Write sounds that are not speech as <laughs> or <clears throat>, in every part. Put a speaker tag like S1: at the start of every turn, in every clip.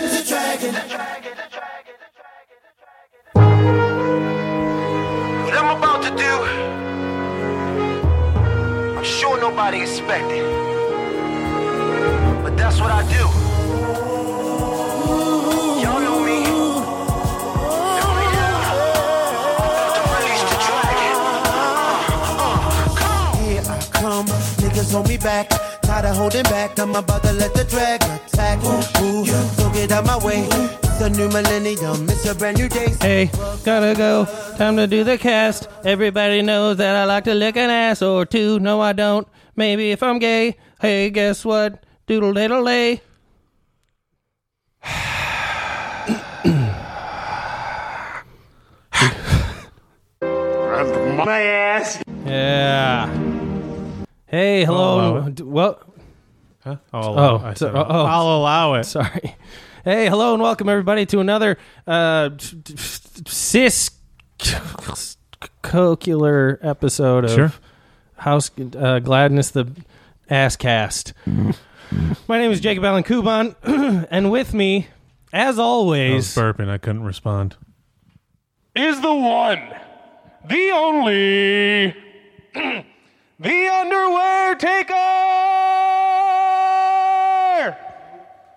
S1: dragon.
S2: What I'm about to do, I'm sure nobody expected. But that's what I do. Y'all know me. Know me now. I'm about to release the dragon.
S1: Here I come, niggas hold me back. Tired of holding back, I'm about to let the dragon attack. Ooh, don't get out my way. It's a new millennium, it's a brand new day.
S3: Hey, gotta go. Time to do the cast. Everybody knows that I like to lick an ass or two. No, I don't. Maybe if I'm gay. Hey, guess what? Doodle diddle lay.
S4: My ass.
S3: Yeah. Hey, hello.
S4: Hello.
S3: D- Well,
S4: I'll allow,
S3: oh,
S4: I
S3: so-
S4: said-
S3: oh, oh,
S4: I'll allow
S3: <laughs>
S4: it.
S3: sorry. Hey, hello, and welcome everybody to another uh, t- t- cis cocular episode of
S4: Sure.
S3: House uh, Gladness the Ass Cast. My name is Jacob Allen Kuban, <clears throat> and with me, as
S4: I was
S3: always,
S4: burping. I couldn't respond.
S5: is the one, the only, <clears throat> the underwear taker.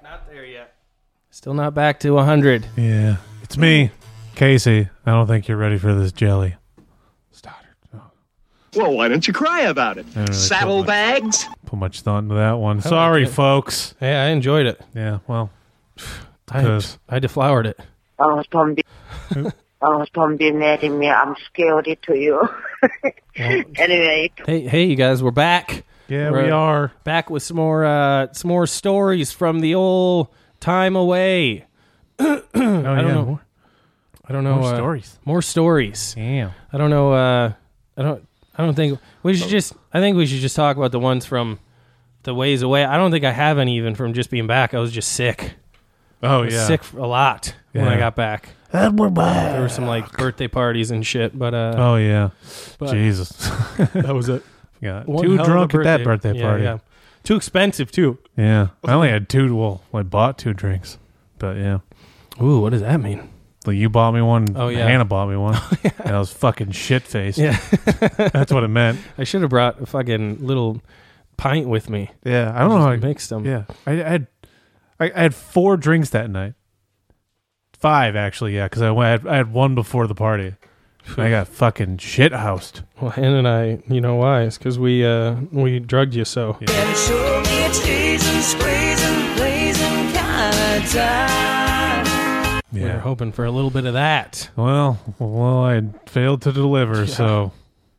S3: not there yet. Still not back to 100.
S4: Yeah, it's me, Casey. I don't think you're ready for this jelly. Stoddard. Oh,
S6: Well, why don't you cry about it?
S4: really
S6: Saddlebags?
S4: Put much thought into that one. Sorry, folks.
S3: Hey, I enjoyed it.
S4: Yeah, well,
S3: I,
S4: Because-
S3: I deflowered it.
S7: Oh, don't be, oh, don't be mad at me. I'm scared to you. anyway,
S3: Hey, hey, you guys, we're back.
S4: yeah,
S3: Right.
S4: we are.
S3: back with some more uh some more stories from the old time away
S4: Oh, I
S3: don't
S4: yeah,
S3: know.
S4: More,
S3: i don't know
S4: more
S3: uh,
S4: stories.
S3: more stories
S4: Damn.
S3: i don't know uh i don't i don't think we
S4: Oh.
S3: should just i think we should just talk about the ones from the ways away i don't think i have any even from just being back i was just sick
S4: Oh,
S3: I was
S4: yeah.
S3: sick a lot when i
S4: Yeah.
S3: got back there were some like birthday parties and shit but uh
S4: Oh, yeah.
S3: But-
S4: <laughs> Jesus.
S3: that was it
S4: yeah. Too drunk at that birthday party. Yeah.
S3: too expensive too
S4: I only had two. Well, I bought two drinks. But yeah.
S3: ooh what does that mean
S4: Like you bought me one.
S3: <laughs> Oh, yeah.
S4: Hannah bought me one. And I was fucking shit
S3: <laughs>
S4: faced.
S3: Yeah.
S4: That's what it meant.
S3: i should have brought a fucking little pint with me
S4: Yeah. I don't know how Oh, I
S3: mixed them
S4: Yeah. I, I had I, I had four drinks that night. Five actually, yeah, because I went- I had, I had one before the party. And I got fucking shit housed.
S3: Well, Hannah and I, you know why? It's because we uh, we drugged you so. We were hoping for a little bit of that.
S4: Well, well, I failed to deliver, so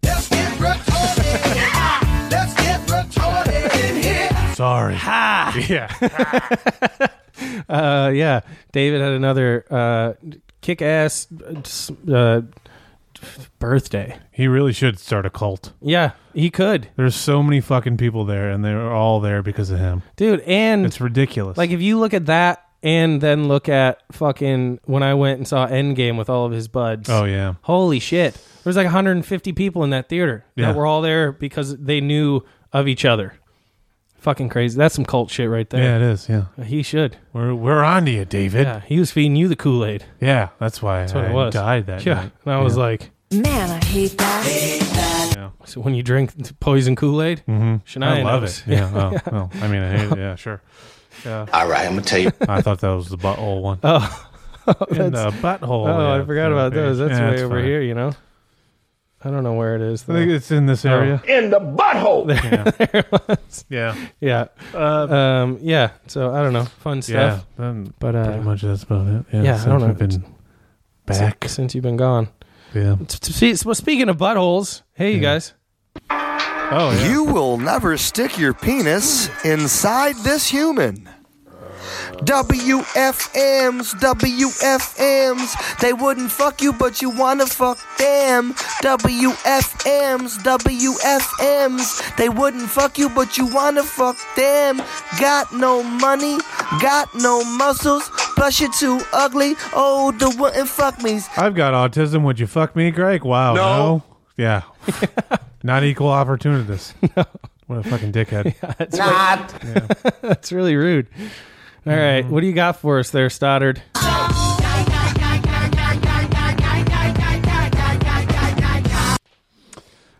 S1: Let's get retarded. Let's get retarded in here.
S4: sorry. <laughs> Yeah.
S3: Uh, yeah, David had another uh, kick-ass uh, s- uh, birthday.
S4: he really should start a cult.
S3: Yeah, he could,
S4: There's so many fucking people there, and they're all there because of him.
S3: dude. And
S4: It's ridiculous.
S3: like, if you look at that, and then look at fucking when I went and saw Endgame with all of his buds.
S4: oh yeah,
S3: Holy shit! There was like 150 people in that theater
S4: Yeah.
S3: that were all there because they knew of each other. Fucking crazy. That's some cult shit right
S4: yeah,
S3: there.
S4: it is. Yeah,
S3: He should.
S4: we're we're on to you, David. Yeah,
S3: Yeah, he was feeding you the Kool Aid.
S4: that's why
S3: That's what
S4: I
S3: it was.
S4: died that
S3: yeah,
S4: night.
S3: and I was
S4: Yeah.
S3: like,
S8: Man, I hate that.
S3: so when you drink poison Kool Aid,
S4: Oh,
S3: mm-hmm.
S4: I love it. Yeah.
S3: <laughs>
S4: Oh, well, I mean, I hate it. Yeah, sure.
S2: All right, I'm gonna tell you.
S4: I thought that was the butthole one.
S3: Oh,
S4: <laughs>
S3: <laughs>
S4: In
S3: that's-
S4: the
S3: oh,
S4: butthole. yeah,
S3: I forgot
S4: front
S3: about
S4: page.
S3: those. That's
S4: Yeah,
S3: way over
S4: fine.
S3: here. You know, I don't know where it is.
S4: I think
S3: though.
S4: it's in this area.
S2: In the butthole.
S4: Yeah.
S3: yeah, um, yeah. So I don't know. Fun
S4: Uh, Yeah.
S3: stuff.
S4: Then
S3: But uh,
S4: pretty much that's about it. Yeah.
S3: yeah, I
S4: since
S3: don't know.
S4: we've been back.
S3: si- since you've been gone.
S4: Yeah.
S3: S- see, well, speaking of buttholes, hey, you guys.
S4: Oh, yeah.
S9: You will never stick your penis inside this human. WFMs, WFMs, they wouldn't fuck you, but you wanna fuck them. WFMs, WFMs, they wouldn't fuck you, but you wanna fuck them. Got no money, got no muscles, plus you're too ugly. Oh, the wouldn't fuck me's.
S4: I've got autism. Would you fuck me, Greg? Wow. No.
S3: <laughs>
S4: Yeah. Not equal opportunities. What a
S3: <laughs>
S4: fucking dickhead.
S3: Mm-hmm. That's really rude. All right, what do you got for us there, Stoddard?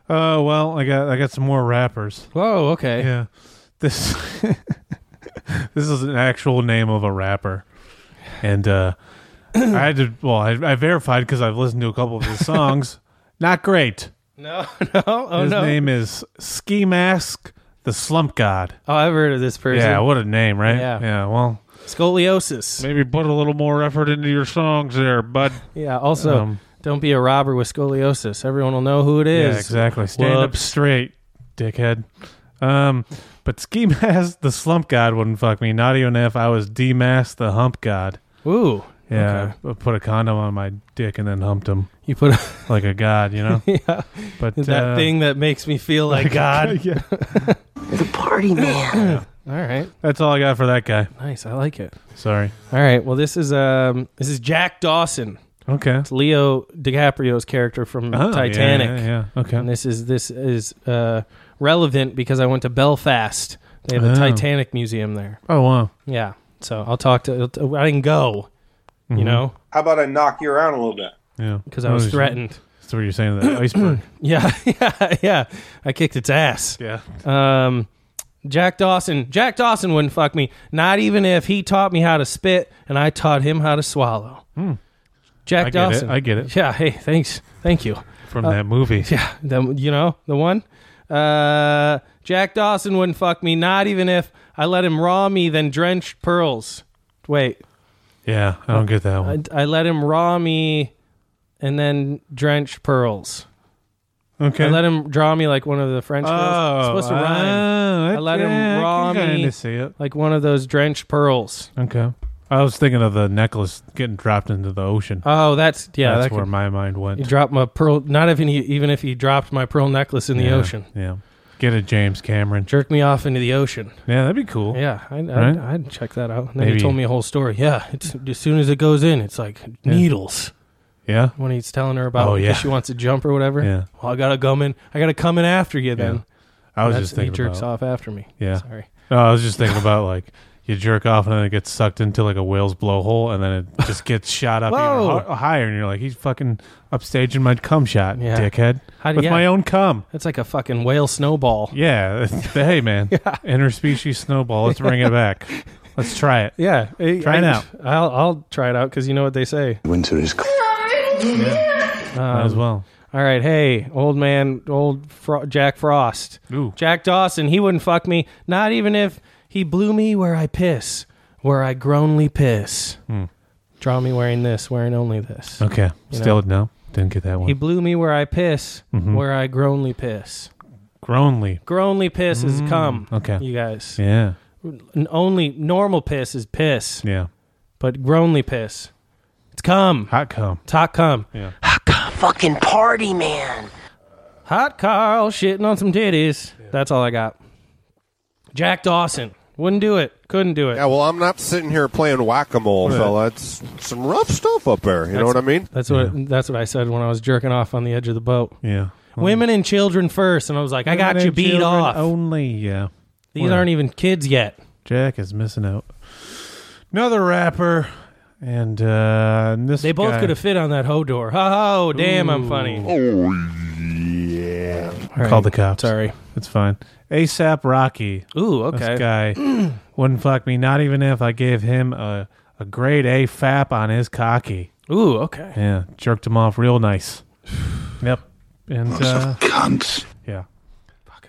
S4: Oh well, I got I got some more <laughs> rappers.
S3: Whoa, okay.
S4: Yeah, this <laughs> this is an actual name of a rapper, and <coughs> uh, I had to well I, I verified because I've listened to a couple of his songs. <laughs> Not great.
S3: No, no. <laughs> Oh,
S4: his
S3: no.
S4: name is Ski Mask, the Slump God.
S3: Oh, I've heard of this person.
S4: Yeah, what a name, right?
S3: Yeah.
S4: yeah. Well,
S3: Scoliosis.
S4: maybe put a little more effort into your songs there, bud.
S3: Yeah, also,
S4: Um,
S3: don't be a robber with scoliosis. Everyone will know who it is.
S4: Yeah, exactly. Stand up
S3: Whoops.
S4: straight, dickhead. Um, but ski <laughs> mask, the slump god wouldn't fuck me. Naughty on F, I was demasked the hump god.
S3: Ooh.
S4: Yeah, I put a condom on my dick and then humped him
S3: You put
S4: like a god, you know.
S3: <laughs> yeah,
S4: But
S3: that
S4: uh, <laughs>
S3: thing that makes me feel like God. <laughs>
S4: yeah,
S3: All right.
S4: that's all I got for that guy.
S3: Nice. I like it.
S4: Sorry.
S3: All right. Well, this is um this is Jack Dawson.
S4: Okay.
S3: It's Leo DiCaprio's character from
S4: Oh, yeah,
S3: Titanic.
S4: Yeah, yeah, Okay.
S3: And this is this is uh relevant because I went to Belfast. They have a
S4: Oh.
S3: Titanic museum there.
S4: oh wow.
S3: Yeah. So I'll talk to I didn't go, you know,
S10: How about I knock you around a little bit?
S4: Yeah.
S3: because I was
S4: Mm-hmm. Oh,
S3: threatened. <laughs>
S4: That's what you're
S3: <coughs>
S4: saying. That iceberg.
S3: Yeah, yeah, yeah. I kicked its ass.
S4: yeah.
S3: Um, Jack Dawson. Jack Dawson wouldn't fuck me. Not even if he taught me how to spit and I taught him how to swallow. Jack
S4: Hmm. I get
S3: Dawson.
S4: it. I get it
S3: Yeah. Hey. Thanks. Thank you.
S4: from that movie.
S3: <laughs> Yeah. The, you know the one. Uh, Jack Dawson wouldn't fuck me. Not even if I let him raw me, then drenched pearls. Wait.
S4: Yeah. I don't get that
S3: I,
S4: one.
S3: I let him raw me, and then drenched pearls.
S4: Okay.
S3: I let him draw me like one of the French girls. It's supposed to rhyme.
S4: oh,
S3: I let him
S4: yeah, I
S3: raw
S4: can kinda
S3: me.
S4: see it.
S3: Like one of those drenched pearls.
S4: Okay. I was thinking of the necklace getting dropped into the ocean.
S3: Oh, that's yeah.
S4: That's
S3: that
S4: where
S3: could,
S4: my mind went.
S3: he dropped my pearl. Not even he, even if he dropped my pearl necklace in the
S4: yeah,
S3: ocean,
S4: Yeah. Get a James Cameron.
S3: jerked me off into the ocean.
S4: Yeah, that'd be cool.
S3: Yeah, I, I,
S4: Right.
S3: I'd check that out. And then
S4: Maybe.
S3: he told me a whole story. Yeah, it's, as soon as it goes in, it's like needles.
S4: Yeah.
S3: When he's telling her about
S4: Oh,
S3: if
S4: yeah.
S3: she wants to jump or whatever.
S4: Yeah.
S3: Well, I gotta come in. I gotta come in after you then.
S4: Yeah. I was
S3: That's-
S4: just thinking
S3: he jerks
S4: about.
S3: off after me.
S4: Yeah.
S3: Sorry.
S4: No, I was just thinking about like you jerk off and then it gets sucked into like a whale's blowhole and then it just gets shot up
S3: Whoa.
S4: even h- higher and you're like he's fucking upstaging my cum shot,
S3: Yeah.
S4: dickhead.
S3: How do-
S4: With
S3: yeah.
S4: my own cum.
S3: That's like a fucking whale snowball.
S4: Yeah. <laughs> But hey man, interspecies snowball. Let's bring it
S3: <laughs>
S4: back. Let's try it.
S3: Yeah, I-
S4: Try it
S3: I-
S4: out.
S3: I'll I'll try it out because you know what they say.
S2: Winter is cold.
S3: Um,
S4: Might as well.
S3: All right, hey, old man, old Fro- Jack Frost,
S4: Ooh.
S3: Jack Dawson. He wouldn't fuck me, not even if he blew me where I piss, where I groanly piss. Draw me wearing this, wearing only this.
S4: Hmm. Okay. Still no. Didn't get that one.
S3: He blew me where I piss,
S4: Mm-hmm.
S3: where I groanly piss.
S4: Groanly.
S3: Groanly piss is come.
S4: Mm, okay.
S3: you guys.
S4: Yeah.
S3: N- Only normal piss is piss,
S4: Yeah.
S3: but groanly piss, it's come.
S4: Hot cum.
S3: It's hot cum.
S9: Fucking party man.
S3: Hot Carl shitting on some titties. That's all I got. Jack Dawson wouldn't do it. Couldn't do it.
S10: Yeah, well, I'm not sitting here playing whack a mole, fella. It's some rough stuff up there. You know what I mean?
S3: That's what that's what I said when I was jerking off on the edge of the boat.
S4: Yeah.
S3: Women and children first, Oh. and I was like, I got you beat off.
S4: Only. Yeah.
S3: These aren't even kids yet.
S4: Jack is missing out. Another rapper, and uh, and this
S3: They both
S4: guy-
S3: could have fit on that hoe door. Oh, damn, I'm funny.
S4: called the cops.
S3: Sorry.
S4: It's fine. ASAP Rocky.
S3: Ooh,
S4: This
S3: okay.
S4: guy
S3: <clears throat>
S4: wouldn't fuck me. Not even if I gave him a a grade A fap on his cocky.
S3: Ooh, okay.
S4: Yeah, jerked him off real nice. yep. And uh, cunts. Yeah.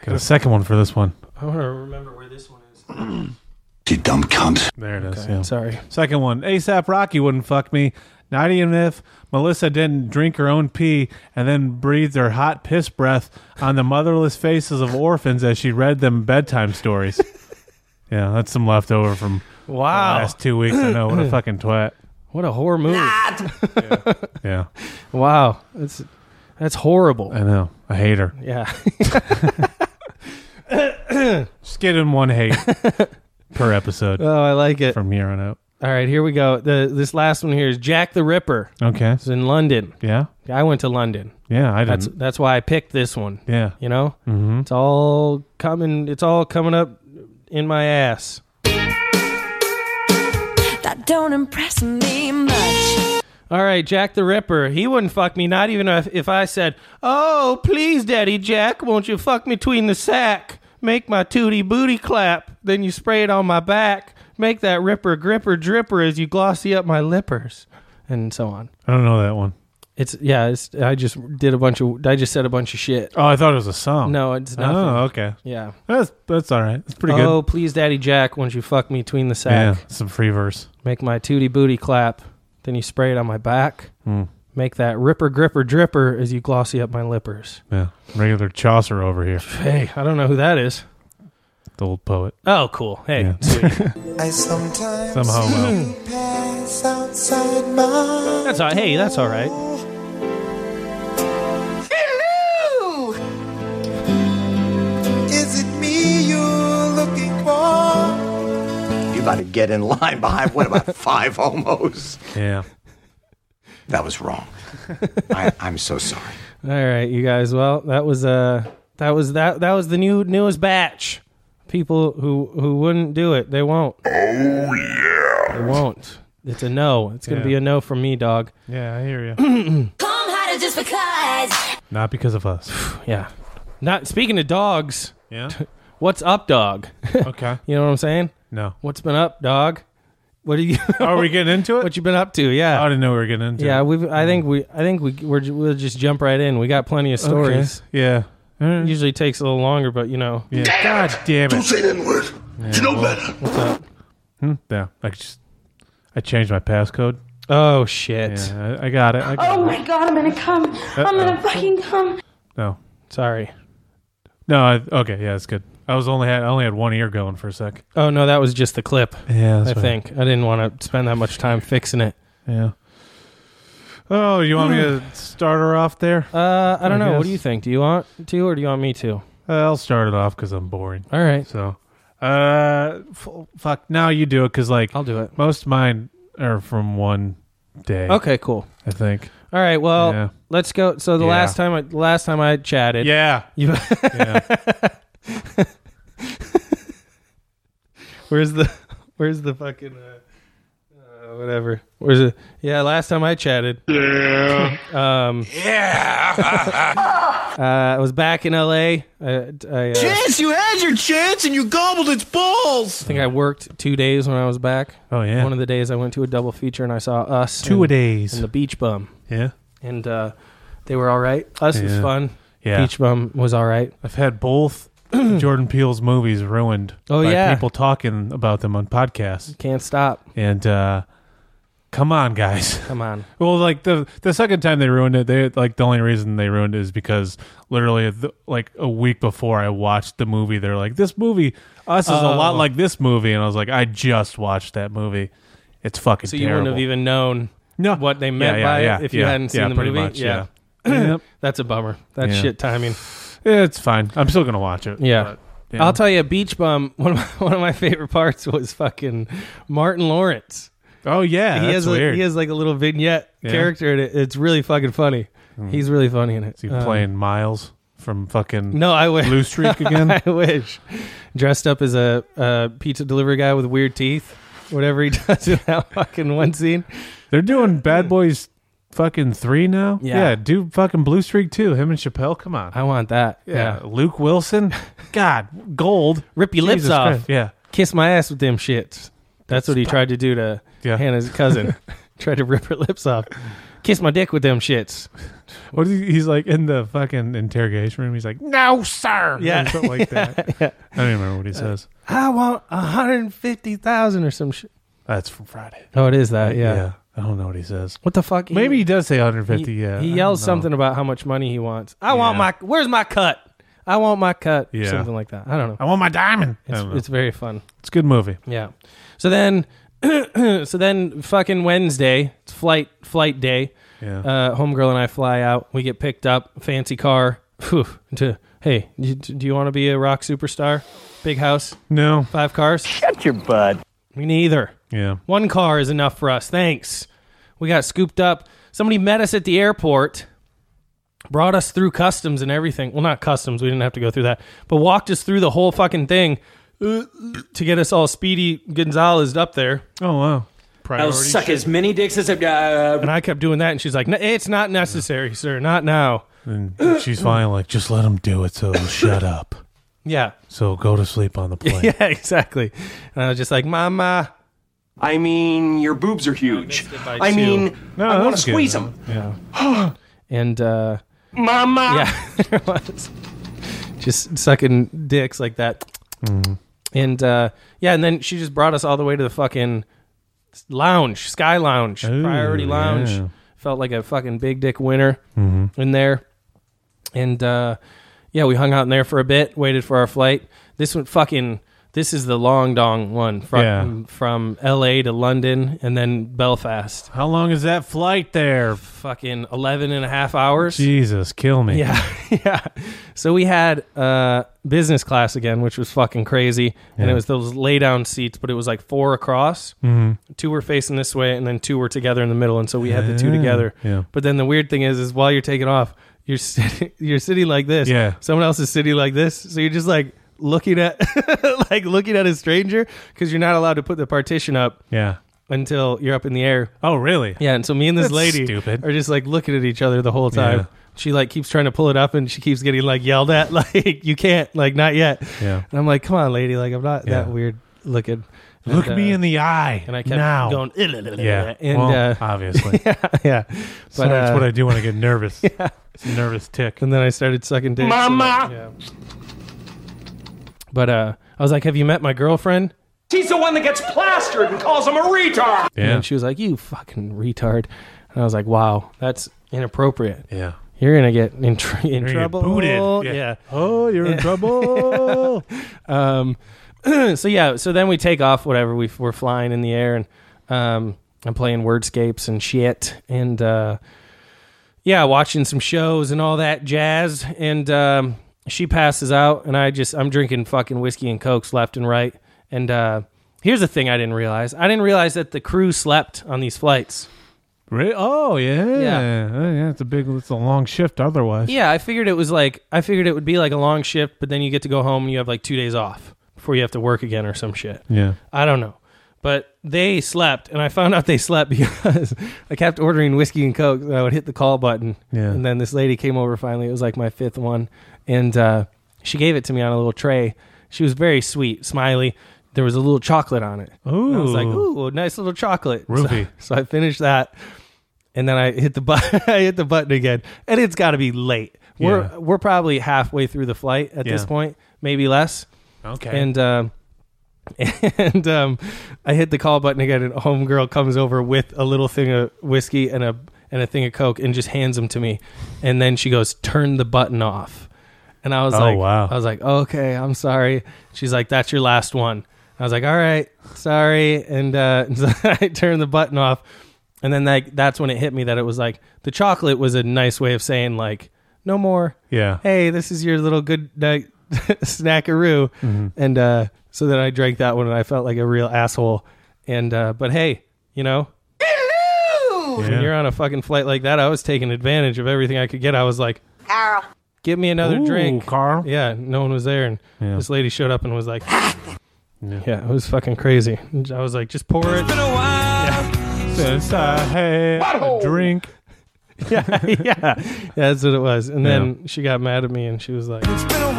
S4: Got a second one for this one.
S3: I want to remember where this one is.
S4: There it is. Yeah.
S3: Sorry.
S4: Second one, ASAP Rocky wouldn't fuck me. Not even if Melissa didn't drink her own pee and then breathed her hot piss breath on the motherless faces of orphans as she read them bedtime stories. yeah, that's some leftover from the
S3: Wow.
S4: last two weeks. I know what a fucking twat.
S3: What a horror move.
S4: Yeah,
S3: Wow. That's that's horrible.
S4: I know. I hate her.
S3: Yeah. <laughs>
S4: Just get in one hate per episode
S3: oh, I like it.
S4: from here on out.
S3: All right, here we go. The this last one here is Jack the Ripper.
S4: Okay.
S3: It's in London.
S4: Yeah.
S3: I went to London.
S4: Yeah. I didn't.
S3: That's that's why I picked this one.
S4: Mm-hmm. yeah.
S3: You know, mm-hmm. it's all coming. It's all coming up in my ass.
S8: That don't impress me much.
S3: All right, Jack the Ripper. He wouldn't fuck me, not even if, if I said, Oh, please, Daddy Jack, won't you fuck me between the sack? Make my tootie booty clap. Then you spray it on my back. Make that ripper gripper dripper as you glossy up my lippers. And so on.
S4: I don't know that one.
S3: It's, yeah, it's, I just did a bunch of, I just said a bunch of shit.
S4: Oh, I thought it was a song.
S3: No, it's nothing.
S4: Oh, okay.
S3: Yeah.
S4: That's that's all right. It's pretty
S3: Oh, please, Daddy Jack, won't you fuck me between the
S4: good. Yeah,
S3: sack?
S4: some free verse.
S3: Make my tootie booty clap. Then you spray it on my back.
S4: Mm.
S3: Make that ripper gripper dripper as you glossy up my lippers.
S4: Yeah, regular Chaucer over here,
S3: Hey, I don't know who that is.
S4: the old poet.
S3: Oh, cool. Hey,
S4: Yeah.
S3: sweet.
S2: <laughs> I sometimes
S4: Some homo.
S2: <laughs> pass outside my
S3: that's all. Hey, that's all right.
S2: Hello! Is it me you're looking for?
S11: You about to get in line behind what about
S9: <laughs>
S11: five homos?
S4: Yeah.
S11: That was wrong. I, I'm so sorry.
S3: All right, you guys. Well, that was uh, that was that that was the new newest batch. People who who wouldn't do it, they won't. Oh yeah, they won't. It's a no. It's gonna
S4: Yeah.
S3: be a no from me, dog.
S4: Yeah, I hear you.
S8: Come harder just because.
S4: Not because of us.
S3: Yeah. Not speaking of dogs.
S4: Yeah.
S3: What's up, dog? <laughs>
S4: Okay.
S3: you know what I'm saying?
S4: No.
S3: What's been up, dog? What are you? <laughs>
S4: Are we getting into it?
S3: what you been up to? Yeah.
S4: I didn't know we were getting into.
S3: Yeah,
S4: it.
S3: we. have I think we. I think we. We're, ju- we'll just jump right in. We got plenty of stories.
S4: Okay. Yeah. All right.
S3: Usually takes a little longer, but you know.
S4: Yeah. God damn it.
S11: say that word. you know better.
S3: What's up?
S4: Hmm? Yeah. I just I changed my passcode.
S3: Oh shit!
S4: Yeah, I, I got it. I
S3: Oh.
S4: got it.
S12: Oh god, I'm gonna come.
S4: I'm gonna
S12: fucking come.
S4: No.
S3: Sorry.
S4: Oh. No. I, okay. Yeah, it's good. I was only had I only had one ear going for a sec.
S3: Oh no, that was just the clip.
S4: Yeah.
S3: I
S4: That's right.
S3: think I didn't want to spend that much time fixing it.
S4: Yeah. Oh, you want me to start her off there?
S3: Uh, I don't
S4: I
S3: know. What
S4: guess.
S3: do you think? Do you want to, or do you want me to?
S4: Uh, I'll start it off because I'm boring.
S3: All right,
S4: So, uh, f- fuck. Now you do it because like
S3: I'll do it.
S4: most of mine are from one day.
S3: Okay, cool.
S4: I think.
S3: All right. Well,
S4: Yeah.
S3: let's go. So the
S4: Yeah.
S3: last time, I, last time I chatted.
S4: Yeah.
S3: You,
S4: yeah.
S3: <laughs> Where's the Where's the fucking uh, uh, whatever? Where's it? Yeah, last time I chatted. Yeah. um. Yeah. <laughs> uh, I was back in L.A. I, I, uh,
S2: Yes, you had your chance and you gobbled its balls.
S3: think I worked two days when I was back.
S4: Oh yeah.
S3: One of the days I went to a double feature and I saw us
S4: Two a
S3: and,
S4: days.
S3: and the Beach Bum,
S4: yeah.
S3: and uh, they were all right. Us was
S4: Yeah.
S3: fun.
S4: Yeah.
S3: Beach Bum was all right.
S4: I've had
S3: <clears throat>
S4: both Jordan Peele's movies ruined
S3: Oh,
S4: by
S3: yeah.
S4: people talking about them on podcasts.
S3: Can't stop.
S4: And uh come on, guys. <laughs>
S3: Come on.
S4: Well, like the the second time they ruined it, they like the only reason they ruined it is because literally the, like a week before I watched the movie, they're like, "This movie, Us, is a lot
S3: Oh.
S4: like this movie," and I was like, "I just watched that movie. It's fucking."
S3: So you wouldn't have
S4: terrible."
S3: even known
S4: no
S3: what they meant
S4: yeah,
S3: by
S4: yeah,
S3: it if you
S4: yeah,
S3: hadn't seen
S4: yeah,
S3: the
S4: pretty
S3: movie. <laughs>
S4: much, yeah. Yep.
S3: That's a bummer. That's
S4: Yeah.
S3: shit timing.
S4: Yeah, it's fine. I'm still gonna watch it.
S3: Yeah.
S4: but, you know.
S3: I'll tell you, Beach Bum. <laughs> One of my, one of my favorite parts was fucking Martin Lawrence.
S4: oh yeah,
S3: he
S4: that's
S3: has
S4: weird.
S3: A, he has like a little vignette
S4: Yeah. Hmm.
S3: character in it. It's really fucking funny. He's really funny in it.
S4: is he
S3: Um,
S4: playing Miles from fucking
S3: No, I wish.
S4: Blue Streak again?
S3: <laughs> I wish. Dressed up as a, a pizza delivery guy with weird teeth. Whatever he <laughs> does in that fucking one scene.
S4: They're doing Bad Boys fucking three now.
S3: Yeah.
S4: do fucking Blue Streak too. Him and Chappelle. Come on.
S3: I want that.
S4: Yeah. Luke
S3: <laughs>
S4: Wilson. God, gold.
S3: Rip your lips
S4: Jesus
S3: off.
S4: Christ. Yeah.
S3: Kiss my ass with them shits. That's what he tried to do to
S4: Yeah.
S3: Hannah's
S4: <laughs>
S3: cousin. <laughs> tried to rip her lips off. Kiss my dick with them shits.
S4: What is he, he's like in the fucking interrogation room. He's like, no, sir.
S3: <laughs> Yeah. Uh,
S4: Or something like that. I don't even remember what he says.
S3: I want a hundred and fifty thousand or some shit.
S4: That's from Friday.
S3: Oh, it is that. Yeah.
S4: I don't know what he says.
S3: What the fuck? He-
S4: Maybe he does say
S3: he,
S4: 150. yeah.
S3: He
S4: I
S3: yells
S4: don't know.
S3: something about how much money he wants. I want
S4: Yeah.
S3: my. Where's my cut? I want my cut.
S4: Yeah.
S3: Something like that. I don't
S4: I
S3: know.
S4: want my diamond. I
S3: It's,
S4: don't know.
S3: it's very fun.
S4: it's a good movie.
S3: Yeah. So then, <clears throat> so then, fucking Wednesday, it's flight flight day.
S4: Yeah.
S3: Uh, homegirl and I fly out. We get picked up, fancy car. Phew, to hey, you, do you want to be a rock superstar? Big house,
S4: no.
S3: five cars. Shut your butt. Me neither.
S4: Yeah.
S3: One car is enough for us. Thanks. We got scooped up. Somebody met us at the airport, brought us through customs and everything. Well, not customs. We didn't have to go through that, but walked us through the whole fucking thing uh, to get us all speedy Gonzalez up there.
S4: Oh, wow. priority
S12: I'll suck as many dicks as I. Uh,
S3: and I kept doing that, and she's like, "No, "It's not necessary, sir. Not now."
S4: And
S12: <clears throat>
S4: she's finally like, just let him do it so he'll shut up.
S3: Yeah.
S4: So go to sleep
S12: <laughs>
S4: on the plane.
S3: <laughs> Yeah, exactly. And I was just like, "Mama."
S12: I mean, your boobs are huge. I, mean, I want to squeeze them.
S3: Yeah. and uh,
S12: Mama.
S3: yeah, <laughs> there was. just sucking dicks like that.
S4: Mm-hmm.
S3: And uh, yeah, and then she just brought us all the way to the fucking lounge, Sky Lounge, Priority Lounge.
S4: yeah.
S3: Felt like a fucking big dick winner
S4: Mhm.
S3: in there. And uh, yeah, we hung out in there for a bit, waited for our flight. This one fucking. This is the long dong one from
S4: Yeah.
S3: from L.A. to London and then Belfast.
S4: How long is that flight there?
S3: Fucking 11 and a half hours.
S4: Jesus, kill me.
S3: Yeah, <laughs> yeah. So we had uh, business class again, which was fucking crazy, and it
S4: Yeah.
S3: was those lay down seats, but it was like four across.
S4: Mhm.
S3: Two were facing this way, and then two were together in the middle, and so we had the two
S4: Yeah,
S3: together.
S4: yeah.
S3: But then the weird thing is, is while you're taking off, you're sitting, <laughs> you're sitting like this.
S4: Yeah.
S3: Someone else is sitting like this, so you're just like looking at, <laughs> like looking at a stranger because you're not allowed to put the partition up.
S4: Yeah.
S3: Until you're up in the air.
S4: Oh, really?
S3: Yeah. And so me and this
S4: That's
S3: lady
S4: stupid.
S3: are just like looking at each other the whole time.
S4: Yeah.
S3: She like keeps trying to pull it up and she keeps getting like yelled at <laughs> like you can't like not yet.
S4: Yeah.
S3: And I'm like, come on, lady, like I'm not
S4: Yeah.
S3: that weird looking. uh,
S4: Look me in the eye.
S3: And I kept
S4: now.
S3: going.
S4: Yeah.
S3: And
S4: Well,
S3: <laughs> uh,
S4: obviously.
S3: yeah, yeah. But
S4: Sorry, that's
S3: uh,
S4: what I do when I get nervous.
S3: <laughs> yeah.
S4: It's a nervous tick.
S3: And then I started sucking dick.
S12: Mama.
S3: But uh, I was like, have you met my girlfriend?
S12: She's the one that gets plastered and calls him a retard.
S3: And then she was like, you fucking retard. And I was like, wow, that's inappropriate.
S4: Yeah.
S3: You're gonna get in, tr- in
S4: You're gonna get
S3: trouble.
S4: booted.
S3: Yeah.
S4: Oh, you're
S3: <laughs>
S4: in trouble.
S3: um, <clears throat> so yeah, so then we take off. Whatever we we're flying in the air, and um, I'm playing wordscapes and shit, and uh, yeah, watching some shows and all that jazz. And um, she passes out, and I just I'm drinking fucking whiskey and cokes left and right. And uh, here's the thing I didn't realize: I didn't realize that the crew slept on these flights.
S4: Re- oh, yeah.
S3: Yeah.
S4: Oh, yeah. It's a big, it's a long shift otherwise.
S3: Yeah, I figured it was like I figured it would be like a long shift, but then you get to go home and you have like two days off before you have to work again or some shit.
S4: Yeah.
S3: I don't know. But they slept, and I found out they slept <laughs> because I kept ordering whiskey and coke. And I would hit the call button,
S4: Yeah.
S3: and then this lady came over. Finally, it was like my fifth one, and uh, she gave it to me on a little tray. She was very sweet, smiley. There was a little chocolate on it. Ooh, I was like, ooh, nice little chocolate,
S4: Ruby.
S3: <laughs> So, so I finished that, and then I hit the button. <laughs> I hit the button again, and it's got to be late. We're we're probably halfway through the flight at this
S4: Yeah.
S3: point, maybe less.
S4: Okay.
S3: And um, <laughs> and um, I hit the call button again, and a homegirl comes over with a little thing of whiskey and a and a thing of coke, and just hands them to me, and then she goes, "Turn the button off," and I was
S4: Oh,
S3: like,
S4: wow.
S3: I was like, "Okay, I'm sorry." She's like, "That's your last one." I was like, "All right, sorry," and, uh, <laughs> and so I turned the button off, and then like that's when it hit me that it was like the chocolate was a nice way of saying like, "No more."
S4: Yeah.
S3: hey, this is your little good night <laughs> snackaroo.
S4: Mm-hmm.
S3: And uh, so then I drank that one and I felt like a real asshole. And uh, but hey, you know, when you're on a fucking flight like that, I was taking advantage of everything I could get. I was like,
S7: Carl.
S3: give me another
S4: Ooh,
S3: drink.
S4: Carl.
S3: Yeah, no one was there. And
S4: Yeah.
S3: this lady showed up and was like, yeah, it was fucking crazy. And I was like, just pour
S4: <laughs>
S3: it.
S4: Since I had a drink.
S3: yeah, <laughs> yeah, that's what it was. And then she got mad at me and she was like, It's been a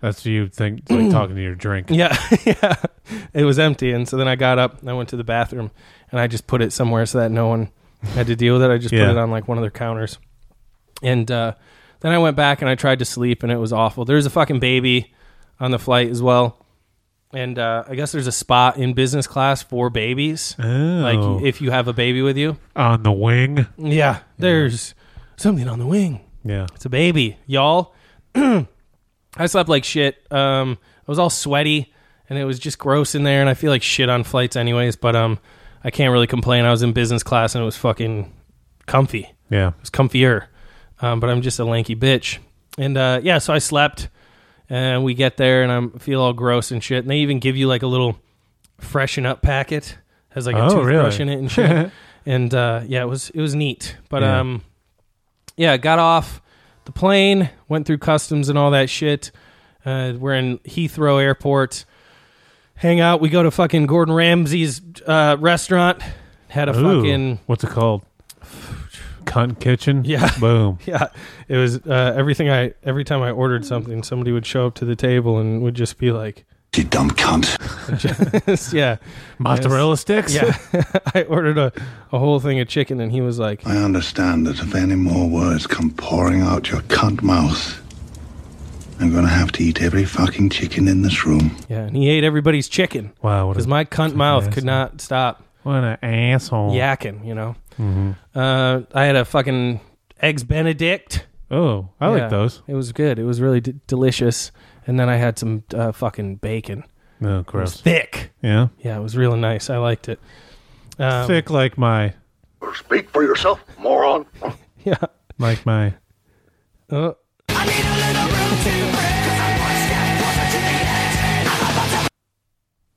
S4: That's you think
S3: <clears throat>
S4: like talking to your drink.
S3: Yeah, <laughs> yeah. It was empty, and so then I got up and I went to the bathroom, and I just put it somewhere so that no one had to deal with it. I just
S4: Yeah.
S3: put it on like one of their counters, and uh, then I went back and I tried to sleep, and it was awful. There's a fucking baby on the flight as well, and uh, I guess there's a spot in business class for babies,
S4: Oh.
S3: like if you have a baby with you.
S4: On the wing.
S3: Yeah, there's something on the wing.
S4: Yeah.
S3: It's a baby, y'all. <clears throat> I slept like shit. Um, I was all sweaty, and it was just gross in there. And I feel like shit on flights, anyways. But um, I can't really complain. I was in business class, and it was fucking comfy.
S4: Yeah.
S3: It was comfier. Um, but I'm just a lanky bitch. And uh, yeah, so I slept, and we get there, and I feel all gross and shit. And they even give you like a little freshen up packet has like a
S4: Oh,
S3: toothbrush
S4: really?
S3: in it
S4: <laughs>
S3: and shit. and uh, yeah, it was it was neat. But
S4: Yeah.
S3: um, yeah, got off. the plane, went through customs and all that shit. Uh, we're in Heathrow Airport. Hang out. We go to fucking Gordon Ramsay's uh, restaurant. Had a
S4: Ooh,
S3: fucking
S4: what's it called? Cunt kitchen.
S3: Yeah.
S4: <laughs>
S3: <laughs>
S4: Boom.
S3: yeah. It was uh, everything I every time I
S4: Hmm.
S3: ordered something, somebody would show up to the table and would just be like,
S12: "You dumb
S3: <laughs>
S12: cunt."
S3: yeah.
S4: Mozzarella sticks?
S3: Yeah. <laughs> I ordered a, a whole thing of chicken and he was like,
S13: I understand that if any more words come pouring out your cunt mouth, I'm going to have to eat every fucking chicken in this room.
S3: yeah, and he ate everybody's chicken.
S4: <laughs> Wow.
S3: Because my cunt mouth could not stop
S4: What an
S12: Oh.
S4: asshole.
S3: yakking, you know?
S12: Mm-hmm.
S4: Mhm.
S3: Uh, I had a fucking eggs Benedict.
S4: Oh, I like those.
S3: It was good. It was really d- delicious. And then I had some uh, fucking bacon.
S4: Oh,
S3: It
S4: gross.
S3: was thick.
S4: Yeah.
S3: Yeah, it was really nice. I liked it. Um,
S4: Thick like my
S13: Speak for yourself, moron.
S3: <laughs> Yeah.
S4: like my
S3: Oh.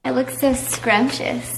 S14: I look so scrumptious.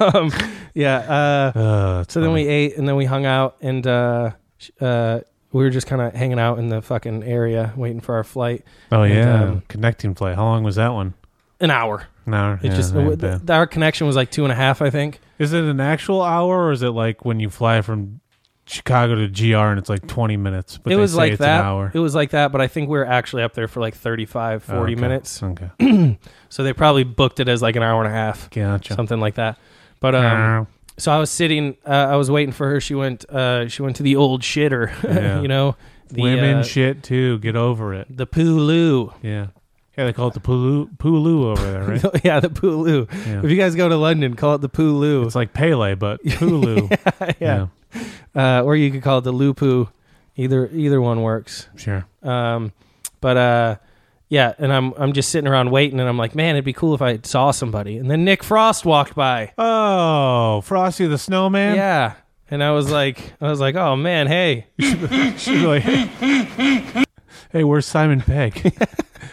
S3: um, yeah. Uh, <laughs> so then we ate and then we hung out and uh, sh- uh, we were just kind of hanging out in the fucking area waiting for our flight.
S4: Oh
S3: And,
S4: yeah.
S3: um,
S4: Connecting flight. How long was that one?
S3: an hour.
S4: An hour.
S3: It
S4: yeah,
S3: just
S4: that ain't
S3: w-
S4: bad.
S3: th- our connection was like two and a half, I think.
S4: Is it an actual hour or is it like when you fly from Chicago to GR and it's like 20 minutes? But
S3: it
S4: they
S3: was
S4: say
S3: like
S4: it's
S3: that.
S4: An hour. Oh,
S3: It was like that, but I think we were actually up there for like 35, 40
S4: Okay,
S3: minutes. <clears throat>
S4: okay.
S3: so they probably booked it as like an hour and a half.
S4: Gotcha.
S3: Something like that. But um, so I was sitting. Uh, I was waiting for her. She went. Uh, she went to the old shitter. <laughs>
S4: Yeah.
S3: you know, the,
S4: Women
S3: uh,
S4: shit too. Get over it.
S3: The Pulu.
S4: Yeah. Yeah, they call it the Pulu, Pulu over
S3: <laughs>
S4: there, right?
S3: yeah, the Pulu.
S4: Yeah.
S3: If you guys go to London, call it the Pulu. It's
S4: like
S3: <laughs>
S4: Pele, but Pulu.
S3: yeah. Uh, or you could call it the Lupu. Either either one works.
S4: Sure.
S3: Um, but uh, yeah, and I'm I'm just sitting around waiting, and I'm like, man, it'd be cool if I saw somebody. And then Nick Frost walked by.
S4: Oh, Frosty the Snowman.
S3: Yeah. And I was like, I was like, oh man, hey.
S4: like, <laughs> hey, where's Simon Pegg?
S3: <laughs>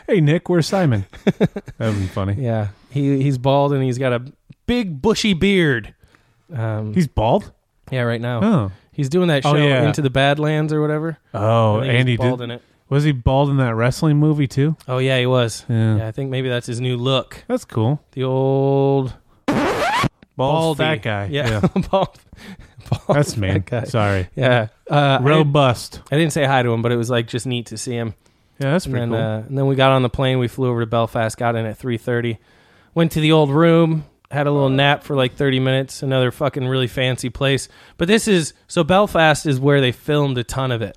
S4: hey, Nick, where's Simon? That would be funny.
S3: Yeah, he he's bald and he's got a big bushy beard. Um,
S4: he's bald.
S3: Yeah, right now.
S4: Oh.
S3: he's doing that show
S4: Oh, yeah.
S3: into the Badlands or whatever.
S4: Oh,
S3: I think he's
S4: Andy
S3: bald
S4: did,
S3: in it.
S4: Was he bald in that wrestling movie too?
S3: Oh yeah, he was.
S4: Yeah.
S3: I think maybe that's his new look.
S4: That's cool.
S3: The old
S4: Bald
S3: Baldy.
S4: fat guy.
S3: Yeah,
S4: Yeah.
S3: <laughs> bald. bald
S4: That's me.
S3: fat guy.
S4: Sorry.
S3: Yeah, uh, I
S4: Robust.
S3: didn't- I, didn't say hi to him, but it was like just neat to see him.
S4: Yeah, that's
S3: and
S4: pretty
S3: then,
S4: cool.
S3: Uh, and then we got on the plane. We flew over to Belfast. Got in at three thirty. Went to the old room. Had a little nap for like thirty minutes. Another fucking really fancy place. But this is so Belfast is where they filmed a ton of it.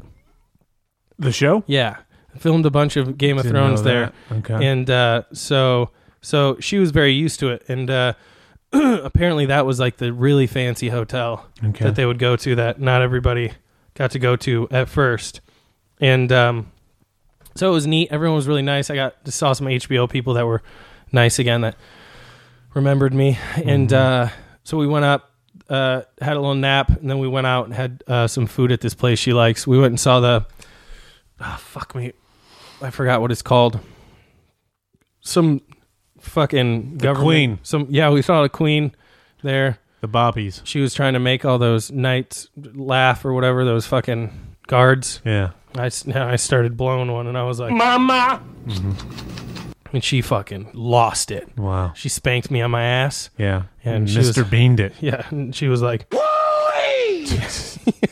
S4: The show?
S3: Yeah, filmed a bunch of Game of
S4: Didn't
S3: Thrones
S4: know
S3: there.
S4: that. Okay.
S3: And uh, so so she was very used to it, and uh, <clears throat> apparently that was like the really fancy hotel
S4: Okay.
S3: that they would go to that not everybody got to go to at first, and um, so it was neat. Everyone was really nice. I got saw some HBO people that were nice again that remembered me, and
S4: Mm-hmm.
S3: uh, so we went up. Uh, had a little nap and then we went out and had uh, some food at this place she likes. We went and saw the Ah, fuck me. I forgot what it's called. Some fucking
S4: The
S3: government.
S4: Queen.
S3: Some yeah, we saw the queen there.
S4: The Bobbies.
S3: She was trying to make all those knights laugh or whatever. Those fucking guards.
S4: Yeah.
S3: I s- <laughs> now I started blowing one and I was like, Mm-hmm.
S5: Mama.
S3: and she fucking lost it.
S4: Wow.
S3: She spanked me on my ass.
S4: Yeah.
S3: and she
S4: Mr.
S3: was- <laughs>
S4: Beaned it.
S3: Yeah, and she was like, Yes. <laughs>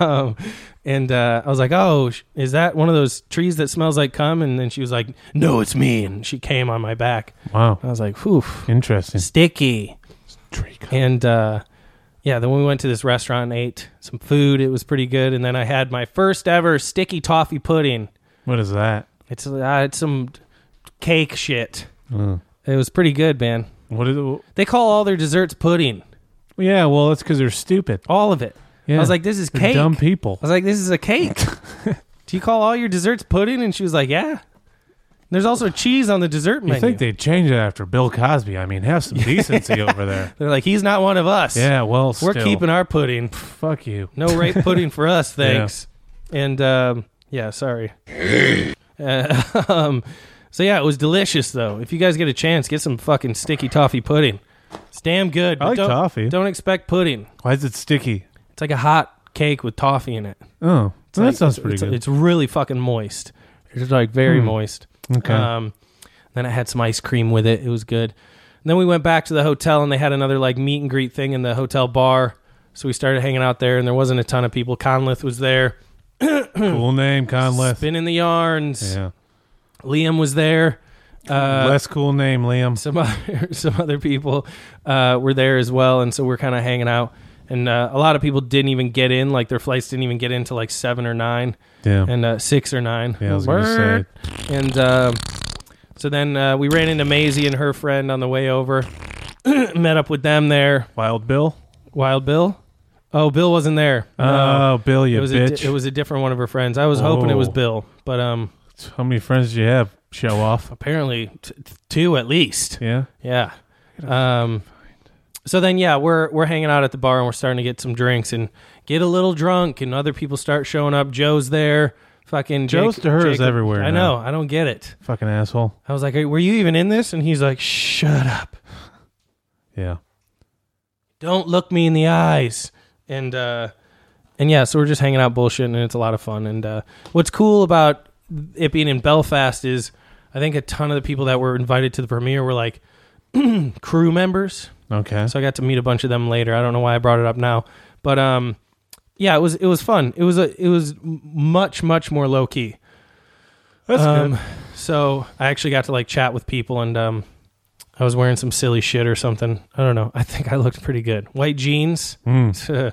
S3: um, and uh, I was like, "Oh, sh- is that one of those trees that smells like cum?" And then she was like, "No, it's me." And she came on my back.
S4: Wow.
S3: I was like, "Oof,
S4: Interesting.
S3: sticky." And uh, yeah, then we went to this restaurant and ate some food. It was pretty good. And then I had my first ever sticky toffee pudding.
S4: What is that?
S3: It's uh, it's some cake shit.
S4: Mm.
S3: It was pretty good, man.
S4: What is it?
S3: They call all their desserts pudding.
S4: Yeah, well, that's because they're stupid.
S3: All of it.
S4: Yeah.
S3: I was like, this is
S4: They're
S3: Oh, cake.
S4: Dumb people.
S3: I was like, this is a
S4: <laughs>
S3: cake. Do you call all your desserts pudding? And she was like, yeah. There's also cheese on the dessert
S4: You
S3: menu.
S4: think they'd change it after Bill Cosby? I mean, have
S3: <laughs>
S4: some decency over there.
S3: They're like, he's not one of us.
S4: Yeah, well,
S3: We're
S4: still.
S3: keeping our pudding.
S4: Fuck you.
S3: No rape
S4: <laughs>
S3: pudding for us, thanks. And um, yeah, sorry. Uh, <laughs> um, so yeah, it was delicious though. If you guys get a chance, get some fucking sticky toffee pudding. It's damn good.
S4: I
S3: but
S4: like
S3: don't-
S4: toffee.
S3: Don't expect pudding.
S4: Why is it sticky?
S3: It's like a hot cake with toffee in it.
S4: Oh,
S3: It's
S4: That
S3: like-
S4: sounds pretty
S3: it's,
S4: good.
S3: It's really fucking moist. It's like very
S4: Hmm.
S3: moist.
S4: Okay.
S3: Um, then I had some ice cream with it. It was good. And then we went back to the hotel and they had another like meet and greet thing in the hotel bar. So we started hanging out there and there wasn't a ton of people. Conlith was there.
S4: cool name, Conlith.
S3: Spinning the yarns.
S4: Yeah.
S3: Liam was there. <laughs> Uh,
S4: Less cool name, Liam.
S3: Some other, some other people uh, were there as well, and so we're kind of hanging out. And uh, a lot of people didn't even get in; like their flights didn't even get in till like seven or nine,
S4: Yeah.
S3: and uh, six or nine.
S4: Yeah, I was gonna say.
S3: And um so then uh, we ran into Maisie and her friend on the way over. <clears throat> met up with them there.
S4: Wild Bill.
S3: Wild Bill. Oh, Bill wasn't there.
S4: Oh, Bill, you
S3: it was A,
S4: bitch.
S3: di- it was a different one of her friends. I was hoping it was
S4: Oh.
S3: Bill, but um,
S4: How many friends do you have? Show off.
S3: apparently t- t- two at least.
S4: Yeah.
S3: Yeah. Um, so then, yeah, we're we're hanging out at the bar and we're starting to get some drinks and get a little drunk, and other people start showing up. Joe's there. Fucking
S4: Joe's
S3: Jake-
S4: to her is
S3: Jacob-
S4: everywhere
S3: I
S4: now.
S3: know. I don't get it.
S4: Fucking asshole.
S3: I was like, "Hey, "Were you even in this?" And he's like, "Shut up!
S4: Yeah.
S3: Don't look me in the eyes." And uh, and yeah, so we're just hanging out, bullshitting, and it's a lot of fun. And uh, what's cool about it being in Belfast is, I think a ton of the people that were invited to the premiere were like <clears throat> crew members.
S4: Okay.
S3: So I got to meet a bunch of them later. I don't know why I brought it up now, but um, yeah, it was it was fun. It was a it was m- much much more low key.
S4: That's good.
S3: So I actually got to like chat with people, and um, I was wearing some silly shit or something. I don't know. I think I looked pretty good. White jeans,
S4: Hmm.
S3: <laughs>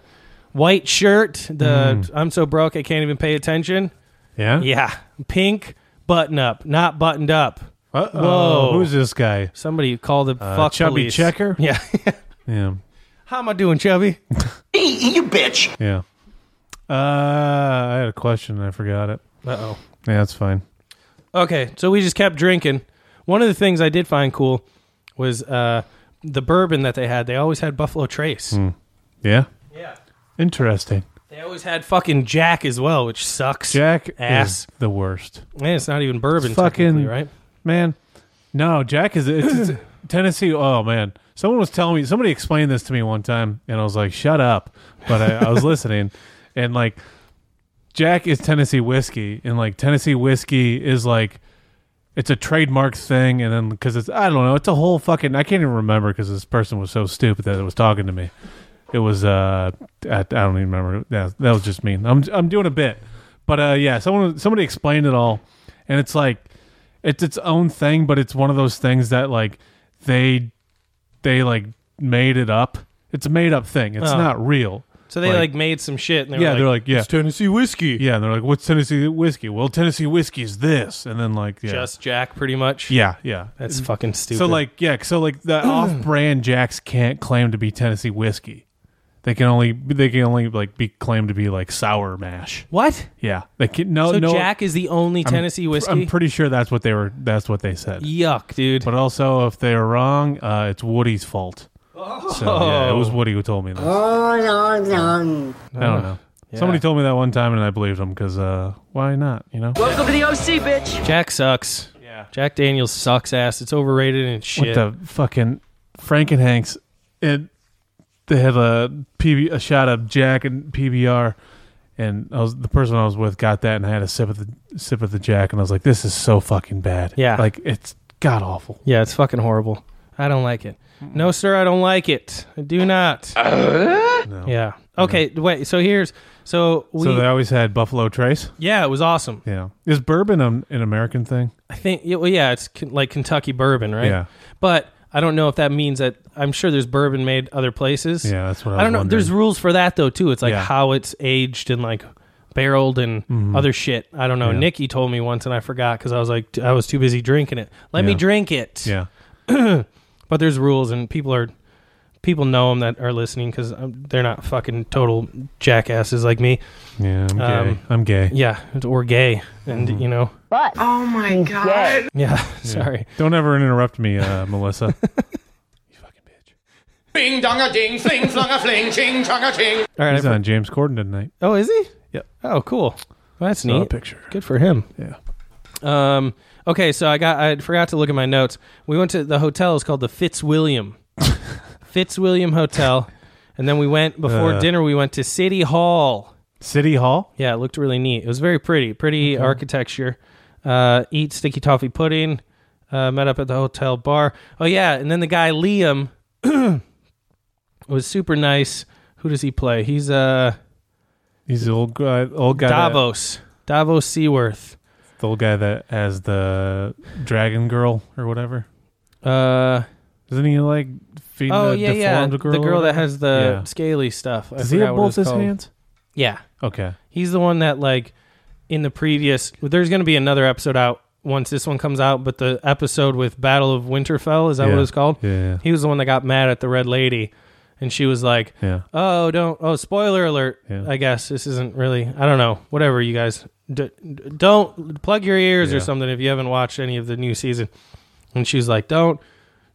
S3: white shirt. The I'm so broke I can't even pay attention.
S4: Yeah?
S3: yeah. Pink button up, not buttoned up.
S4: Uh-oh.
S3: Whoa,
S4: Who's this guy?
S3: Somebody call the
S4: Uh,
S3: fuck
S4: Chubby
S3: police.
S4: Checker?
S3: Yeah. <laughs>
S4: Yeah.
S3: How am I doing, Chubby?
S12: you bitch.
S4: Yeah. Uh, I had a question and I forgot it.
S3: Uh oh.
S4: Yeah, that's fine.
S3: Okay, so we just kept drinking. One of the things I did find cool was uh, the bourbon that they had. They always had Buffalo Trace.
S4: Hmm. Yeah.
S3: Yeah.
S4: Interesting.
S3: They always had fucking Jack as well, which sucks.
S4: Jack
S3: ass.
S4: is the worst.
S3: Man, it's not even bourbon,
S4: Fucking
S3: technically, right?
S4: man. No, Jack is
S3: <clears throat>
S4: it's, it's Tennessee. Oh man, someone was telling me. Somebody explained this to me one time, and I was like, "Shut up!" But I, I was listening, and like, Jack is Tennessee whiskey, and like Tennessee whiskey is like. It's a trademark thing, and then because it's I don't know, it's a whole fucking I can't even remember because this person was so stupid that it was talking to me. It was uh I, I don't even remember. Yeah, that was just mean. I'm I'm doing a bit, but uh yeah, someone somebody explained it all, and it's like it's its own thing, but it's one of those things that like they they like made it up. It's a made up thing. It's
S3: Oh.
S4: not real.
S3: So they like, made some shit. And they
S4: yeah,
S3: were
S4: they're like yeah,
S3: "It's Tennessee whiskey.
S4: Yeah, and they're like, what's Tennessee whiskey? Well, Tennessee whiskey is this, and then like yeah,
S3: Just Jack, pretty much.
S4: yeah, yeah.
S3: That's fucking stupid.
S4: So like yeah, so
S3: <clears throat>
S4: like the off-brand Jacks can't claim to be Tennessee whiskey. They can only they can only like be claimed to be like sour mash.
S3: what?
S4: Yeah, they can no
S3: so
S4: oh, no.
S3: Jack is the only
S4: I'm-
S3: Tennessee whiskey.
S4: I'm pretty sure that's what they were. That's what they said.
S3: Yuck, dude.
S4: But also, if they're wrong, uh, it's Woody's fault. So yeah, it
S3: Oh.
S4: was Woody who told me this. I don't know.
S3: Uh, Yeah.
S4: Somebody told me that one time, and I believed him because uh, why not? You know.
S15: Welcome to the OC, bitch.
S3: Jack sucks.
S4: Yeah.
S3: Jack Daniels sucks ass. It's overrated and it's shit.
S4: What the fucking Frank and Hanks? It they had a PB a shot of Jack and PBR, and I was the person I was with got that, and I had a sip of the sip of the Jack, and I was like, this is so fucking bad.
S3: Yeah.
S4: like it's god awful.
S3: Yeah, it's fucking horrible. I don't like it. No, sir, I don't like it. I do not.
S4: No.
S3: Yeah. Okay. Wait. So here's. So we.
S4: so they always had Buffalo Trace.
S3: yeah, it was awesome.
S4: Yeah, is bourbon an, an American thing?
S3: I think. Yeah, well, yeah, it's K- like Kentucky bourbon, right?
S4: Yeah.
S3: But I don't know if that means that. I'm sure there's bourbon made other places.
S4: Yeah, that's what I
S3: I don't
S4: was
S3: know. There's
S4: wondering.
S3: rules for that though too. It's like
S4: Yeah.
S3: how it's aged and like barreled and
S4: Mhm.
S3: other shit. I don't know.
S4: Yeah.
S3: Nikki told me once and I forgot because I was like t- I was too busy drinking it. Let me
S4: Yeah.
S3: drink it.
S4: Yeah,
S3: but there's rules and people are people know them that are listening because they're not fucking total jackasses like me
S4: yeah. I'm gay.
S3: Um,
S4: I'm gay.
S3: yeah or gay and you know
S15: What? Oh my god.
S3: yeah
S4: Mm-hmm. Yeah.
S3: <laughs> sorry
S4: Don't ever interrupt me, uh, <laughs> Melissa.
S2: Bing dong a ding, fling flung a fling, ching chong a ching.
S3: all right
S4: He's
S3: I-
S4: on James Corden tonight.
S3: oh is he
S4: Yep.
S3: oh cool well, that's
S4: Not a
S3: neat
S4: picture.
S3: good for him
S4: Yeah.
S3: um okay so i got i forgot to look at my notes we went to the hotel is called the
S4: <laughs>
S3: fitzwilliam fitzwilliam hotel and then we went before
S4: Uh.
S3: dinner we went to city hall
S4: City Hall.
S3: Yeah, it looked really neat. It was very pretty, pretty architecture. Uh, eat sticky toffee pudding. Uh, met up at the hotel bar. Oh yeah, and then the guy Liam <clears throat> was super nice. Who does he play? He's uh
S4: he's the old guy, old guy that-
S3: Davos. Davos Seaworth.
S4: the old guy that has the dragon girl or whatever.
S3: Uh,
S4: isn't he like feeding
S3: Oh
S4: the
S3: yeah, yeah,
S4: deformed girl?
S3: the
S4: or
S3: girl that
S4: whatever?
S3: has the
S4: Yeah.
S3: scaly stuff. I
S4: Does he
S3: forgot
S4: have
S3: what it
S4: both
S3: was
S4: his
S3: called.
S4: hands?
S3: Yeah.
S4: Okay.
S3: He's the one that like in the previous. There's going to be another episode out once this one comes out, but the episode with Battle of Winterfell is that what
S4: Yeah.
S3: it's called?
S4: Yeah, yeah.
S3: He was the one that got mad at the Red Lady, and she was like,
S4: Yeah.
S3: "Oh, don't! Oh, spoiler alert!
S4: Yeah.
S3: I guess this isn't really. I don't know. Whatever, you guys. D- d- don't plug your ears
S4: Yeah.
S3: or something if you haven't watched any of the new season." And she's like, "Don't."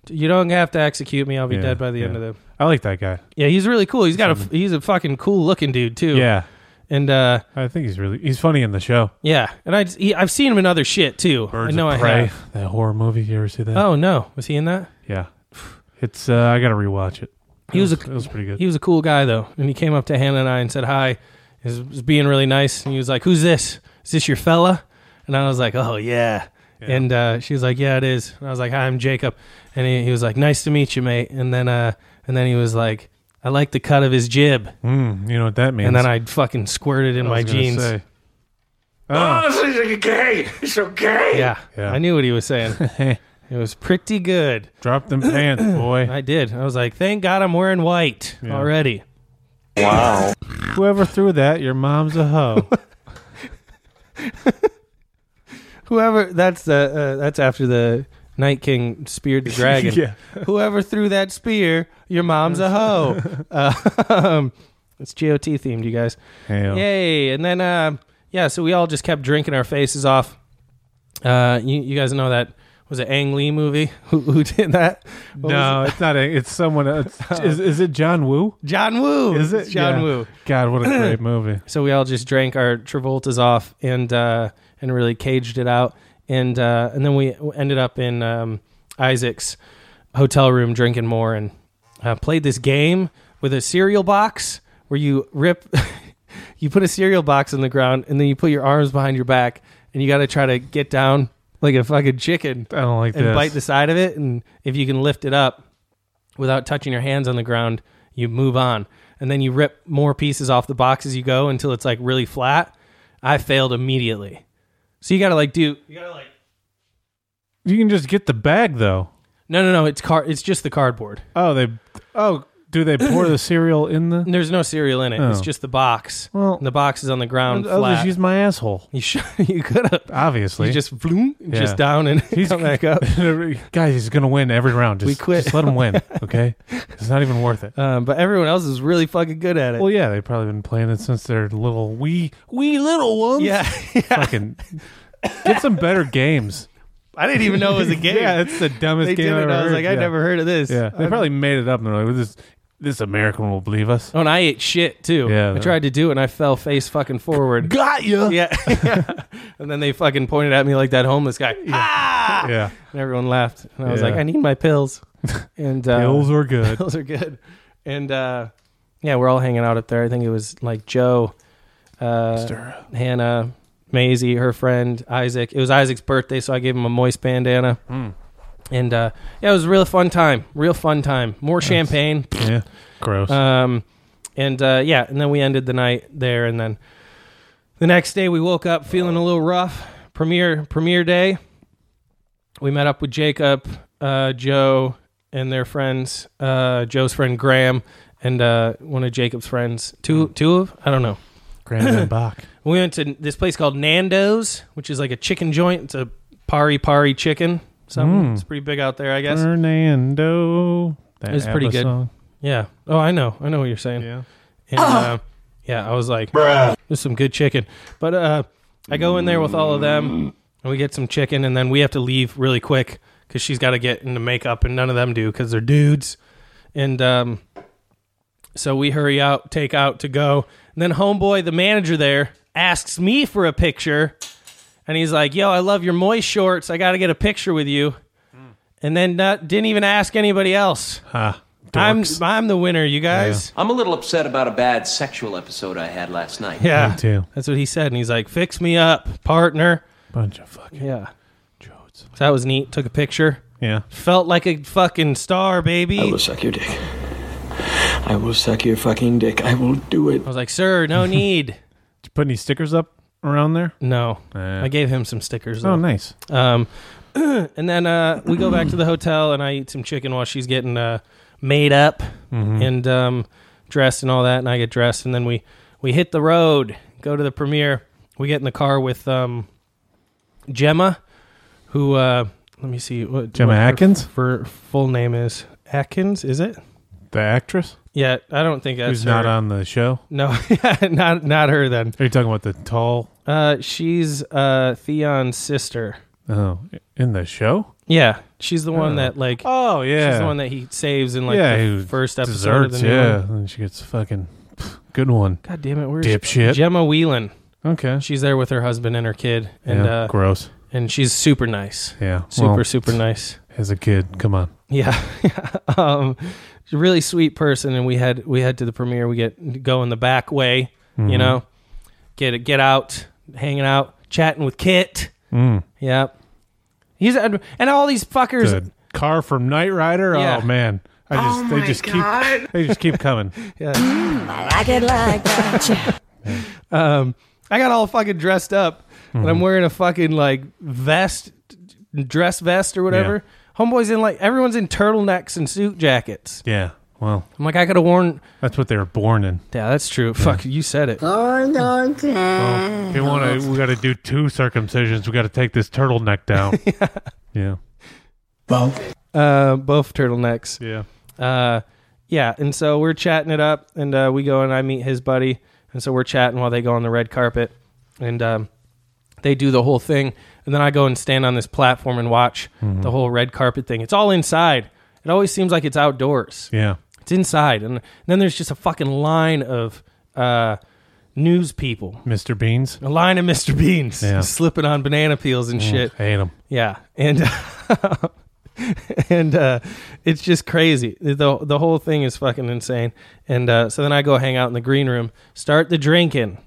S3: You don't have to execute me. I'll be
S4: Yeah,
S3: dead by the end
S4: yeah.
S3: of the
S4: I like that guy.
S3: yeah, he's really cool. He's got a he's a fucking cool looking dude too.
S4: Yeah.
S3: and uh,
S4: I think he's really he's funny in the show.
S3: yeah, and I he, I've seen him in other shit too.
S4: Birds
S3: I know
S4: of
S3: I
S4: Prey,
S3: have.
S4: that horror movie. You ever see that?
S3: Oh no, was he in that?
S4: yeah. It's uh, I gotta rewatch it.
S3: He
S4: It
S3: was a
S4: it was pretty good.
S3: He was a cool guy though, and he came up to Hannah and I and said hi. He was, was being really nice, and he was like, "Who's this? Is this your fella?" And I was like, "Oh yeah." And uh, she was like, "Yeah, it is." And I was like, "Hi, I'm Jacob," and he, he was like, "Nice to meet you, mate." And then uh, and then he was like, "I like the cut of his jib."
S4: Mm, you know what that means.
S3: And then I fucking squirted in
S4: I
S3: my
S4: was gonna
S3: jeans.
S4: say.
S2: Oh, so he's gay. He's so gay.
S3: Yeah,
S4: Yeah.
S3: I knew what he was saying.
S4: <laughs>
S3: it was pretty good.
S4: Drop
S3: <coughs>
S4: them pants, boy.
S3: I did. I was like, thank God I'm wearing white
S4: Yeah.
S3: already.
S4: Wow. Whoever threw that, your mom's
S3: <laughs>
S4: a hoe.
S3: Whoever that's the uh, that's after the Night King speared
S4: <laughs>
S3: the dragon.
S4: Yeah.
S3: Whoever threw that spear, your mom's a hoe.
S4: <laughs>
S3: Uh, it's GOT themed, you guys.
S4: Hell.
S3: Yay! And then um, yeah, so we all just kept drinking our faces off. Uh, you, you guys know that was it Ang Lee movie <laughs> who, who did that? What was
S4: no,
S3: it?
S4: it's not. A, it's someone.
S3: <laughs>
S4: Else. Is, is it John Woo?
S3: John Woo.
S4: Is it
S3: It's John
S4: Yeah.
S3: Woo?
S4: God,
S3: <clears throat>
S4: what a great movie.
S3: So we all just drank our Travoltas off and uh, and really caged it out, and uh, and then we ended up in um, Isaac's hotel room drinking more and uh, played this game with a cereal box where you rip, <laughs> you put a cereal box on the ground and then you put your arms behind your back and you got to try to get down like a fucking chicken.
S4: I don't like
S3: and
S4: this.
S3: bite the side of it, and if you can lift it up without touching your hands on the ground, you move on. And then you rip more pieces off the box as you go until it's like really flat. I failed immediately. So you gotta like do
S4: You can just get the bag though.
S3: no no no it's car it's just the cardboard.
S4: Oh, they. Oh, do they pour <clears throat> the cereal in the?
S3: There's no cereal in it. It's
S4: Oh.
S3: just the box.
S4: Well-
S3: and the box is on the ground
S4: I'll
S3: flat.
S4: just use my asshole.
S3: you should, <laughs> you could have
S4: Obviously,
S3: you just bloom just down and
S4: <laughs> He's-
S3: come
S4: <laughs>
S3: back up.
S4: guys. He's gonna win every round. Just,
S3: We quit.
S4: Just let
S3: <laughs>
S4: him win. Okay, it's not even worth it.
S3: Um, but everyone else is really fucking good at it.
S4: Well, yeah, they've probably been playing it since they're little wee wee little ones.
S3: Yeah, <laughs>
S4: fucking get some better games.
S3: I didn't even know it was
S4: <laughs>
S3: a game.
S4: yeah, it's the dumbest
S3: They
S4: game
S3: did
S4: I've
S3: it,
S4: ever
S3: I was
S4: heard.
S3: like, I
S4: yeah.
S3: never heard of this.
S4: Yeah, they
S3: I've-
S4: probably made it up and they're like, this this American will believe us.
S3: Oh, and I ate shit too.
S4: Yeah,
S3: I
S4: they're-
S3: tried to do it and I fell face fucking
S4: <laughs>
S3: forward.
S4: Got you.
S3: Yeah.
S4: <laughs>
S3: and then they fucking pointed at me like that homeless guy. Ah!
S4: Yeah.
S3: And everyone laughed. And I was
S4: Yeah.
S3: like, I need my
S4: <laughs>
S3: pills. And uh,
S4: Pills are
S3: <laughs>
S4: good.
S3: Pills are good. And uh, yeah, we're all hanging out up there. I think it was like Joe, uh, Hannah, Maisie, her friend, Isaac. It was Isaac's birthday, so I gave him a moist bandana.
S4: Mm.
S3: And uh, yeah, it was a real fun time. Real fun time. More champagne.
S4: Yeah, gross.
S3: Um, and uh, yeah, and then we ended the night there, and then the next day we woke up feeling a little rough. Premiere premiere day, we met up with Jacob, uh, Joe, and their friends. Uh, Joe's friend Graham and uh, one of Jacob's friends. Two
S4: Mm.
S3: two of I don't know.
S4: Graham and
S3: <laughs>
S4: Bach.
S3: We went to this place called Nando's, which is like a chicken joint. It's a pari pari chicken. Something.
S4: Mm.
S3: It's pretty big out there, I guess.
S4: Fernando. That
S3: It was pretty
S4: ABBA
S3: good.
S4: song.
S3: Yeah. Oh, I know. I know what you're saying.
S4: Yeah.
S3: And uh, yeah, I was like, "There's some good chicken." But uh, I go in there with all of them, and we get some chicken, and then we have to leave really quick because she's got to get into makeup, and none of them do because they're dudes. And um, so we hurry out, take out to go. And then homeboy, the manager there, asks me for a picture. And he's like, yo, I love your moist uh, shorts. I got to get a picture with you. And then not, didn't even ask anybody else.
S4: Ha.
S3: I'm I'm the winner, you guys.
S12: I'm a little upset about a bad sexual episode I had last night.
S3: Yeah, That's what he said, and he's like, "Fix me up, partner."
S4: Bunch of fucking
S3: yeah. So that was neat. Took a picture.
S4: Yeah.
S3: Felt like a fucking star, baby.
S16: I will suck your dick. I will suck your fucking dick. I will do it.
S3: I was like,
S16: <laughs>
S3: sir, no need. Did
S4: you put any stickers up around there?
S3: No. I gave him some stickers.
S4: Oh,
S3: though.
S4: nice.
S3: Um, <clears throat> and then uh, we go back to the hotel, and I eat some chicken while she's getting uh, made up
S4: Mhm.
S3: and um, dressed and all that, and I get dressed, and then we we hit the road, go to the premiere. We get in the car with um, Gemma, who uh, let me see what
S4: Gemma
S3: what her
S4: Atkins?
S3: f- her full name is Atkins, is it?
S4: The actress?
S3: Yeah, I don't think that's
S4: Who's not
S3: her.
S4: on the show?
S3: No, <laughs> not not her then.
S4: Are you talking about the tall?
S3: Uh, she's uh, Theon's sister.
S4: Oh, in the show?
S3: Yeah, she's the one
S4: Oh.
S3: that like.
S4: Oh, yeah.
S3: she's the one that he saves in like
S4: yeah,
S3: the
S4: who
S3: first episode.
S4: Deserts,
S3: of the new
S4: yeah,
S3: one.
S4: and she gets fucking good one.
S3: God damn it, where's
S4: dipshit?
S3: Gemma Whelan.
S4: Okay,
S3: she's there with her husband and her kid, and
S4: Yeah,
S3: uh,
S4: gross.
S3: And she's super nice.
S4: Yeah,
S3: super
S4: well,
S3: super nice.
S4: As a kid, come on.
S3: Yeah, <laughs> um, she's a really sweet person. And we had we head to the premiere. We get go in the back way, you
S4: Mhm.
S3: know, get get out, hanging out, chatting with Kit.
S4: Mm.
S3: Yep. He's and all these fuckers.
S4: The car from Knight Rider.
S3: Yeah.
S4: Oh man, I just
S3: Oh,
S4: they
S3: my
S4: just
S3: God.
S4: keep they just
S3: <laughs>
S4: keep coming.
S3: I like it like
S12: <laughs>
S3: that. um, I got all fucking dressed up, and I'm wearing a fucking like vest, dress vest or whatever. Homeboys in like everyone's in turtlenecks and suit jackets.
S4: Yeah, well,
S3: I'm like I could have worn.
S4: that's what they were born in.
S3: Yeah, that's true. Fuck, you said it. Oh.
S4: If you want to, we got to do two circumcisions. We got to take this
S3: <laughs>
S4: turtleneck down. yeah.
S3: Both. Uh, both turtlenecks.
S4: Yeah.
S3: Uh, yeah. And so we're chatting it up, and uh, we go and I meet his buddy, and so we're chatting while they go on the red carpet, and um, they do the whole thing, and then I go and stand on this platform and watch
S4: Mhm.
S3: the whole red carpet thing. It's all inside. It always seems like it's outdoors.
S4: Yeah.
S3: It's inside, and then there's just a fucking line of uh, news people.
S4: Mr. Beans.
S3: A line of Mr. Beans
S4: Yeah.
S3: <laughs> slipping on banana peels and
S4: Mm,
S3: shit.
S4: I hate 'em.
S3: Yeah, and <laughs> and uh, it's just crazy. the The whole thing is fucking insane. And uh, so then I go hang out in the green room, start the drinking.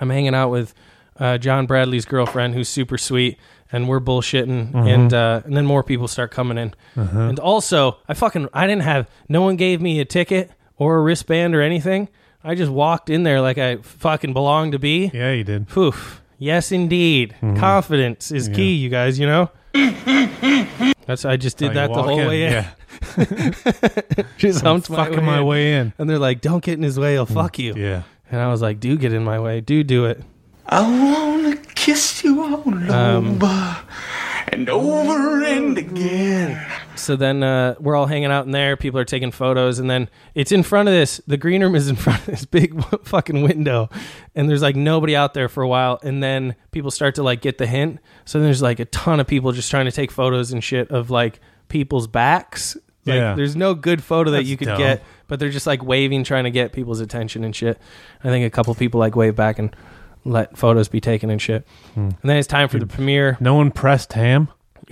S3: I'm hanging out with uh, John Bradley's girlfriend, who's super sweet, and we're bullshitting,
S4: Mhm.
S3: and uh, and then more people start coming in.
S4: Uh-huh.
S3: And also, I fucking I didn't have no one gave me a ticket or a wristband or anything. I just walked in there like I fucking belonged to be.
S4: Yeah, you did.
S3: Poof. Yes, indeed.
S4: Mhm.
S3: Confidence is key, you guys. You know. That's I just did
S4: How Oh, you
S3: that the
S4: walk
S3: whole
S4: in,
S3: way in. <laughs>
S4: yeah.
S3: just
S4: I'm
S3: humped my
S4: fucking my way in. Mm.
S3: And they're like, "Don't get in his way; he'll fuck you."
S4: Yeah.
S3: And I was like, "Do get in my way. Do do it." I wanna kiss you
S12: oh,
S3: all over and
S2: Over and again.
S3: so then uh, we're all hanging out in there. People are taking photos, and then it's in front of this. The green room is in <laughs> front of this big fucking window, and there's like nobody out there for a while. And then people start to like get the hint. So there's like a ton of people just trying to take photos and shit of like people's backs. Like,
S4: Yeah.
S3: There's no good photo that
S4: That's
S3: you could
S4: dumb.
S3: get, but they're just like waving, trying to get people's attention and shit. I think a couple people like wave back and let photos be taken and shit.
S4: Hmm.
S3: And then it's time for the premiere.
S4: No one pressed ham.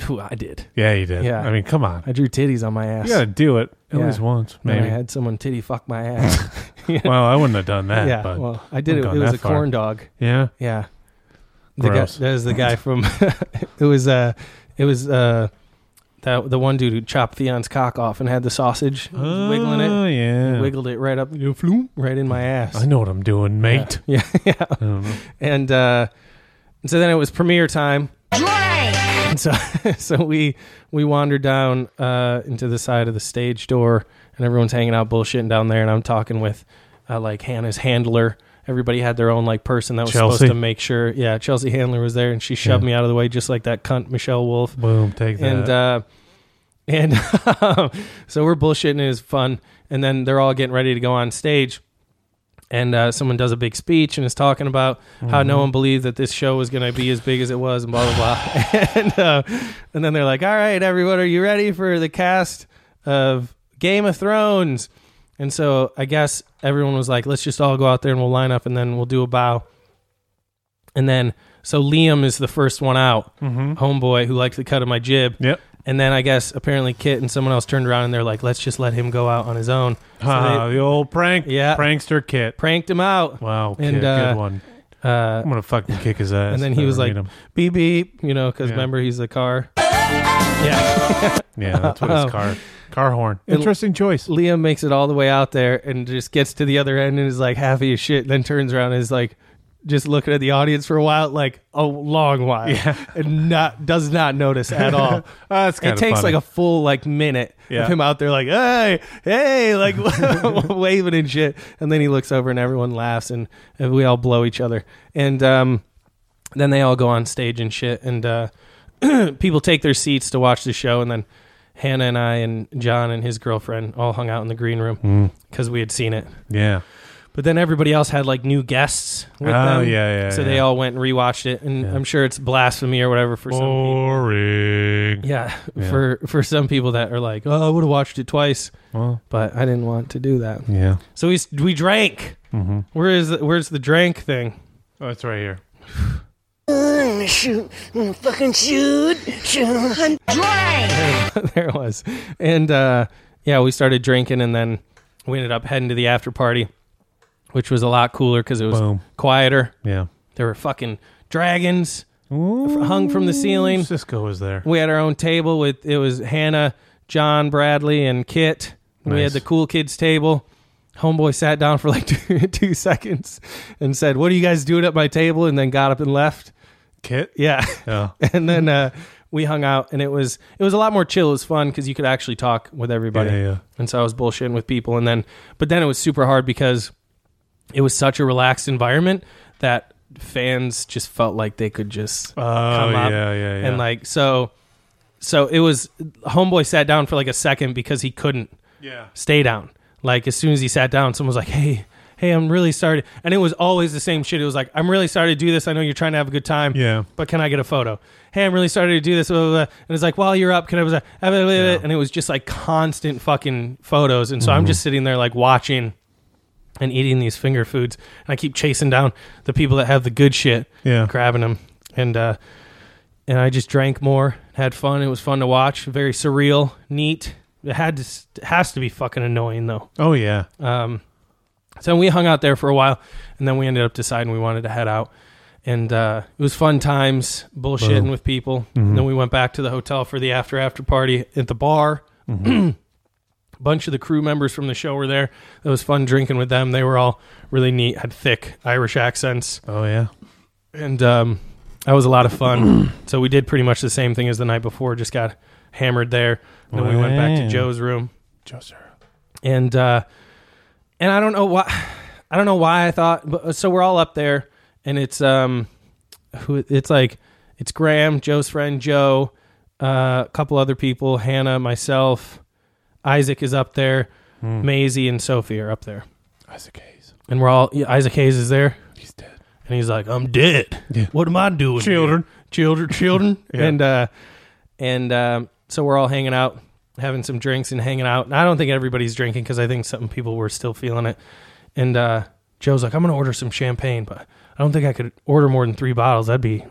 S3: Ooh, I did.
S4: Yeah, you did.
S3: Yeah.
S4: I mean, come on.
S3: I drew titties on my ass.
S4: You gotta do it at least once,
S3: And I
S4: maybe.
S3: had someone titty fuck
S4: <laughs>
S3: my ass.
S4: Well, I wouldn't have done that.
S3: yeah,
S4: Ah, but
S3: well, I did it. It
S4: wouldn't gone
S3: was
S4: that
S3: a
S4: far.
S3: corn dog.
S4: Yeah.
S3: yeah. The guy,
S4: Gross.
S3: that was the
S4: <laughs>
S3: guy from. <laughs> it was uh, it was uh, that the one dude who chopped Theon's cock off and had the sausage wiggling it.
S4: Oh, yeah.
S3: He wiggled it right up, you know, floom, right in my ass.
S4: I know what I'm doing, mate.
S3: Yeah, <laughs> yeah.
S4: don't know.
S3: And uh, and so then it was premiere time. And so <laughs> so we we wandered down uh, into the side of the stage door, and everyone's hanging out bullshitting down there, and I'm talking with uh, like Hannah's handler. Everybody had their own like person that was
S4: Chelsea.
S3: supposed to make sure. Yeah, Chelsea Handler was there, and she shoved
S4: Yeah.
S3: me out of the way just like that cunt Michelle Wolf.
S4: Boom, take
S3: And
S4: that.
S3: uh, and <laughs> so we're bullshitting. and It's fun, and then they're all getting ready to go on stage and uh, someone does a big speech and is talking about how no
S4: Mhm.
S3: one believed that this show was going to be as big as it was and blah blah blah <laughs> and uh, and then they're like all right everyone are you ready for the cast of game of thrones and so i guess everyone was like let's just all go out there and we'll line up and then we'll do a bow and then so liam is the first one out
S4: Mhm.
S3: homeboy who liked the cut of my jib
S4: yep
S3: And then I guess apparently Kit and someone else turned around and they're like, let's just let him go out on his own.
S4: Ah, the old prank,
S3: uh, yeah,
S4: prankster Kit
S3: pranked him out.
S4: Wow,
S3: and
S4: Kit,
S3: uh,
S4: good one.
S3: uh,
S4: I'm gonna fucking kick his
S3: <laughs>
S4: ass.
S3: and then
S4: if
S3: he
S4: I
S3: was
S4: ever
S3: like,
S4: meet him.
S3: beep beep, you know, because
S4: Yeah.
S3: remember he's the car. Yeah,
S4: yeah,
S3: <laughs>
S4: that's what his
S3: Um,
S4: car car horn.
S3: and
S4: Interesting choice.
S3: Liam makes it all the way out there and just gets to the other end and is like happy as shit. Then turns around and is like just looking at the audience for a while, like a long while,
S4: Yeah.
S3: and not does not notice at all.
S4: <laughs> That's
S3: it
S4: kinda
S3: takes
S4: funny.
S3: like a full like minute
S4: Yeah.
S3: of him out there like hey hey
S4: <laughs>
S3: like <laughs> waving and shit, and then he looks over and everyone laughs and, and we all blow each other, and um, then they all go on stage and shit, and uh, <clears throat> people take their seats to watch the show, and then. Hannah and I and John and his girlfriend all hung out in the green room
S4: Mm.
S3: because we had seen it.
S4: Yeah.
S3: But then everybody else had like new guests with
S4: Oh,
S3: them.
S4: yeah, yeah,
S3: So they
S4: yeah.
S3: all went and rewatched it, and I'm sure it's blasphemy or whatever for some
S4: Oh,
S3: people.
S4: Boring.
S3: Yeah,
S4: Yeah.
S3: for for some people that are like, oh, I would have watched it twice,
S4: Well.
S3: but I didn't want to do that.
S4: Yeah.
S3: So we s- we drank.
S4: Mhm.
S3: Where is the, where's the drank thing? <laughs>
S4: Oh, it's right here.
S2: Mm, shoot, mm, fucking shoot, shoot, I'm dry.
S3: there it was. And uh, yeah, we started drinking, and then we ended up heading to the after party, which was a lot cooler because it was
S4: Boom.
S3: quieter.
S4: Yeah.
S3: There were fucking dragons hung from the ceiling.
S4: Cisco was there.
S3: We had our own table with it was Hannah, John, Bradley, and Kit. We had
S4: Nice.
S3: the cool kids table. Homeboy sat down for like <laughs> two, two seconds and said, "What are you guys doing at my table?" And then got up and left.
S4: Kit.
S3: Yeah. <laughs>
S4: Yeah.
S3: and then uh, we hung out, and it was it was a lot more chill. It was fun because you could actually talk with everybody.
S4: Yeah, yeah, yeah.
S3: And so I was bullshitting with people, and then but then it was super hard because it was such a relaxed environment that fans just felt like they could just come up
S4: Oh, yeah, yeah, yeah.
S3: and like so so it was homeboy sat down for like a second because he couldn't
S4: Yeah.
S3: stay down like as soon as he sat down someone was like hey hey i'm really sorry and it was always the same shit it was like i'm really sorry to do this i know you're trying to have a good time
S4: Yeah.
S3: but can i get a photo hey i'm really sorry to do this blah, blah, blah. and it's like while you're up can i blah, blah, blah, blah," and it was just like constant fucking photos and so i'm
S4: Mhm.
S3: just sitting there like watching and eating these finger foods and i keep chasing down the people that have the good shit
S4: Yeah.
S3: grabbing them and uh and i just drank more had fun it was fun to watch very surreal neat it had to s- it has to be fucking annoying though
S4: Oh yeah.
S3: um so we hung out there for a while and then we ended up deciding we wanted to head out and uh it was fun times bullshitting
S4: Boom.
S3: with people
S4: Mhm.
S3: and then we went back to the hotel for the after after party at the bar
S4: Mhm.
S3: <clears throat> bunch of the crew members from the show were there. It was fun drinking with them. They were all really neat, had thick Irish accents.
S4: Oh yeah.
S3: And um, that was a lot of <clears throat> fun. so we did pretty much the same thing as the night before, just got hammered there. And then we went back to
S4: Wow.
S3: Joe's room. Joe's room. And uh, and I don't know why I don't know why I thought but, uh, so we're all up there and it's um who it's like it's Graham, Joe's friend Joe, uh, a couple other people, Hannah, myself, Isaac is up there,
S4: Hmm.
S3: Maisie and Sophie are up there.
S4: Isaac Hayes.
S3: And we're all yeah, Isaac Hayes is there. He's dead. And he's like, I'm dead. What am I doing? here?
S4: Children.
S3: Children, children.
S4: <laughs> Yeah.
S3: And uh and um so we're all hanging out, having some drinks and hanging out. And I don't think everybody's drinking because I think some people were still feeling it. And uh Joe's like, I'm gonna order some champagne, but I don't think I could order more than three bottles. That'd be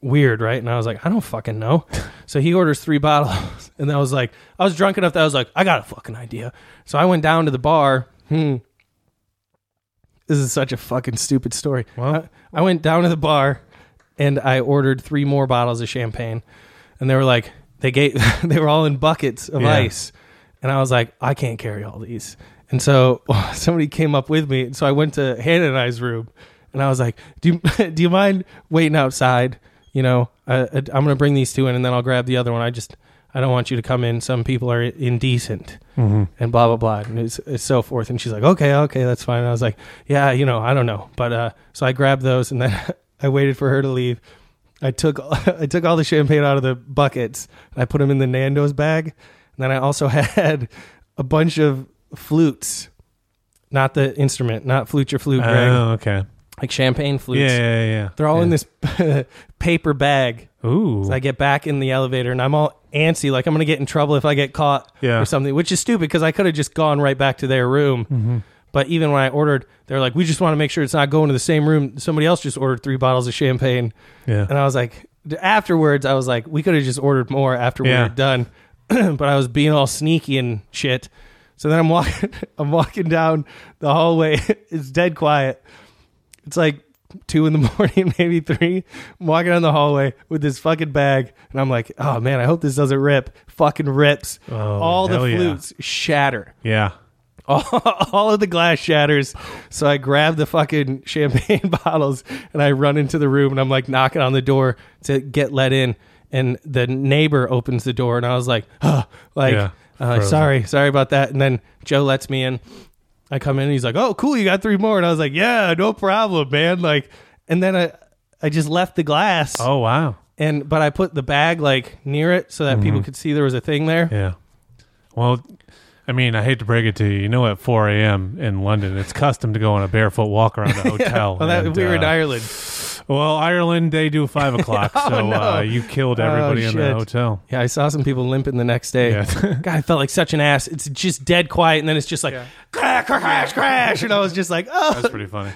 S3: weird, right? And I was like, I don't fucking know. so he orders three bottles, <laughs> and I was like, I was drunk enough that I was like, I got a fucking idea. So I went down to the bar. Hmm. This is such a fucking stupid story. I, I went down to the bar and I ordered three more bottles of champagne, and they were like, they gave, <laughs> they were all in buckets of
S4: Yeah.
S3: ice, and I was like, I can't carry all these. And so <laughs> somebody came up with me, and so I went to Hannah and I's room, and I was like, "Do you, <laughs> do you mind waiting outside? You know, I, I, I'm going to bring these two in, and then I'll grab the other one. I just I don't want you to come in. Some people are indecent,
S4: Mhm.
S3: and blah blah blah, and it's, it's so forth." And she's like, "Okay, okay, that's fine." And I was like, "Yeah, you know, I don't know," but uh, so I grabbed those, and then <laughs> I waited for her to leave. I took <laughs> I took all the champagne out of the buckets. And I put them in the Nando's bag, and then I also <laughs> had a bunch of flutes, not the instrument, not flute your flute, Greg.
S4: Oh, okay.
S3: Like champagne flutes.
S4: Yeah, yeah, yeah.
S3: They're all in this <laughs> paper bag.
S4: Ooh.
S3: So I get back in the elevator, and I'm all antsy, like I'm gonna get in trouble if I get caught
S4: Yeah.
S3: or something, which is stupid because I could have just gone right back to their room.
S4: Mhm.
S3: But even when I ordered, they're like, "We just want to make sure it's not going to the same room." Somebody else just ordered three bottles of champagne.
S4: Yeah.
S3: And I was like, afterwards, I was like, we could have just ordered more after we
S4: Yeah.
S3: were done, <clears throat> but I was being all sneaky and shit. So then I'm walking, <laughs> I'm walking down the hallway. <laughs> it's dead quiet. It's like two in the <laughs> morning, maybe three. I'm walking down the hallway with this fucking bag, and I'm like, oh man, I hope this doesn't rip. Fucking rips. all the
S4: Oh, hell yeah.
S3: flutes shatter.
S4: Yeah.
S3: All, <laughs> all of the glass shatters. So I grab the fucking champagne <laughs> bottles and I run into the room and I'm like knocking on the door to get let in. And the neighbor opens the door and I was like, oh, like,
S4: Yeah,
S3: uh,
S4: frozen.
S3: sorry, sorry about that. And then Joe lets me in. I come in and he's like, oh, cool, you got three more. And I was like, yeah, no problem, man. Like, and then I, I just left the glass.
S4: Oh wow.
S3: And, but I put the bag like near it so that people
S4: Mhm.
S3: could see there was a thing there.
S4: Yeah. Well, I mean, I hate to break it to you. You know, at 4 a.m. in London, it's custom to go on a barefoot walk
S3: <laughs>
S4: around a hotel.
S3: well, Oh, that,
S4: and,
S3: we were in
S4: uh,
S3: Ireland.
S4: Well, Ireland, they do 5 o'clock.
S3: <laughs> Oh,
S4: so
S3: no.
S4: uh, you killed everybody
S3: Oh,
S4: in the
S3: shit.
S4: hotel.
S3: Yeah, I saw some people limping the next day.
S4: <laughs>
S3: God, I felt like such an ass. It's just dead quiet, and then it's just like crash, crash, crash, and I was just like,
S4: <laughs>
S3: oh,
S4: That's pretty funny.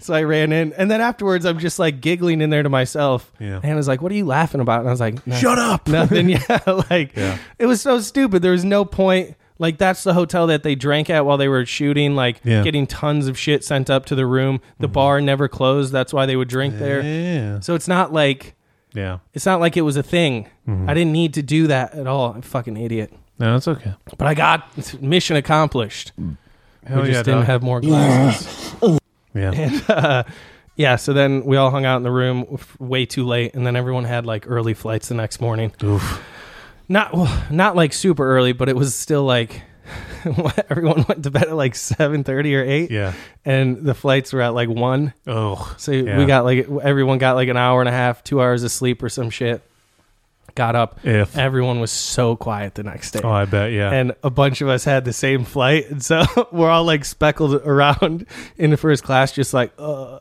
S3: so I ran in, and then afterwards, I'm just like giggling in there to myself.
S4: Yeah.
S3: Hannah's like, "What are you laughing about?" And I was like, "No-
S4: Shut
S3: <laughs>
S4: up."
S3: nothing." Yeah, like
S4: Yeah.
S3: it was so stupid. There was no point. Like that's the hotel that they drank at while they were shooting. Like
S4: Yeah.
S3: getting tons of shit sent up to the room. The bar never closed. That's why they would drink
S4: Yeah.
S3: there. So it's not like
S4: Yeah.
S3: it's not like it was a thing.
S4: Mhm.
S3: I didn't need to do that at all. I'm a fucking idiot.
S4: No, it's okay.
S3: But I got mission accomplished.
S4: Hell
S3: we
S4: Oh, yeah,
S3: just didn't
S4: dog.
S3: have more glasses.
S4: Yeah.
S3: <laughs> And, uh, yeah. So then we all hung out in the room f- way too late, and then everyone had like early flights the next morning.
S4: Oof.
S3: Not well, not like super early, but it was still like <laughs> everyone went to bed at like seven thirty or eight.
S4: Yeah.
S3: And the flights were at like one.
S4: Oh.
S3: So
S4: yeah.
S3: we got like everyone got like an hour and a half, two hours of sleep or some shit. Got up.
S4: If.
S3: everyone was so quiet the next day.
S4: Oh, I bet. Yeah.
S3: And a bunch of us had the same flight, and so <laughs> we're all like speckled around <laughs> in the first class, just like, uh,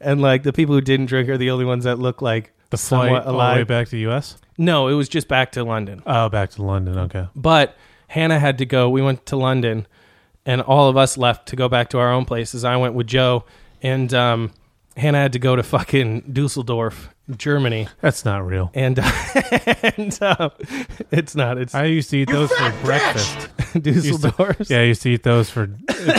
S3: and like the people who didn't drink are the only ones that look like
S4: the flight
S3: somewhat
S4: all the way
S3: alive.
S4: back to U.S.?
S3: No, it was just back to London.
S4: Oh, back to London. Okay.
S3: But Hannah had to go. We went to London, and all of us left to go back to our own places. I went with Joe, and um, Hannah had to go to fucking Dusseldorf, Germany.
S4: That's not real.
S3: And, <laughs> and um, it's not. It's
S4: I used to eat those for breakfast.
S3: <laughs> Dusseldorf.
S4: Used to- yeah, I used to eat those for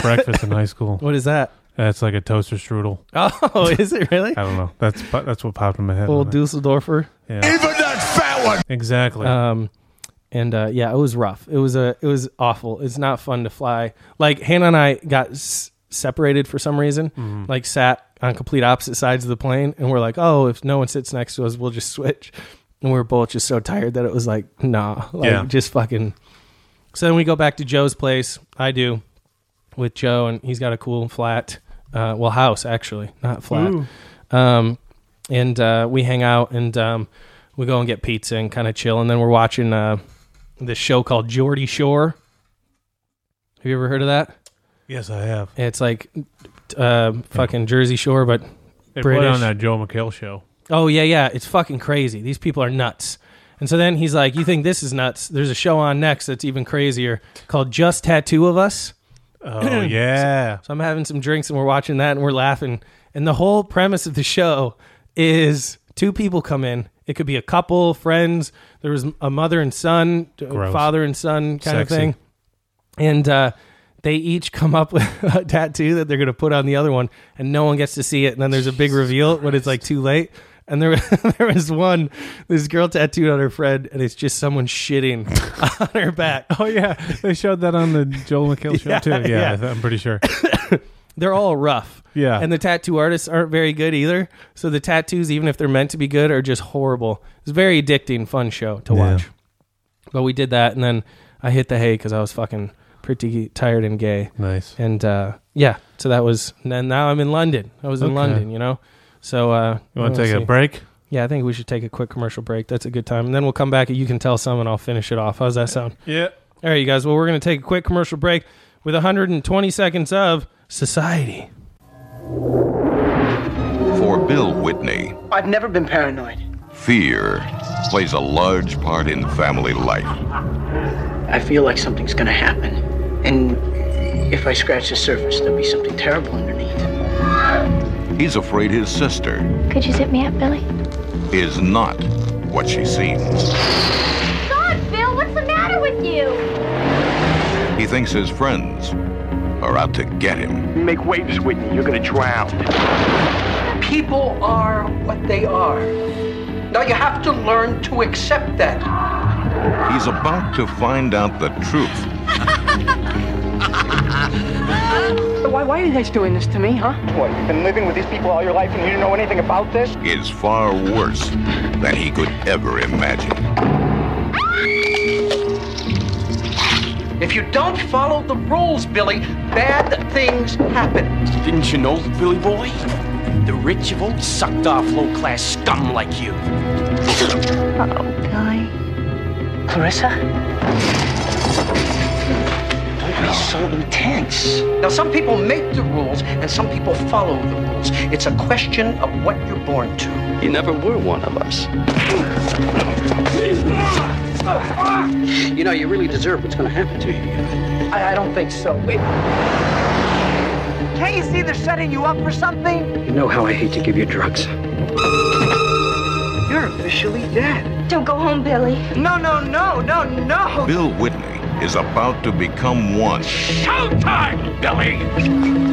S4: breakfast in high school. <laughs>
S3: What is that? <laughs>
S4: That's like a toaster strudel.
S3: Oh, is it really?
S4: I don't know. That's that's what popped in my head.
S3: Old Dusseldorfer.
S4: Yeah. Even that fat one. Exactly.
S3: Um, and uh, yeah, it was rough. It was a it was awful. It's not fun to fly. Like Hannah and I got s- separated for some reason.
S4: Mhm.
S3: Like sat on complete opposite sides of the plane, and we're like, oh, if no one sits next to us, we'll just switch. And we were both just so tired that it was like, nah, <laughs> like
S4: Yeah.
S3: just fucking. So then we go back to Joe's place. I do with Joe, and he's got a cool flat, uh, well, house actually, not flat.
S4: Ooh.
S3: Um, and uh, we hang out and um, we go and get pizza and kind of chill. And then we're watching uh, this show called Geordie Shore. Have you ever heard of that?
S4: yes, I have.
S3: It's like uh, fucking Jersey Shore, but
S4: They put
S3: British.
S4: it on that Joe McHale show.
S3: Oh yeah, yeah, it's fucking crazy. These people are nuts. And so then he's like, "You think this is nuts? There's a show on next that's even crazier called Just Tattoo of Us."
S4: <clears throat> Oh, yeah.
S3: So, so I'm having some drinks and we're watching that and we're laughing. And the whole premise of the show is two people come in. It could be a couple, friends. There was a mother and son,
S4: Gross.
S3: father and son kind
S4: Sexy.
S3: of thing and uh, they each come up <laughs> with a tattoo that they're going to put on the other one, and no one gets to see it. And then there's a big reveal when it's like too late. And there, <laughs> there was one, this girl tattooed on her friend, and it's just someone shitting <laughs> on her back.
S4: Oh yeah, <laughs> they showed that on the Joe McHale show
S3: Yeah,
S4: too. <laughs> Yeah,
S3: yeah.
S4: I th- I'm pretty sure.
S3: They're all rough.
S4: Yeah.
S3: And the tattoo artists aren't very good either. So the tattoos, even if they're meant to be good, are just horrible. It's a very addicting, fun show to
S4: Yeah.
S3: watch. But we did that, and then I hit the hay because I was fucking pretty tired and gay.
S4: Nice.
S3: And uh, yeah, so that was. And then now I'm in London. I was in
S4: Okay.
S3: London, you know. So uh,
S4: You
S3: let's
S4: want to take a
S3: see.
S4: break?
S3: Yeah, I think we should take a quick commercial break. That's a good time, and then we'll come back. and You can tell some, and I'll finish it off. How's that sound?
S4: Yeah.
S3: All right, you guys. Well, we're going to take a quick commercial break with 120 seconds of society.
S17: For Bill Whitney,
S18: I've never been paranoid.
S17: fear plays a large part in family life.
S18: I feel like something's gonna happen. And if I scratch the surface, there'll be something terrible underneath.
S17: He's afraid his sister
S14: Could you zip me up, Billy?
S17: is not what she seems.
S14: God, Phil, what's the matter with you?
S17: He thinks his friends are out to get him.
S12: Make waves, Whitney. You're gonna drown. People are what they are. Now you have to learn to accept that.
S17: He's about to find out the truth.
S18: Why, why are you guys doing this to me, huh?
S19: What, you've been living with these people all your life and you didn't know anything about this?
S17: Is far worse than he could ever imagine.
S12: If you don't follow the rules, Billy, bad things happen. Didn't you know, Billy boy? The rich have all sucked off low-class scum like you.
S18: Uh-oh, Guy. Clarissa?
S12: Don't be so intense. Now, some people make the rules, and some people follow the rules. It's a question of what you're born to. You never were one of us.
S18: You know, you really deserve what's going to happen to you.
S12: I, I don't think so.
S18: Can't you see they're setting you up for something?
S12: You know how I hate to give you drugs.
S18: You're officially dead.
S14: Don't go home, Billy.
S18: No, no, no, no, no.
S17: Bill Whitney is about to become one
S12: Showtime, Billy!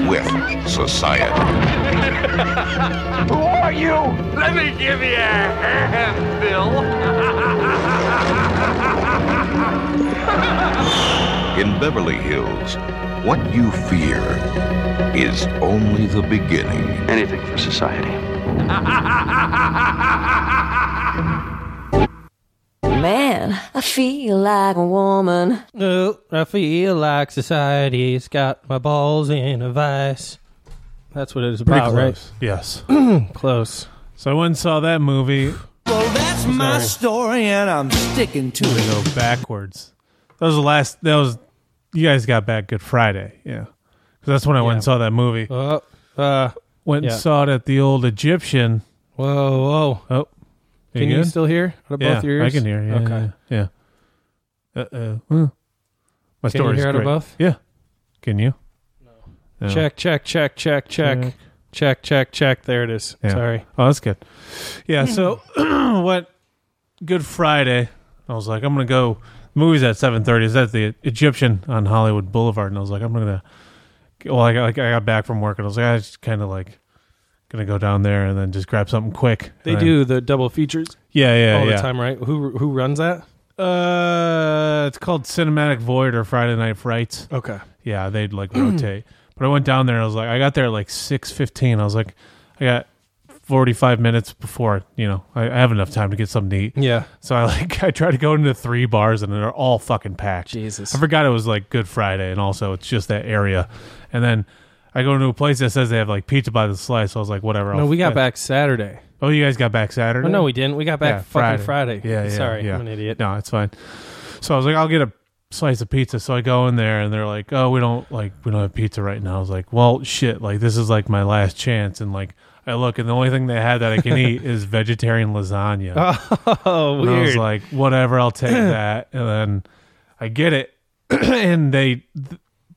S17: with society.
S2: <laughs> Who are you? Let me give you a hand, Bill.
S17: <laughs> In Beverly Hills, what you fear is only the beginning. Anything for society.
S3: Man, I feel like a woman. Oh, I feel like society's got my balls in a vice. That's what it is
S4: Pretty
S3: about,
S4: close.
S3: right?
S4: Yes.
S3: close.
S4: So I went and saw that movie.
S20: Well, that's my story, and I'm sticking to
S4: We go backwards. That was the last. That was you guys got back Good Friday, yeah. Because that's when I went and saw that movie.
S3: Uh, uh,
S4: Went
S3: yeah.
S4: and saw it at the old Egyptian.
S3: Whoa, whoa.
S4: Oh,
S3: Can you
S4: good?
S3: still hear out of
S4: yeah,
S3: both your ears?
S4: I can hear. Yeah,
S3: Okay.
S4: Yeah. yeah. Uh oh. My
S3: Can you
S4: story's
S3: hear out of
S4: great.
S3: both?
S4: Yeah. Can you? No.
S3: Check, check, check, check, check, check, check, check. There it is.
S4: Yeah.
S3: Sorry.
S4: Oh, that's good. Yeah. So
S3: Hmm.
S4: <clears throat> what? Good Friday. I was like, I'm gonna go. The movie's at 7:30. Is that the Egyptian on Hollywood Boulevard? And I was like, I'm gonna. Well, I got, like, I got back from work and I was like, I just kind of like gonna go down there and then just grab something quick.
S3: They
S4: And then-
S3: do the double features.
S4: Yeah, yeah,
S3: all
S4: yeah.
S3: the time, right? Who who runs that?
S4: Uh, it's called Cinematic Void or Friday Night Frights.
S3: Okay.
S4: Yeah,
S3: <clears throat>
S4: they'd like rotate. but I went down there and I was like, I got there at like six fifteen. I was like, I got forty five minutes before you know I, I have enough time to get something to eat.
S3: Yeah.
S4: So I <laughs> like I tried to go into three bars and they're all fucking packed.
S3: Jesus.
S4: I forgot it was like Good Friday and also it's just that area. And then I go into a place that says they have like pizza by the slice. So I was like, whatever.
S3: No,
S4: I'll-
S3: we got back Saturday.
S4: Oh, you guys got back Saturday?
S3: Oh, no, we didn't. We got back fucking Friday.
S4: Yeah, yeah.
S3: Sorry,
S4: yeah.
S3: I'm an idiot.
S4: No, it's fine. So I was like, I'll get a slice of pizza. So I go in there and they're like, Oh, we don't like we don't have pizza right now. I was like, Well, shit, like this is like my last chance and like I look and the only thing they had that I
S3: <laughs>
S4: can eat is vegetarian lasagna.
S3: Oh,
S4: And I was
S3: weird.
S4: like, whatever,
S3: <laughs>
S4: I'll take that. And then I get it, <clears throat> and they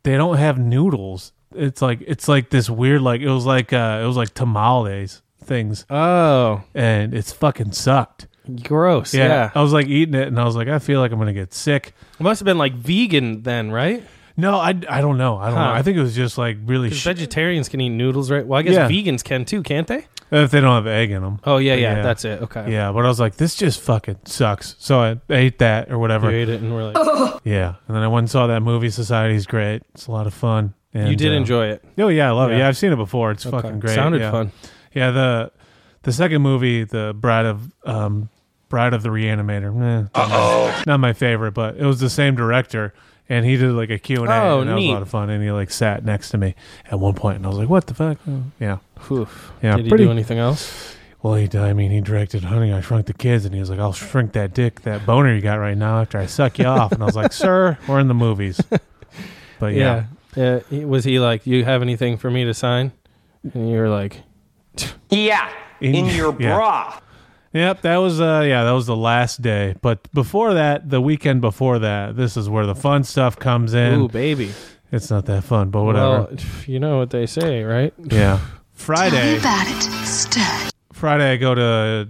S4: they don't have noodles. It's like it's like this weird like it was like uh it was like tamales things.
S3: Oh,
S4: and it's fucking sucked.
S3: Gross. Yeah.
S4: I was like eating it, and I was like, I feel like I'm gonna get sick.
S3: It must have been like vegan then, right?
S4: No, I, I don't know. I don't know.
S3: Huh.
S4: I think it was just like really
S3: 'Cause
S4: sh-
S3: vegetarians can eat noodles, right? Well, I guess
S4: Yeah.
S3: vegans can too, can't they?
S4: if they don't have egg in them.
S3: Oh, yeah, yeah, that's it. Okay.
S4: Yeah, but I was like, this just fucking sucks. So I ate that or whatever.
S3: You ate it and we're like,
S4: Yeah, and then I went and saw that movie. Society's great. It's a lot of fun. And,
S3: <laughs> You did enjoy it.
S4: Oh yeah, I love it.
S3: Yeah.
S4: Yeah, I've seen it before. It's
S3: Okay.
S4: fucking great.
S3: Sounded
S4: yeah.
S3: fun.
S4: Yeah the the second movie, the Bride of um, Bride of the Reanimator. Eh,
S2: Uh-oh.
S4: not my favorite, but it was the same director, and he did like a Q and A,
S3: Oh,
S4: and that was
S3: neat.
S4: a lot of fun. And he like sat next to me at one point, and I was like, "What the fuck?" Yeah.
S3: Oof.
S4: Yeah.
S3: Oh. Did he
S4: pretty-
S3: do anything else?
S4: Well, he, I mean, he directed "Honey, I Shrunk the Kids," and he was like, "I'll shrink that dick, that boner you got right now after I suck you off." And I was like, "Sir, we're in the
S3: <laughs>
S4: movies." But yeah,
S3: Yeah. he- was he like, you have anything for me to sign? And you were like,
S12: Yeah, in,
S4: In-
S12: your
S4: yeah.
S12: bra.
S4: Yep, that was uh yeah, that was the last day. But before that, the weekend before that, this is where the fun stuff comes in.
S3: Ooh, baby.
S4: It's not that fun, but whatever.
S3: Well,
S4: <laughs>
S3: you know what they say, right?
S4: yeah. Friday.
S2: it, stud.
S4: Friday I go to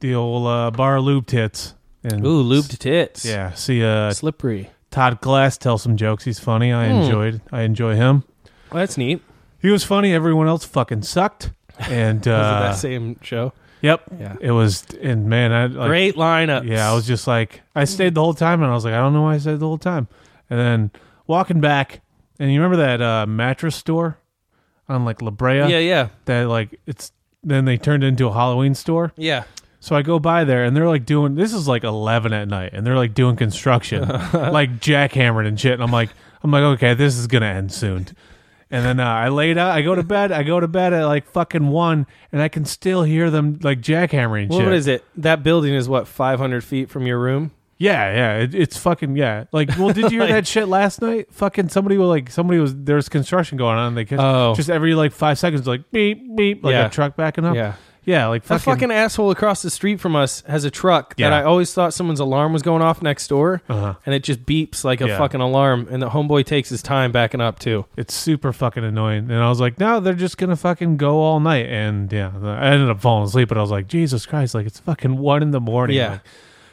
S4: the old uh, bar lube tits. And
S3: Ooh, lubed tits.
S4: Yeah, see, uh,
S3: slippery.
S4: Todd Glass tells some jokes. He's funny. I
S3: Hmm.
S4: enjoyed. I enjoy him.
S3: Well, that's neat.
S4: He was funny. Everyone else fucking sucked. And
S3: <laughs>
S4: uh,
S3: that same show.
S4: Yep.
S3: Yeah.
S4: It was, and man, I like,
S3: Great lineups.
S4: Yeah, I was just like, I stayed the whole time, and I was like, I don't know why I stayed the whole time. And then walking back, and you remember that uh, mattress store on like La Brea?
S3: Yeah, yeah.
S4: That like it's then they turned into a Halloween store.
S3: Yeah.
S4: So I go by there, and they're like doing this is like eleven at night, and they're like
S3: <laughs>
S4: doing construction, like jackhammering and shit. And I'm like, I'm like, okay, this is gonna end soon. And then uh, I laid out. I go to bed. I go to bed at like fucking one, and I can still hear them like jackhammering.
S3: Well,
S4: shit.
S3: what is it? That building is what five hundred feet from your room.
S4: Yeah, yeah, it, it's fucking yeah. Like,
S3: <laughs>
S4: well, did you hear that shit last night? Fucking somebody was like, somebody was there's construction going on. And they could,
S3: Oh.
S4: just every like five seconds, like beep beep, like
S3: Yeah.
S4: a truck backing up.
S3: Yeah.
S4: yeah, like
S3: That
S4: fucking,
S3: fucking asshole across the street from us has a truck
S4: Yeah.
S3: that I always thought someone's alarm was going off next door,
S4: Uh-huh.
S3: and it just beeps like a
S4: Yeah.
S3: fucking alarm. And the homeboy takes his time backing up too.
S4: It's super fucking annoying. And I was like, no, they're just gonna fucking go all night. And yeah, I ended up falling asleep. But I was like, Jesus Christ, like it's fucking one in the morning.
S3: Yeah.
S4: Like,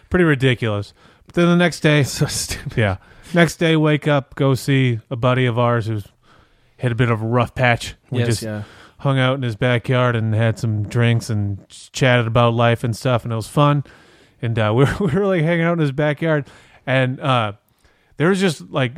S4: pretty ridiculous. But then the
S3: <laughs>
S4: next day, so
S3: stupid.
S4: Yeah, next day, wake up, go see a buddy of ours who's hit a bit of a rough patch. We
S3: Yes,
S4: just
S3: yeah.
S4: hung out in his backyard and had some drinks and chatted about life and stuff, and it was fun. And uh, <laughs> we, were, we were like hanging out in his backyard, and uh, there was just like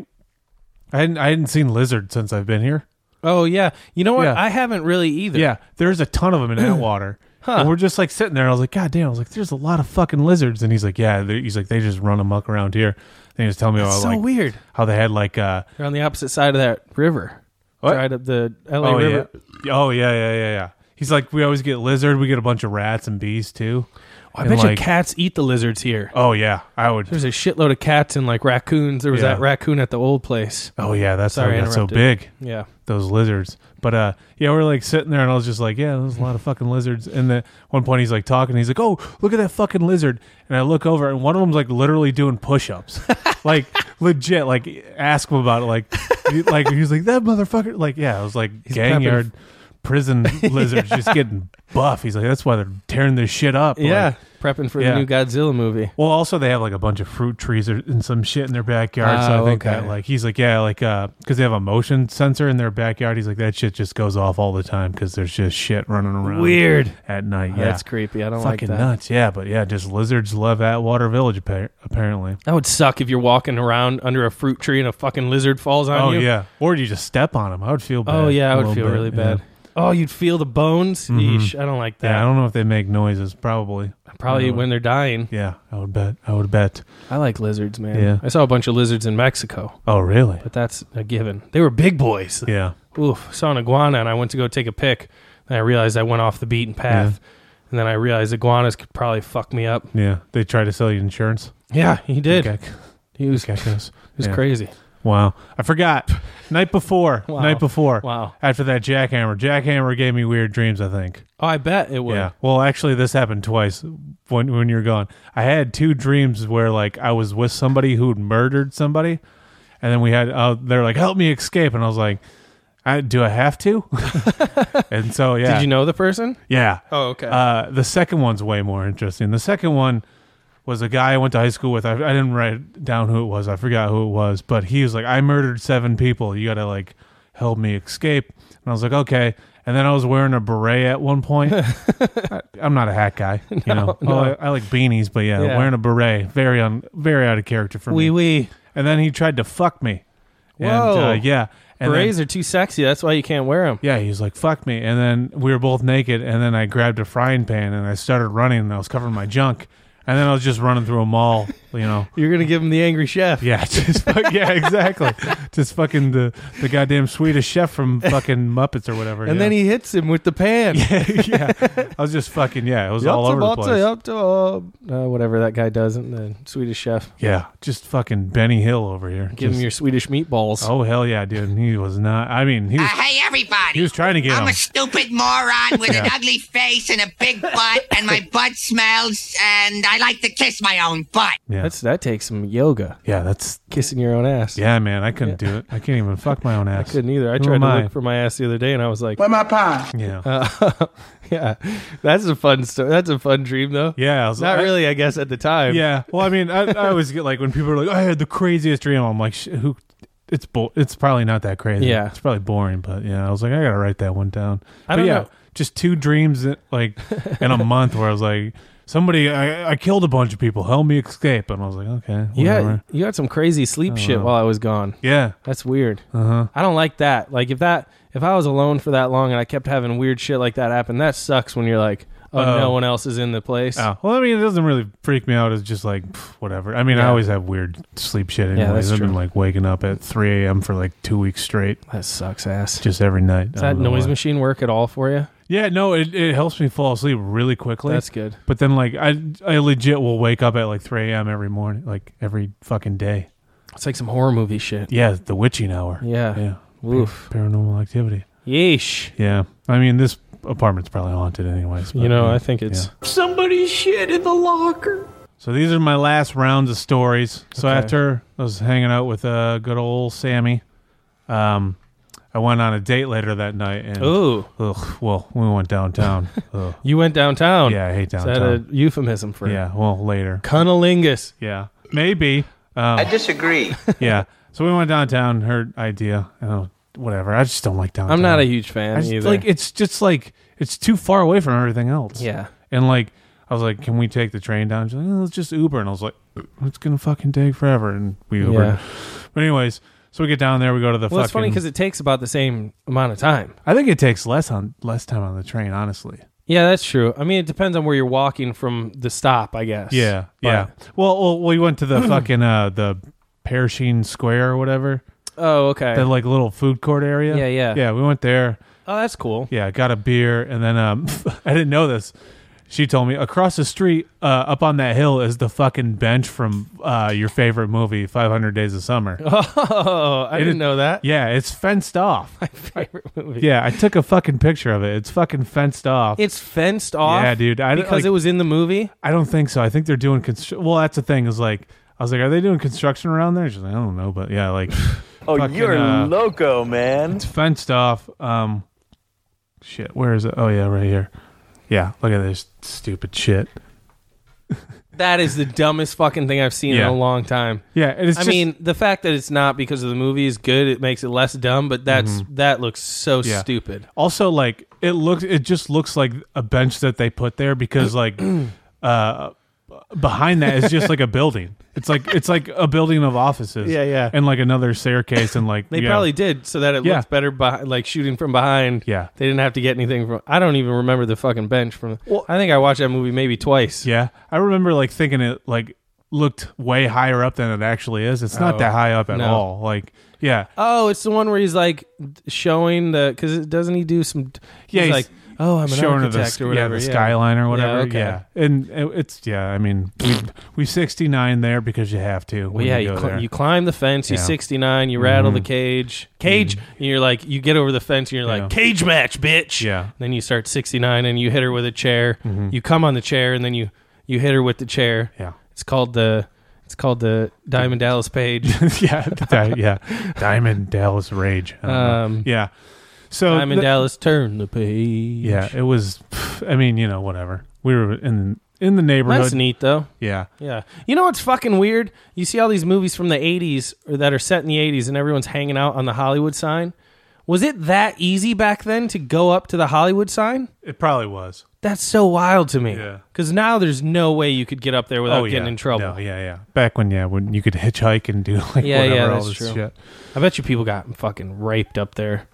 S4: I hadn't I hadn't seen lizard since I've been here.
S3: Oh yeah, you know what?
S4: Yeah.
S3: I haven't really either.
S4: Yeah, there's a ton of them in
S3: <clears throat>
S4: Atwater.
S3: Huh.
S4: And we're just like sitting there. And I was like, God damn! I was like, there's a lot of fucking lizards. And he's like, Yeah. they- He's like, they just run amok around here. And he was telling me
S3: That's
S4: about
S3: so
S4: like
S3: weird.
S4: how they had like uh,
S3: They're on the opposite side of that river. Right up the LA
S4: oh,
S3: River.
S4: Yeah. Oh yeah, yeah, yeah, yeah. He's like, we always get lizard. We get a bunch of rats and bees too.
S3: Oh, I bet you cats eat the lizards here.
S4: Oh yeah, I would.
S3: There's a shitload of cats and like raccoons. There was
S4: Yeah.
S3: that raccoon at the old place.
S4: Oh yeah, that's how
S3: Sorry,
S4: they
S3: I
S4: got so
S3: interrupted.
S4: big.
S3: Yeah.
S4: those lizards. But uh, yeah, we we're like sitting there, and I was just like, yeah, there's a lot of fucking lizards. And then at one point, he's like talking. He's like, oh, look at that fucking lizard. And I look over, and one of them's like literally doing push-ups, <laughs> like legit. Like ask him about it. Like, he- like he was like that motherfucker. Like yeah, I was like
S10: He's
S4: gang
S10: prepping-
S4: yard.
S3: <laughs>
S4: Prison lizards just getting buff. He's like, that's why they're tearing this shit up.
S3: Yeah,
S4: Like,
S3: prepping for
S4: yeah.
S3: the new Godzilla movie.
S4: Well, also they have like a bunch of fruit trees or, and some shit in their backyard. so
S3: Oh,
S4: I think
S3: okay.
S4: that like he's like yeah like uh because they have a motion sensor in their backyard. He's like that shit just goes off all the time because there's just shit running around.
S3: Weird.
S4: at night.
S3: Oh,
S4: Yeah,
S3: that's creepy. I don't like
S4: Fucking
S3: that.
S4: nuts. Yeah, but yeah, just lizards love Atwater Village appa- apparently.
S3: That would suck if you're walking around under a fruit tree and a fucking lizard falls on
S4: oh
S3: you.
S4: yeah, or you just step on them. I would feel bad.
S3: Oh yeah,
S4: a
S3: I would
S4: little
S3: feel
S4: bit,
S3: really
S4: yeah.
S3: bad. Oh, you'd feel the bones.
S4: Mhm.
S3: Yeesh, I don't like that.
S4: Yeah, I don't know if they make noises. Probably.
S3: Probably
S4: I don't know.
S3: when they're dying.
S4: Yeah, I would bet. I would bet.
S3: I like lizards, man.
S4: Yeah.
S3: I saw a bunch of lizards in Mexico.
S4: Oh really?
S3: But that's a given. They were big boys.
S4: Yeah.
S3: Oof. Saw an iguana and I went to go take a pic. Then I realized I went off the beaten path. And then I realized iguanas could probably fuck me up.
S4: Yeah, they try to sell you insurance.
S3: Yeah, he did. <laughs> He was, he was
S4: Yeah.
S3: crazy.
S4: Wow.
S3: <laughs>
S4: I forgot. Night before.
S3: Wow.
S4: Night before.
S3: Wow.
S4: After that jackhammer. Jackhammer gave me weird dreams, I think.
S3: Oh, I bet it would.
S4: Yeah. Well, actually this happened twice when when you're gone. I had two dreams where like I was with somebody who'd murdered somebody and then we had uh, they're like, Help me escape and I was like, I, do I have to? <laughs> and so yeah.
S3: Did you know the person?
S4: Yeah.
S3: Oh, okay.
S4: Uh, the second one's way more interesting. The second one was a guy I went to high school with. I, I didn't write down who it was. I forgot who it was, but he was like, "I murdered seven people. You gotta like help me escape." And I was like, "Okay." And then I was wearing a beret at
S3: <laughs>
S4: one point. I, am not a hat guy, you know.
S3: no.
S4: Oh, I, I like beanies, but yeah,
S3: Yeah.
S4: wearing a beret, very un, very out of character for
S3: Wee
S4: me.
S3: wee.
S4: And then he tried to fuck me.
S3: Whoa.
S4: And, uh, yeah. And then-
S3: Berets are too sexy. That's why you can't wear them.
S4: yeah, he's like, fuck me. And then we were both naked. And then I grabbed a frying pan and I started running and I was covering my junk. And then I was just running through a mall, you know. <laughs>
S3: You're going to give him the angry chef.
S4: Yeah, <laughs> just fuck, yeah, exactly. Just fucking the, the goddamn Swedish chef from fucking Muppets or whatever.
S3: And then he hits him with the pan.
S4: <laughs> Yeah. I was just fucking, yeah, it was all over the place.
S3: uh, whatever that guy does, in the Swedish chef.
S4: Yeah, just fucking Benny Hill over here.
S3: Give him
S4: Just-
S3: your Swedish meatballs.
S4: Oh, hell yeah, dude. And he was not, I mean, he was,
S21: Uh, Hey, everybody.
S4: he was trying to get
S21: I'm
S4: him.
S21: a stupid moron with an
S4: Yeah.
S21: ugly face and a big butt, and my butt smells, and I I like to kiss my own butt.
S3: That's that takes some yoga.
S4: Yeah, that's
S3: kissing your own ass.
S4: Yeah, man, I couldn't do it. I can't even fuck my own ass.
S3: I couldn't either. I
S4: Who
S3: tried
S4: am
S3: to
S4: I?
S3: look for my ass the other day, and I was like,
S4: Where
S5: my pie?
S4: Yeah.
S3: Uh, <laughs> yeah, that's a fun story. That's a fun dream, though.
S4: Yeah, I was-
S3: not
S4: I-
S3: really, I guess, at the time.
S4: Yeah. Well, I mean, I,
S3: <laughs>
S4: I always get like when people are like, "Oh, "I had the craziest dream." I'm like, "Sh- "Who?" It's bull. It's probably not that crazy.
S3: Yeah.
S4: It's probably boring, but yeah, I was like, I gotta write that one down.
S3: I
S4: but
S3: don't
S4: yeah,
S3: know.
S4: just two dreams that, like in a month where I was like, somebody, I, I killed a bunch of people, help me escape, and I was like, okay,
S3: you
S4: whatever.
S3: had you had some crazy
S4: I
S3: sleep
S4: don't
S3: shit
S4: know.
S3: while I was gone.
S4: Yeah.
S3: that's weird.
S4: Uh-huh.
S3: I don't like that. Like if that if I was alone for that long and I kept having weird shit like that happen, that sucks. When you're like, oh,
S4: Oh.
S3: no one else is in the place.
S4: Oh, well, I mean, it doesn't really freak me out. It's just like pff, whatever. I mean, I
S3: Yeah.
S4: always have weird sleep shit. Anyways.
S3: that's
S4: I've been
S3: true.
S4: like waking up at 3 a.m. for like two weeks straight.
S3: That sucks ass.
S4: Just every night.
S3: Does
S4: I
S3: that
S4: don't know
S3: noise
S4: why.
S3: machine work at all for you?
S4: Yeah, no, it, it helps me fall asleep really quickly.
S3: That's good.
S4: But then, like, I I legit will wake up at like 3 a.m. every morning, like every fucking day.
S3: It's like some horror movie shit.
S4: Yeah, the witching hour.
S3: Yeah.
S4: Yeah.
S3: Oof.
S4: Par- Paranormal activity.
S3: Yeesh.
S4: Yeah. I mean, this apartment's probably haunted, anyways.
S3: You know, I think it's-
S16: Somebody shit in the locker.
S4: So these are my last rounds of stories. So
S16: Okay.
S4: after I was hanging out with uh, good old Sammy, um, I went on a date later that night. And,
S3: Ooh.
S4: Ugh, well, we
S3: <laughs>
S4: went downtown. Ugh.
S3: You went downtown.
S4: Yeah, I hate
S3: Is
S4: downtown.
S3: that a euphemism for
S4: yeah, well, later.
S3: cunnilingus?
S4: Yeah, maybe. Um,
S3: I disagree.
S4: <laughs> yeah. So we went downtown. Her idea. Oh, whatever. I just don't like downtown.
S3: I'm not a huge fan
S4: I just-
S3: either.
S4: Like it's just like it's too far away from everything else.
S3: Yeah.
S4: And like I was like, can we take the train down? She's like, "Oh, let's just Uber. And I was like, it's gonna fucking take forever. And we Ubered.
S3: Yeah.
S4: But anyways, so we get down there. We go to the.
S3: well,
S4: fucking,
S3: it's funny because it takes about the same amount of time.
S4: I think it takes less on less time on the train. Honestly.
S3: Yeah, that's true. I mean, it depends on where you're walking from the stop, I guess.
S4: Yeah.
S3: But-
S4: Yeah. Well, well, we
S3: <clears throat>
S4: went to the fucking uh the Pershing Square or whatever.
S3: Oh, okay.
S4: The like little food court area.
S3: Yeah, yeah.
S4: Yeah, we went there.
S3: Oh, that's cool.
S4: Yeah, got a beer and then um <laughs> I didn't know this. She told me across the street, uh, up on that hill, is the fucking bench from uh, your favorite movie, Five Hundred Days
S3: <laughs>
S4: of Summer.
S3: <laughs> Oh, I
S4: It
S3: didn't
S4: is-
S3: know
S4: <laughs>
S3: that.
S4: Yeah, it's fenced off.
S3: My favorite movie.
S4: Yeah, I took a fucking picture of it. It's fucking fenced off.
S3: It's fenced off.
S4: Yeah, dude. I,
S3: because it was in the movie.
S4: I don't think so. I think they're doing construction. Well, that's the thing is like, I was like, are they doing construction around there? She's like, I don't know, but yeah, like,
S22: <laughs> Oh,
S4: fucking,
S22: you're
S4: uh,
S22: loco, man.
S4: it's fenced off. Um, shit, where is it? Oh yeah, right here. Yeah, look at this stupid shit.
S3: That is the dumbest fucking thing I've seen in
S4: Yeah.
S3: a long time.
S4: Yeah, and it's
S3: I
S4: just-
S3: mean, the fact that it's not because of the movie is good. It makes it less dumb, but that's that looks so
S4: Mm-hmm. Yeah.
S3: stupid.
S4: Also, like it looks, it just looks like a bench that they put there
S3: <clears throat>
S4: because like, uh, behind that is just like a building. It's like it's like a building of offices.
S3: Yeah, yeah.
S4: And like another staircase and like
S3: They
S4: yeah.
S3: probably did so that it
S4: Yeah.
S3: looks better behind, like shooting from behind.
S4: Yeah.
S3: They didn't have to get anything from I don't even remember the fucking bench from I think I watched that movie maybe twice.
S4: Yeah. I remember like thinking it like looked way higher up than it actually is. It's not
S3: Oh,
S4: that high up at
S3: no.
S4: all. Like yeah.
S3: Oh, it's the one where he's like showing the cuz doesn't he do some
S4: Yeah,
S3: he's
S4: he's
S3: like oh I'm an
S4: showing her the
S3: architect
S4: sk-
S3: or whatever.
S4: Yeah, the skyline or whatever. Yeah,
S3: okay.
S4: and it- it's yeah. I mean, we we sixty nine there because you have to.
S3: Well,
S4: when
S3: yeah,
S4: you,
S3: you,
S4: go
S3: cli-
S4: there.
S3: you climb the fence, you
S4: Yeah.
S3: 69, you rattle the
S4: Mhm.
S3: cage, cage, and you're like, you get over the fence and you're like,
S4: Yeah.
S3: cage match, bitch.
S4: Yeah. Mm-hmm.
S3: Then you start 69 and you hit her with a chair. You come on the chair and then you, you hit her with the chair.
S4: <laughs> Yeah. <laughs>
S3: It's called the, it's called the Diamond Dallas
S4: <laughs>
S3: Page.
S4: yeah. Di- yeah, Diamond Dallas Rage. I don't know.
S3: Um,
S4: yeah. So
S3: Diamond
S4: the-
S3: Dallas, turn the page.
S4: Yeah, it was. I mean, you know, whatever. We were in in the neighborhood.
S3: That's neat though.
S4: Yeah.
S3: Yeah. You know what's fucking weird? You see all these movies from the 80s or that are set in the 80s and everyone's hanging out on the Hollywood sign. Was it that easy back then to go up to the Hollywood sign?
S4: It probably was.
S3: That's so wild to me.
S4: Yeah.
S3: Because now there's no way you could get up there without
S4: Oh,
S3: getting
S4: yeah.
S3: in trouble.
S4: No, yeah, yeah. Back when yeah, when you could hitchhike and do <laughs> like
S3: yeah,
S4: whatever
S3: yeah,
S4: all
S3: that's
S4: this
S3: true.
S4: shit. <laughs>
S3: I bet you people got fucking raped up there.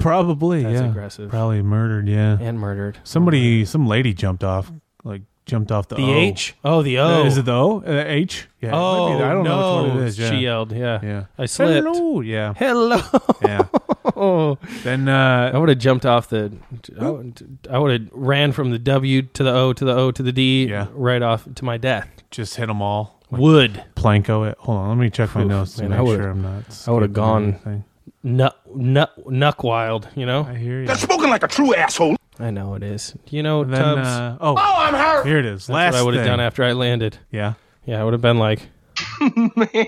S4: Probably.
S3: That's
S4: yeah.
S3: aggressive.
S4: Probably murdered. Yeah.
S3: And murdered.
S4: Somebody, some lady jumped off. Like jumped off the
S3: The
S4: O.
S3: H? Oh, the O.
S4: Is it the O? Uh, H? Yeah. it might be
S3: Oh,
S4: the- I don't know which one
S3: no,
S4: it is. Yeah.
S3: she yelled, yeah.
S4: Yeah.
S3: I slipped. <laughs>
S4: Hello. Yeah.
S3: Hello.
S4: Yeah.
S3: Oh.
S4: Then uh,
S3: I would have jumped off the. I would- I would have ran from the W to the O to the O to the D.
S4: Yeah.
S3: Right off to my death.
S4: Just hit them all.
S3: Would.
S4: Planko it. Hold on. Let me check my
S3: Oof,
S4: notes to
S3: man, I
S4: make
S3: would've-
S4: sure I'm not.
S3: I would have
S4: skipping
S3: gone
S4: anything.
S3: nut, nut, nuck wild. You know. I
S4: hear you.
S3: That's spoken like a true asshole. I know it is. You know,
S4: And then,
S3: Tubbs.
S4: uh, oh. Oh, I'm hurt! Here it is.
S3: That's
S4: Last
S3: what I would have
S4: thing.
S3: done after I landed.
S4: Yeah.
S3: Yeah, I would have been like,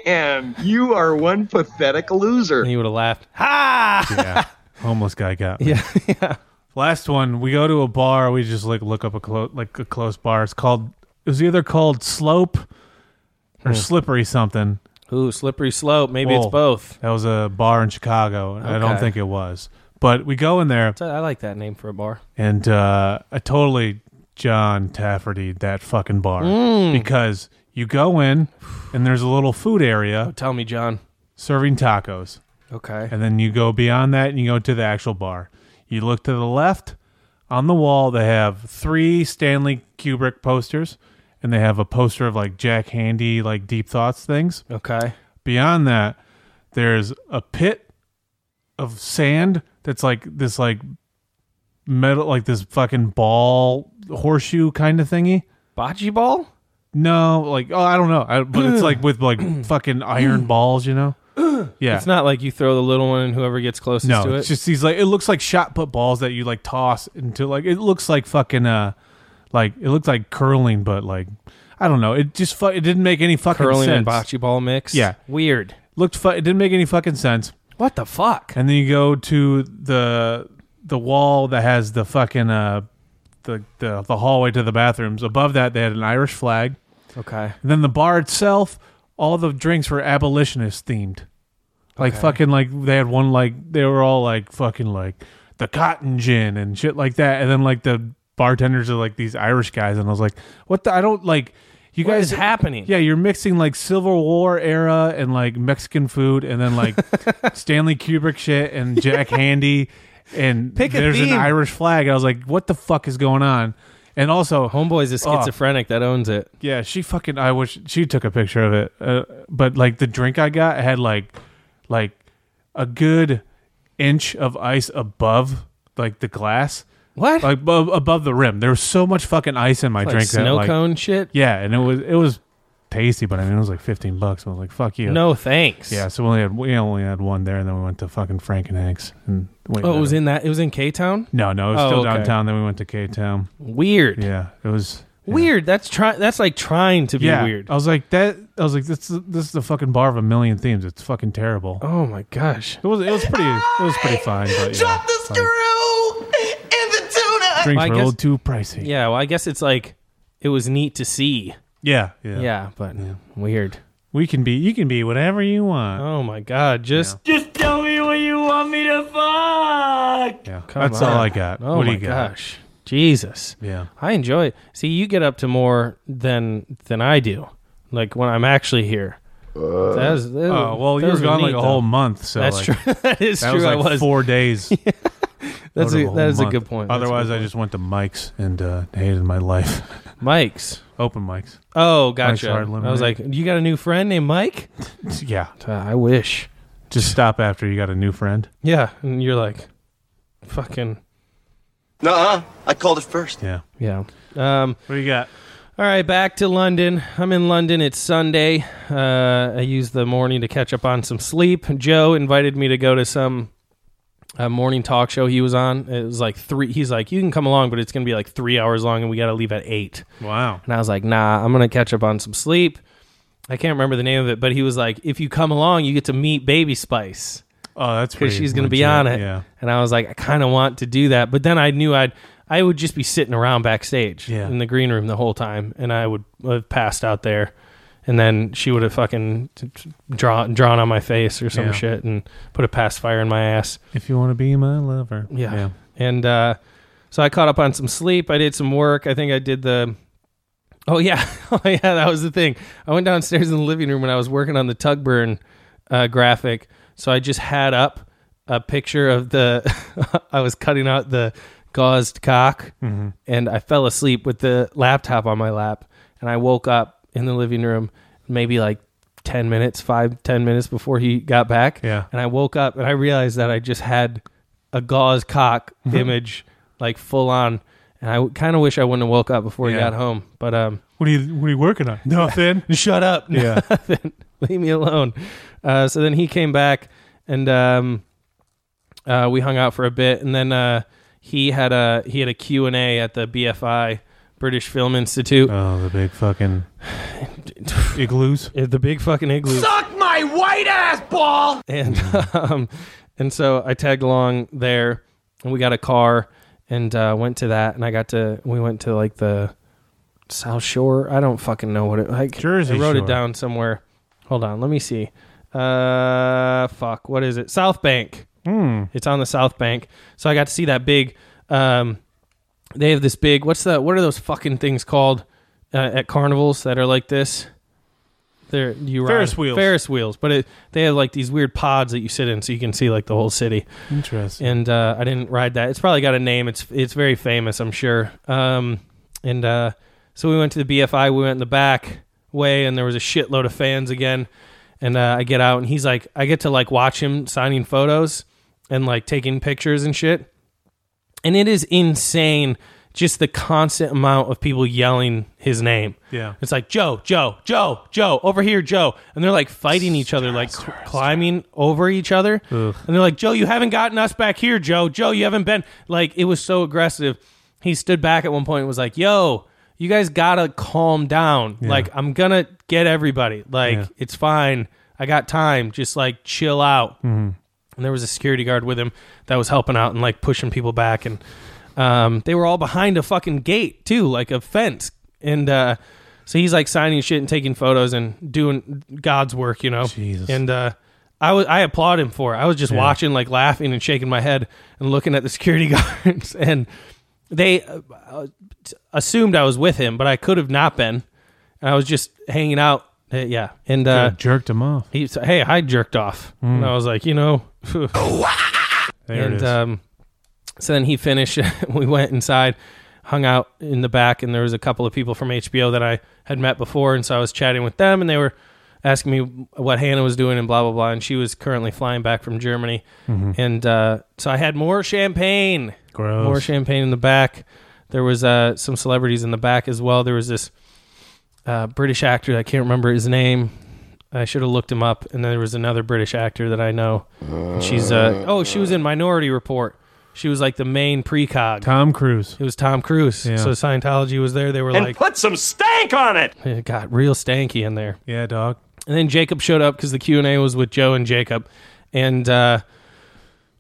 S12: Man, you are one pathetic loser.
S3: He would have <laughs> laughed. Ha!
S4: Yeah. <laughs> Homeless guy got me. Yeah. Last one. We go to a bar. We just like look up a close like a close bar. It's called. It was either called Slope or
S3: Hmm.
S4: Slippery something.
S3: <laughs> Ooh, slippery slope. Maybe it's
S4: Whoa.
S3: both.
S4: That was a bar in Chicago. I don't
S3: Okay.
S4: think it was. But we go in there.
S3: I like that name for a bar.
S4: and uh, I totally John Tafferty that fucking bar
S3: Mm.
S4: because you go in and there's a little food area.
S3: tell me, John,
S4: serving tacos.
S3: Okay,
S4: and then you go beyond that and you go to the actual bar. You look to the left on the wall. They have three Stanley Kubrick posters, and they have a poster of like Jack Handy, like Deep Thoughts things.
S3: Okay.
S4: Beyond that, there's a pit of sand that's like this like metal like this fucking ball horseshoe kind of thingy.
S3: Bocce ball?
S4: No, like oh I don't know. I, but it's like with like fucking iron balls, you know? Yeah.
S3: It's not like you throw the little one and whoever gets closest
S4: No,
S3: to it.
S4: it's just these like it looks like shot put balls that you like toss into like it looks like fucking uh like it looks like curling but like I don't know. It just fu- it didn't make any fucking
S3: Curling
S4: sense.
S3: and bocce ball mix?
S4: Yeah.
S3: Weird.
S4: Looked fu- it didn't make any fucking sense.
S3: What the fuck?
S4: And then you go to the the wall that has the fucking uh the the, the hallway to the bathrooms. Above that they had an Irish flag.
S3: Okay.
S4: And then the bar itself, all the drinks were abolitionist themed. Like
S3: Okay.
S4: fucking like they had one like they were all like fucking like the cotton gin and shit like that. And then like the bartenders are like these Irish guys and I was like, what the I don't like you
S3: What
S4: guys
S3: is happening?
S4: Yeah, you're mixing like Civil War era and like Mexican food and
S3: <laughs>
S4: then like Stanley Kubrick shit and Jack Handy and
S3: Pick a
S4: there's
S3: theme.
S4: an Irish flag. I was like, what the fuck is going on? And also,
S3: homeboy's a schizophrenic that owns it.
S4: yeah, she fucking. I wish she took a picture of it. Uh, but like the drink I got had like, like a good inch of ice above like the glass.
S3: What?
S4: Like above, above the rim. There was so much fucking ice in my
S3: Like
S4: drink. that,
S3: snow
S4: like-
S3: cone shit?
S4: Yeah, and it was it was tasty, but I mean it was like fifteen bucks. I was like, fuck you.
S3: No thanks.
S4: Yeah, so we only had we only had one there, and then we went to fucking Frank and Hanks. And wait,
S3: oh, it was in Oh, that. It was in K Town.
S4: no, no, it was still downtown. Then we went to K Town.
S3: Weird.
S4: Yeah, it was.
S3: Weird. That's try. That's like trying to be
S4: yeah, Oh.
S3: weird.
S4: I was like that. I was like, this is this is the fucking bar of a million themes. It's fucking terrible.
S3: Oh my gosh,
S4: it was it was pretty it was pretty fine. But yeah,
S3: Drop
S4: the Drinks
S3: Well, I
S4: were a
S3: guess-
S4: little too pricey.
S3: Yeah. Well, I guess it's like it was neat to see.
S4: Yeah, yeah.
S3: Yeah. But weird.
S4: We can be. You can be whatever you want.
S3: Oh my god. Just
S5: Just tell me what you want me to fuck.
S4: Yeah,
S3: Come
S4: that's
S3: on.
S4: all I got.
S3: Oh
S4: what do
S3: my
S4: you got?
S3: gosh, Jesus!
S4: Yeah.
S3: I enjoy it. See, you get up to more than than I do. Like when I'm actually here. That was- that-
S4: oh, well, you
S3: those
S4: were gone
S3: neat,
S4: like a
S3: though.
S4: whole month, so
S3: that's
S4: like,
S3: true. <laughs> that is
S4: <laughs> that
S3: true.
S4: Was like
S3: I was <laughs>
S4: four days.
S3: That's
S4: Out of
S3: a-
S4: whole
S3: that is a
S4: month.
S3: good point. That's a
S4: Otherwise,
S3: good
S4: I just went to Mike's and uh, hated my <laughs> life.
S3: Mike's
S4: open mics.
S3: Oh,
S4: Mike's
S3: gotcha.
S4: Hard
S3: I was like,
S4: Lemonade.
S3: you got a new friend named Mike?
S4: yeah.
S3: Uh, I wish.
S4: Just stop after you got a new friend.
S3: Yeah, and you're like, fucking
S11: Nuh-uh. I called it first.
S4: Yeah.
S3: yeah. Um,
S4: what do you got?
S3: All right, back to London. I'm in London. It's Sunday. Uh, I used the morning to catch up on some sleep. Joe invited me to go to some uh, morning talk show he was on. It was like three. He's like, you can come along, but it's going to be like three hours long, and we got to leave at eight.
S4: Wow.
S3: And I was like, nah, I'm going to catch up on some sleep. I can't remember the name of it, but he was like, if you come along, you get to meet Baby Spice.
S4: Oh, that's
S3: because
S4: pretty
S3: she's going to be
S4: legit,
S3: on it.
S4: yeah.
S3: And I was like, I kind of want to do that, but then I knew I'd I would just be sitting around backstage
S4: Yeah.
S3: in the green room the whole time, and I would have passed out there, and then she would have fucking t- t- drawn drawn on my face or some
S4: Yeah.
S3: shit and put a pass fire in my ass.
S4: If you want to be my lover.
S3: Yeah. And uh, so I caught up on some sleep. I did some work. I think I did the. Oh yeah, <laughs> oh yeah, that was the thing. I went downstairs in the living room and I was working on the Tugburn uh, graphic. So I just had up a picture of the. <laughs> I was cutting out the gauzed cock,
S4: Mhm.
S3: and I fell asleep with the laptop on my lap. And I woke up in the living room, maybe like ten minutes, five ten minutes before he got back.
S4: Yeah.
S3: And I woke up and I realized that I just had a gauze cock image, like full on. And I kind of wish I wouldn't have woke up before he
S4: Yeah.
S3: got home. But um,
S4: What are you What are you working on?
S3: <laughs>
S4: Nothing.
S3: Shut up.
S4: Yeah.
S3: Nothing. Leave me alone. Uh, so then he came back and um, uh, we hung out for a bit. And then uh, he had a he had a Q and A at the BFI British Film Institute.
S4: Oh, the
S3: <sighs>
S4: big fucking igloos.
S3: the big fucking igloos.
S2: Suck my white ass ball!
S3: and <laughs> um, and so I tagged along there, and we got a car and uh, went to that, and I got to we went to like the South Shore. I don't fucking know what it like.
S4: Jersey
S3: I wrote
S4: Shore.
S3: it down somewhere. Hold on, let me see. Uh, fuck, what is it? South Bank.
S4: Hmm.
S3: It's on the South Bank. So I got to see that big. Um, they have this big. What's the? What are those fucking things called uh, at carnivals that are like this? They're you ride-
S4: Ferris wheels.
S3: Ferris wheels, but it, they have like these weird pods that you sit in, so you can see like the whole city.
S4: Interesting.
S3: And uh, I didn't ride that. It's probably got a name. It's it's very famous, I'm sure. Um, and uh, so we went to the BFI. We went in the back way, and there was a shitload of fans again. And uh, I get out, and he's like, I get to like watch him signing photos and like taking pictures and shit and it is insane just the constant amount of people yelling his name.
S4: Yeah.
S3: It's like Joe, Joe, Joe, Joe, over here, Joe. And they're like fighting each other, like cl- climbing over each other. And they're like, Joe, you haven't gotten us back here, Joe. Joe, you haven't been. Like, it was so aggressive. He stood back at one point and was like, Yo, you guys gotta calm down. Like, I'm gonna get everybody. Like,
S4: Yeah.
S3: it's fine. I got time. Just like chill out
S4: Mhm.
S3: and there was a security guard with him that was helping out and like pushing people back and um, they were all behind a fucking gate too like a fence and uh, so he's like signing shit and taking photos and doing god's work you know
S4: Jesus.
S3: and uh, i was i applaud him for it i was just
S4: Yeah.
S3: watching like laughing and shaking my head and looking at the security <laughs> guards and they uh, uh, assumed i was with him but i could have not been i was just hanging out Uh, yeah and uh,
S4: Could've jerked him off.
S3: he said, "Hey, I jerked off,"
S4: Mm.
S3: and I was like, "You know." <laughs>
S4: There it
S3: and
S4: is.
S3: um, so then he finished. <laughs> we went inside, hung out in the back, and there was a couple of people from HBO that I had met before, and so I was chatting with them, and they were asking me what Hannah was doing and blah blah blah, and she was currently flying back from Germany,
S4: Mhm.
S3: and uh, so I had more champagne,
S4: Gross.
S3: more champagne in the back. There was uh, some celebrities in the back as well. There was this uh, British actor. I can't remember his name. I should have looked him up. And then there was another British actor that I know. And she's uh oh, she was in Minority Report. She was like the main precog.
S4: Tom Cruise.
S3: It was Tom Cruise.
S4: Yeah.
S3: So Scientology was there. They were
S4: And
S3: like <laughs>
S12: Put some stank on it.
S3: it got real stanky in there.
S4: Yeah, dog.
S3: And then Jacob showed up because the Q and A was with Joe and Jacob, and uh,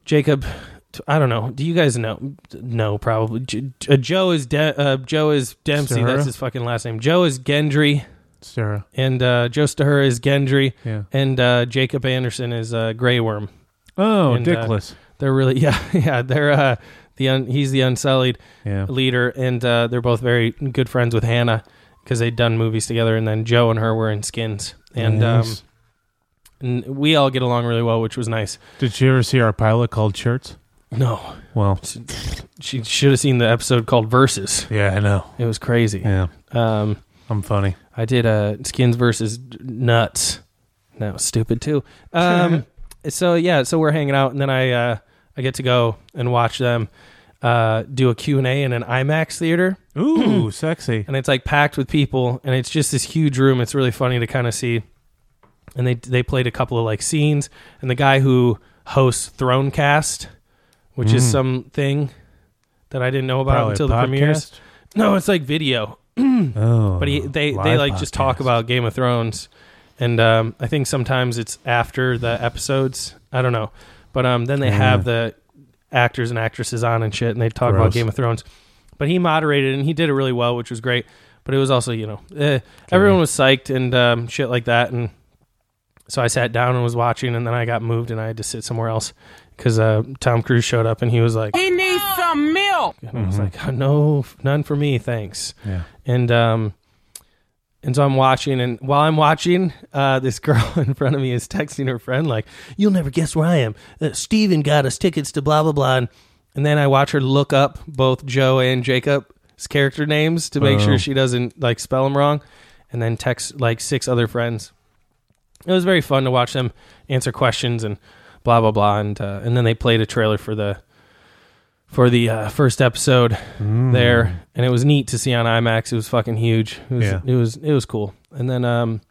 S3: Jacob, t- I don't know. Do you guys know? No, probably. J- uh, Joe is De- uh, Joe is Dempsey.
S4: Stahura?
S3: That's his fucking last name. Joe is Gendry,
S4: Sarah.
S3: and uh, Joe Stahura is Gendry,
S4: Yeah.
S3: and uh, Jacob Anderson is uh, Grey Worm.
S4: Oh,
S3: And, uh,
S4: Dickless.
S3: they're really <laughs> yeah yeah they're uh, the un, he's the unsullied
S4: Yeah.
S3: leader and uh, they're both very good friends with Hannah because they'd done movies together and then Joe and her were in Skins and
S4: Nice.
S3: um and we all get along really well which was nice
S4: Did you ever see our pilot called Shirts?
S3: no
S4: Well,
S3: she should have seen the episode called Versus
S4: yeah, I know.
S3: it was crazy
S4: Yeah,
S3: um
S4: I'm funny.
S3: I did uh, Skins versus Nuts. And That was stupid too. Um, so yeah, so we're hanging out, and then I uh, I get to go and watch them uh, do a Q and A in an IMAX theater, <clears throat>
S4: Ooh, sexy.
S3: and it's like packed with people, and it's just this huge room. It's really funny to kind of see. And they they played a couple of like scenes, and the guy who hosts Thronecast, which is
S4: Mm.
S3: something that I didn't know about
S4: Probably a
S3: until the premiere.
S4: podcast?
S3: No, it's like video.
S4: Oh,
S3: But he, they they
S4: live
S3: like just talk about Game of Thrones, and um, I think sometimes it's after the episodes. I don't know, but um, then they have the actors and actresses on and shit, and they talk about
S4: Gross.
S3: Game of Thrones. But he moderated and he did it really well, which was great. But it was also you know eh, everyone was psyched and um, shit like that, and so I sat down and was watching, and then I got moved and I had to sit somewhere else because uh, Tom Cruise showed up and he was like.
S5: He needs some milk.
S3: And I was like, no, none for me, thanks.
S4: Mm-hmm. Yeah.
S3: And um, and so I'm watching, and while I'm watching, uh, this <laughs> girl in front of me is texting her friend like, "You'll never guess where I am. Uh, Steven got us tickets to blah blah blah." And, and then I watch her look up both Joe and Jacob's character names to make
S4: Oh.
S3: sure she doesn't like spell them wrong, and then text like six other friends. It was very fun to watch them answer questions and blah blah blah, and uh, and then they played a trailer for the for the uh, first episode there, and it was neat to see on IMAX. It was fucking huge. It was,
S4: Yeah.
S3: it was it was cool. And then um,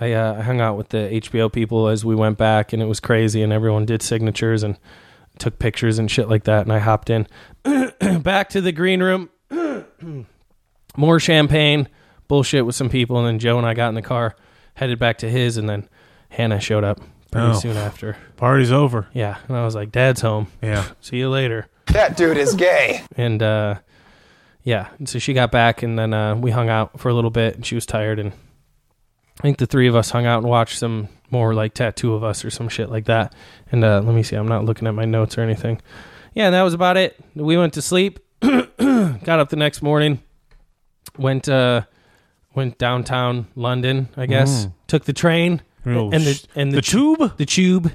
S3: I uh, I hung out with the HBO people as we went back, and it was crazy. And everyone did signatures and took pictures and shit like that. And I hopped in <clears throat> back to the green room. <clears throat> More champagne, bullshit with some people, and then Joe and I got in the car, headed back to his, and then Hannah showed up pretty
S4: Oh.
S3: soon after.
S4: Party's over.
S3: Yeah, and I was like, "Dad's home.
S4: Yeah.
S3: <laughs> see you later."
S12: That dude is gay.
S3: And uh, yeah, and so she got back, and then uh, we hung out for a little bit, and she was tired, and I think the three of us hung out and watched some more like Tattoo of Us or some shit like that. And uh, let me see, I'm not looking at my notes or anything. Yeah, and that was about it. We went to sleep, <clears throat> got up the next morning, went uh, went downtown London, I guess.
S4: Mm.
S3: Took the train
S4: Oh,
S3: and
S4: sh-
S3: the and the,
S4: the
S3: tube, the tube,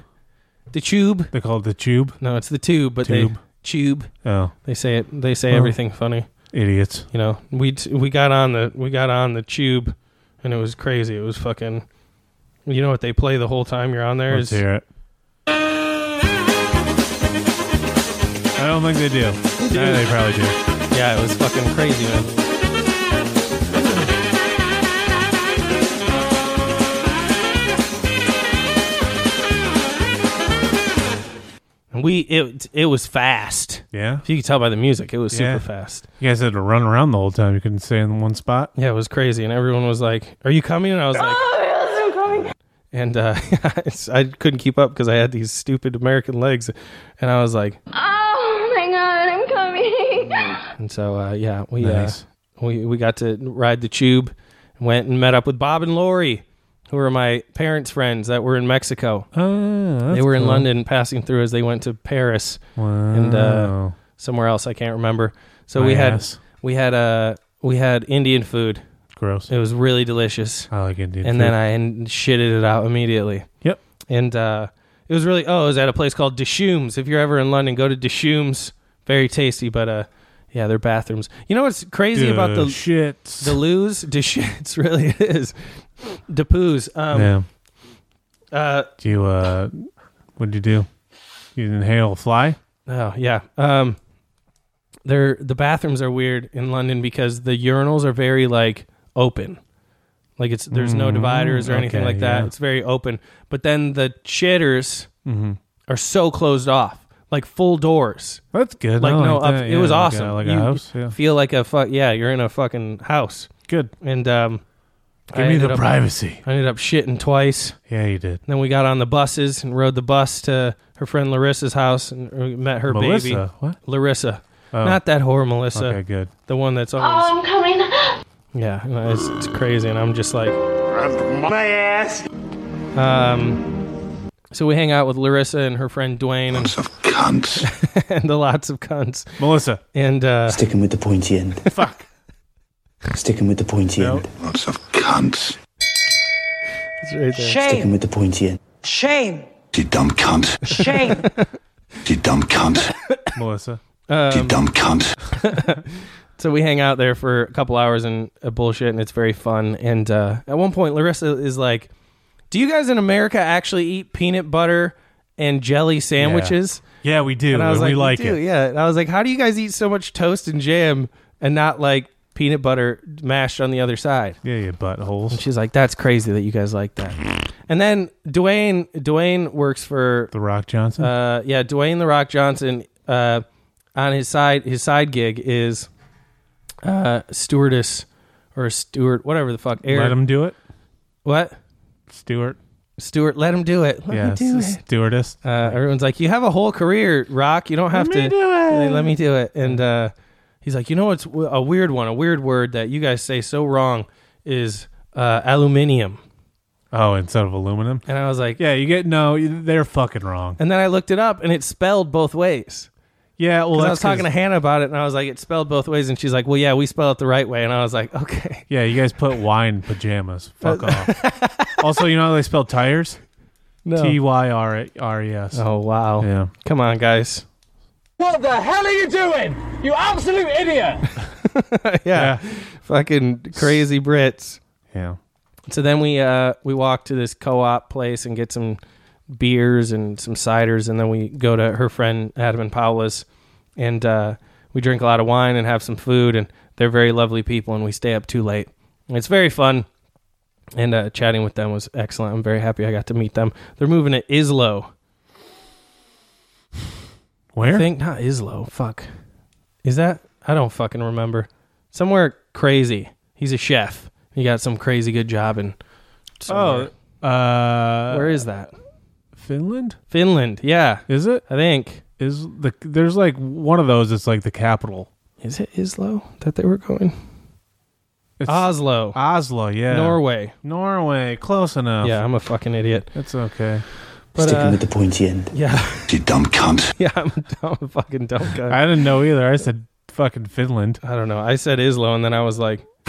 S3: the tube.
S4: They call it the tube.
S3: No, it's the tube, but
S4: Tube.
S3: they tube.
S4: Oh.
S3: they say it. They say
S4: Oh.
S3: everything funny.
S4: Idiots.
S3: You know, we t- we got on the we got on the tube, and it was crazy. It was fucking. You know what they play the whole time you're on there
S4: Let's
S3: is
S4: hear it. I don't think they do. Yeah, they probably do.
S3: Yeah, it was fucking crazy, man. And we it it was fast.
S4: Yeah,
S3: if you could tell by the music, it was super
S4: Yeah.
S3: fast.
S4: You guys had to run around the whole time. You couldn't stay in one spot.
S3: Yeah, it was crazy, and everyone was like, "Are you coming?" And
S2: <laughs>
S3: I was like,
S2: yes, Oh, I'm coming.
S3: and uh, <laughs> it's- I couldn't keep up because I had these stupid American legs, and I was like,
S14: Oh my god, I'm
S17: Mm.
S14: coming.
S3: and so uh, yeah, we
S4: Nice.
S3: uh, we we got to ride the tube, went and met up with Bob and Lori, who were my parents' friends that were in Mexico.
S4: Oh,
S3: they were in
S4: cool.
S3: London passing through as they went to Paris and uh,
S4: Wow.
S3: somewhere else I can't remember. So
S4: My
S3: we had
S4: ass.
S3: we had uh we had Indian food.
S4: Gross.
S3: It was really delicious.
S4: I like Indian
S3: And
S4: food.
S3: then I n- shitted it out immediately.
S4: Yep.
S3: And uh, it was really oh, it was at a place called Deschooms. If you're ever in London, go to Deschooms. Very tasty, but uh yeah, their bathrooms. You know what's crazy about the
S4: Deschutes.
S3: the loos? <laughs> De shits really it is. De poos. Um
S4: yeah.
S3: uh
S4: Do you? Uh, what did you do? You inhale a fly.
S3: Oh yeah. Um, they're the bathrooms are weird in London because the urinals are very like open, like it's there's no
S4: Mm,
S3: dividers or anything
S4: okay,
S3: like that.
S4: yeah.
S3: It's very open. But then the shitters
S4: Mhm.
S3: are so closed off, like full doors.
S4: That's good.
S3: Like
S4: I
S3: no,
S4: Oh, like
S3: up,
S4: that.
S3: it
S4: Yeah,
S3: was
S4: like a-
S3: awesome.
S4: like a
S3: You
S4: house, yeah.
S3: Feel like a fuck. Yeah, you're in a fucking house.
S4: Good.
S3: And um,
S4: Give me the
S3: ended up-
S4: privacy.
S3: I ended up shitting twice.
S4: Yeah, you did.
S3: Then we got on the buses and rode the bus to her friend Larissa's house and uh, met her
S4: Melissa?
S3: baby.
S4: What?
S3: Larissa.
S4: Oh.
S3: Not that whore Melissa.
S4: Okay, good.
S3: The one that's
S14: Oh,
S3: always.
S14: I'm coming.
S3: Yeah, and it's, it's crazy. And I'm just like.
S14: My ass.
S3: Um, so we hang out with Larissa and her friend Dwayne. And, <laughs> lots of cunts. and the lots of cunts. <laughs>
S4: Melissa.
S3: And uh,
S6: Sticking with the pointy end. Fuck. Sticking with the pointy end. Lots of cunts.
S3: It's right there.
S6: Sticking with the pointy end.
S22: Shame.
S6: You dumb cunt.
S22: Shame.
S6: You dumb cunt.
S4: Melissa.
S3: Um,
S6: dumb cunt.
S3: so we hang out there for a couple hours and uh, bullshit, and it's very fun. And uh, at one point, Larissa is like, "Do you guys in America actually eat peanut butter and jelly sandwiches?"
S4: Yeah, we do.
S3: And I was
S4: and
S3: like,
S4: we like
S3: do,
S4: it.
S3: Yeah, and I was like, "How do you guys eat so much toast and jam and not like peanut butter mashed on the other side?"
S4: Yeah, you buttholes. And
S3: she's like, "That's crazy that you guys like that." And then Dwayne Dwayne works for
S4: The Rock Johnson.
S3: Uh, yeah, Dwayne the Rock Johnson. Uh, on his side, his side gig is uh, stewardess or steward, whatever the fuck.
S4: Let him do it.
S3: What?
S4: Steward.
S3: Stewart, let him do it. Let
S4: yeah,
S3: me do
S4: s-
S3: it.
S4: stewardess.
S3: Uh, everyone's like, "You have a whole career, Rock. You don't have
S4: Let me
S3: to."
S4: do it.
S3: Let me do it. And uh, he's like, "You know what's w- a weird one? A weird word that you guys say so wrong is uh, aluminium."
S4: Oh, instead of aluminum.
S3: And I was like,
S4: Yeah, you get no. you- They're fucking wrong.
S3: And then I looked it up, and it's spelled both ways.
S4: Yeah, well,
S3: 'Cause I
S4: that's
S3: was talking
S4: 'cause-
S3: to Hannah about it, and I was like, "It's spelled both ways," and she's like, "Well, yeah, we spell it the right way." And I was like, "Okay."
S4: Yeah, you guys put wine in pajamas. Fuck
S3: <laughs>
S4: off. Also, you know how they spell tires?
S3: <laughs> No.
S4: T y r r e s.
S3: Oh wow.
S4: Yeah.
S3: Come on, guys.
S5: What the hell are you doing? You absolute idiot!
S3: <laughs> yeah. Fucking crazy Brits.
S4: Yeah.
S3: So then we uh we walk to this co-op place and get some beers and some ciders and then we go to her friend Adam and Paula's and uh we drink a lot of wine and have some food and they're very lovely people and we stay up too late. And It's very fun. And uh, chatting with them was excellent. I'm very happy I got to meet them. They're moving to Islo.
S4: Where?
S3: I think not Islo. Fuck. Is that? I don't fucking remember. Somewhere crazy. He's a chef. He got some crazy good job in. somewhere.
S4: Oh, uh,
S3: where is that?
S4: Finland?
S3: Finland. Yeah.
S4: Is it?
S3: I think.
S4: Is the there's like one of those that's like the capital.
S3: Is it Islo that they were going?
S4: It's
S3: Oslo.
S4: Oslo, yeah.
S3: Norway.
S4: Norway, close enough.
S3: Yeah, I'm a fucking idiot.
S4: That's okay.
S3: But,
S6: Sticking
S3: uh,
S6: with the pointy end.
S3: yeah,
S6: You dumb cunt.
S3: <laughs> yeah, I'm a dumb fucking dumb guy.
S4: I didn't know either. I said fucking Finland.
S3: I don't know. I said Islo, and then I was like, <laughs>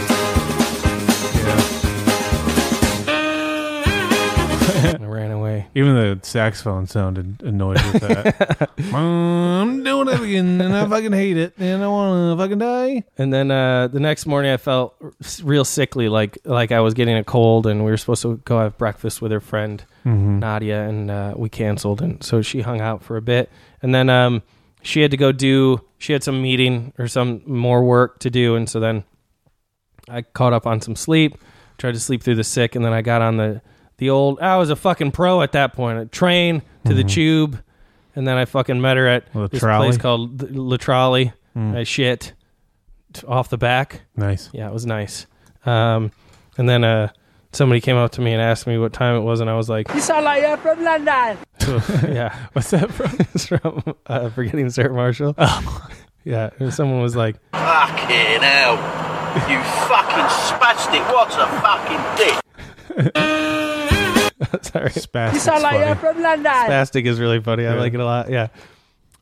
S3: I ran away.
S4: Even the saxophone sounded annoyed
S3: <laughs>
S4: with that. I'm doing it again, and I fucking hate it, and I want to fucking die.
S3: And then uh, the next morning, I felt r- s- real sickly, like like I was getting a cold, and we were supposed to go have breakfast with her friend
S4: Mhm.
S3: Nadia, and uh, we canceled, and so she hung out for a bit, and then um, she had to go do she had some meeting or some more work to do, and so then I caught up on some sleep, tried to sleep through the sick, and then I got on the the old. I was a fucking pro at that point. A train to the tube, and then I fucking met her at
S4: La
S3: this
S4: Mm-hmm. Trolley?
S3: place called Th- La Trolley.
S4: Mm.
S3: I shit t- off the back.
S4: Nice.
S3: Yeah, it was nice. Um, and then uh, somebody came up to me and asked me what time it was, and I was like,
S5: You sound like you're from London.
S3: <laughs> "Yeah,
S4: <laughs> what's that from?"
S3: <laughs>
S4: Oh.
S3: it's from uh, Forgetting Sarah Marshall. <laughs> yeah, and someone was like,
S2: Fucking hell. You fucking spastic. What a fucking dick.
S3: <laughs> "Sorry,
S4: spastic."
S2: from London.
S3: Spastic is really funny. I
S4: Yeah.
S3: like it a lot. Yeah.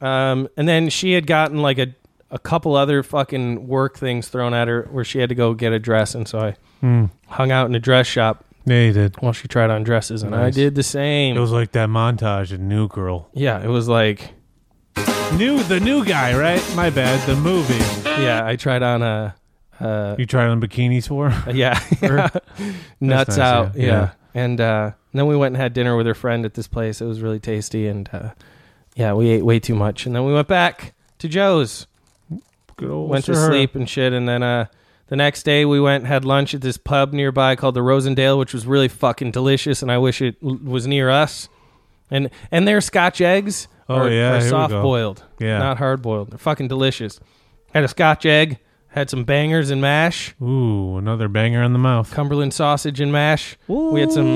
S3: Um, and then she had gotten like a a couple other fucking work things thrown at her where she had to go get a dress, and so I
S4: Hmm.
S3: hung out in a dress shop
S4: Yeah, you did.
S3: while she tried on dresses, and I
S4: Nice.
S3: did the same.
S4: It was like that montage in New Girl.
S3: yeah, it was like
S4: New the new guy, right? My bad. The movie.
S3: yeah, I tried on a. Uh,
S4: You tried on bikinis for?
S3: <laughs>
S4: her?
S3: yeah, nuts
S4: nice,
S3: out.
S4: yeah.
S3: Yeah.
S4: Yeah.
S3: And uh, then we went and had dinner with her friend at this place. It was really tasty, and uh, yeah, we ate way too much. And then we went back to Joe's,
S4: Good old
S3: went to
S4: Sir.
S3: sleep and shit. And then uh, the next day, we went and had lunch at this pub nearby called the Rosendale, which was really fucking delicious. And I wish it l- was near us. And and their Scotch eggs
S4: Oh,
S3: are,
S4: yeah, here
S3: are
S4: we go.
S3: soft boiled,
S4: Yeah.
S3: not hard boiled. They're fucking delicious. Had a Scotch egg, had some bangers and mash.
S4: Ooh, another banger in the mouth.
S3: Cumberland sausage and mash. We had some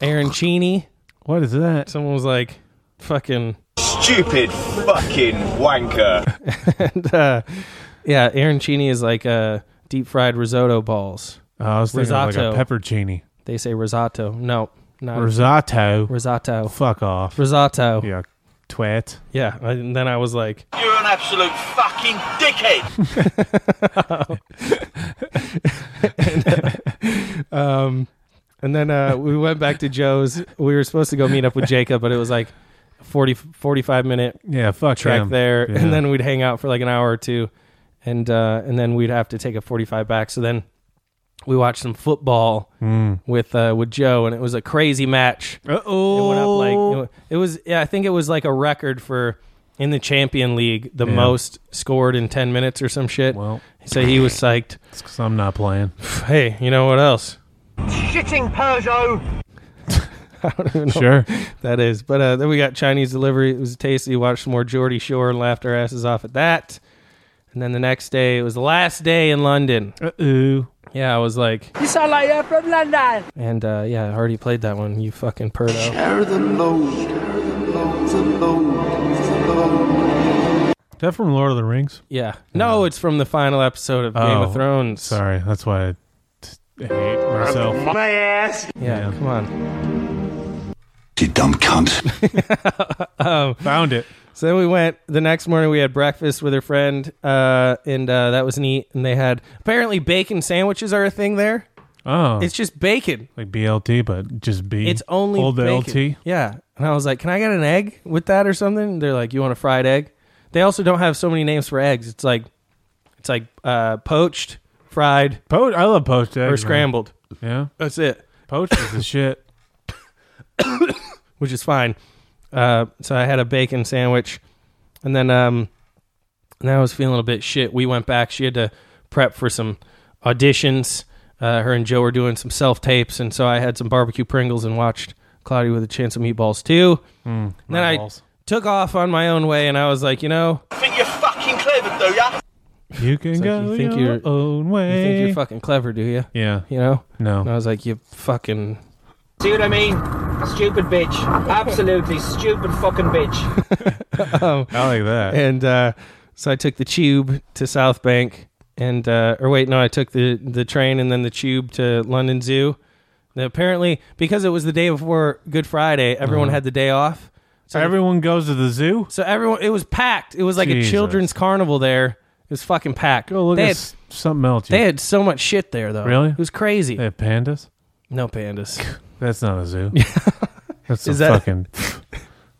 S3: arancini.
S4: What is that?
S3: Someone was like, "Fucking
S2: Stupid fucking wanker.
S3: <laughs> and, uh, yeah." Arancini is like uh, deep fried risotto balls.
S4: Uh, I was thinking of like a
S3: Risotto.
S4: peppercini.
S3: They say risotto. No, not
S4: Risotto.
S3: risotto.
S4: Fuck off.
S3: Risotto.
S4: Yeah. Twat.
S3: Yeah. And then I was like,
S2: You're an absolute fucking
S3: <laughs>
S2: dickhead.
S3: um, and then uh, we went back to Joe's. We were supposed to go meet up with Jacob, but it was like 40, 45 minute
S4: Yeah, fuck
S3: track
S4: him.
S3: there, <laughs>
S4: Yeah.
S3: and then we'd hang out for like an hour or two, and uh, and then we'd have to take a forty five back. So then we watched some football
S4: Mm.
S3: with uh, with Joe, and it was a crazy match.
S4: Uh
S3: It went up
S4: oh.
S3: like it wa- it was. Yeah, I think it was like a record for in the Champion League the
S4: Yeah.
S3: most scored in ten minutes or some shit.
S4: Well,
S3: So he was psyched.
S4: it's 'cause I'm
S3: <laughs>
S4: not playing.
S3: Hey, you know what else?
S5: Shitting Peugeot.
S3: I don't even know
S4: Sure.
S3: what that is. But uh, then we got Chinese delivery. It was tasty. Watched some more Geordie Shore and laughed our asses off at that. And then the next day, it was the last day in London.
S4: Uh ooh.
S3: Yeah, I was like,
S5: You sound like you're from London.
S3: and uh, yeah, I already played that one. You fucking perdo.
S5: <laughs>
S6: Carry the load. Carry the load. The load. The load.
S4: Is that from Lord of the Rings?
S3: Yeah. No, it's from the final episode of Game
S4: Oh,
S3: of Thrones.
S4: Sorry, that's why I t- hate myself.
S5: My ass.
S3: Yeah, come on.
S13: You dumb cunt.
S3: Um,
S4: Found it.
S3: so then we went the next morning. We had breakfast with her friend, uh, and uh, that was neat. And they had apparently bacon sandwiches are a thing there.
S4: Oh,
S3: It's just bacon.
S4: like BLT, but just B.
S3: It's only
S4: old
S3: bacon.
S4: LT.
S3: Yeah. And I was like, "Can I get an egg with that or something?" And they're like, "You want a fried egg?" They also don't have so many names for eggs. It's like it's like uh, poached, fried,
S4: Po- I love poached eggs.
S3: or
S4: man.
S3: scrambled.
S4: Yeah,
S3: That's it,
S4: poached
S3: <laughs>
S4: is the shit.
S3: which is fine. Uh, so I had a bacon sandwich, and then um, and I was feeling a bit shit. We went back. She had to prep for some auditions. Uh, her and Joe were doing some self tapes, and so I had some barbecue Pringles and watched Cloudy with a Chance of Meatballs too.
S4: Mm,
S3: then I
S4: balls.
S3: took off on my own way, and I was like, you know,
S2: Think you're fucking clever, do ya?
S4: You can
S3: It's
S4: go
S3: like, you think
S4: your
S3: you're-
S4: own way.
S3: you think you're fucking clever, do you?
S4: Yeah.
S3: You know?
S4: No.
S3: And I was like, you fucking.
S5: See what I mean? Stupid bitch. Absolutely stupid fucking bitch.
S3: um,
S4: I like that.
S3: And uh, so I took the tube to South Bank, and uh, or wait, no, I took the the train and then the tube to London Zoo. Now, apparently, because it was the day before Good Friday, everyone
S4: Mhm.
S3: had the day off. So
S4: everyone goes to the zoo.
S3: So everyone, it was packed. It was like
S4: Jesus.
S3: a children's carnival there. It was fucking packed. Go
S4: Look
S3: they
S4: at
S3: had,
S4: s- something else. you-
S3: they had so much shit there though.
S4: Really?
S3: It was crazy.
S4: They have pandas.
S3: No pandas.
S4: That's not
S3: <laughs>
S4: a zoo. that's a
S3: Is that-
S4: fucking.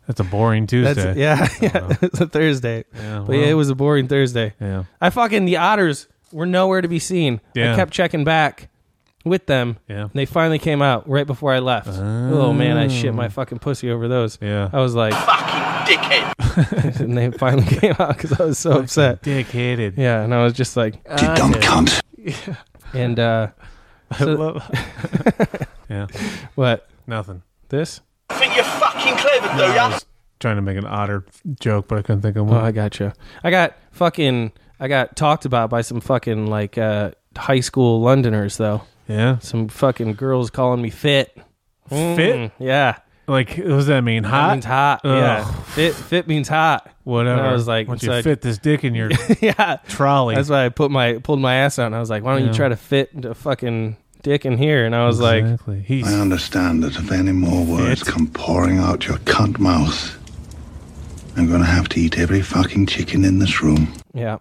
S4: That's a boring Tuesday.
S3: That's, yeah, <laughs> yeah. It was a Thursday. but yeah,
S4: Uh-huh. well.
S3: it was a boring Thursday.
S4: Yeah.
S3: I fucking the otters were nowhere to be seen.
S4: Yeah.
S3: I kept checking back with them.
S4: Yeah.
S3: And they finally came out right before I left. Oh man, I shit my
S4: Oh.
S3: fucking pussy over those.
S4: Yeah.
S3: I was like
S2: Fucking dickhead.
S3: <laughs> and they finally came out cuz I was so upset.
S4: Dickheaded.
S3: Yeah, and I was just like
S4: You dumb cunt.
S3: Ah, Yeah. And uh so- <laughs>
S4: Yeah.
S3: What?
S4: Nothing.
S3: This?
S2: Think you're fucking clever, do ya?
S4: Trying to make an otter joke, but I couldn't think of one.
S3: Oh, I gotcha. I got fucking I got talked about by some fucking like uh high school Londoners though.
S4: Yeah.
S3: Some fucking girls calling me fit. Mm,
S4: Fit?
S3: Yeah.
S4: Like, what does that mean? Hot?
S3: That means hot.
S4: Ugh.
S3: Yeah. Fit fit means hot.
S4: Whatever.
S3: And I was like,
S4: once
S3: so
S4: you
S3: I-
S4: fit this dick
S3: <laughs>
S4: in your
S3: yeah
S4: trolley,
S3: That's why I put my pulled my ass out and I was like, why don't
S4: Yeah.
S3: you try to fit a fucking dick in here? And I was
S4: like
S13: I understand that if any more words come pouring out your cunt mouth, I'm going to have to eat every fucking chicken in this room.
S3: Yeah.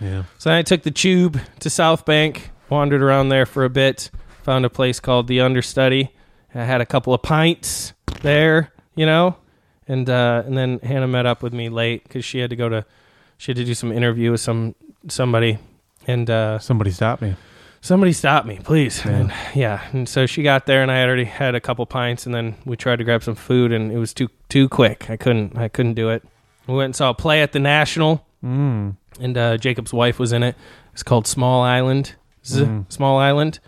S4: Yeah.
S3: So I took the tube to South Bank, wandered around there for a bit, found a place called the Understudy. I had a couple of pints there, you know, and uh, and then Hannah met up with me late because she had to go to, she had to do some interview with some somebody, and uh,
S4: somebody stopped me.
S3: Somebody stop me, please.
S4: Yeah.
S3: And yeah, and so she got there, and I had already had a couple pints, and then we tried to grab some food, and it was too too quick. I couldn't I couldn't do it. We went and saw a play at the National,
S4: Mm.
S3: and uh, Jacob's wife was in it. It's called Small Island. Z-
S4: Mm.
S3: Small Island.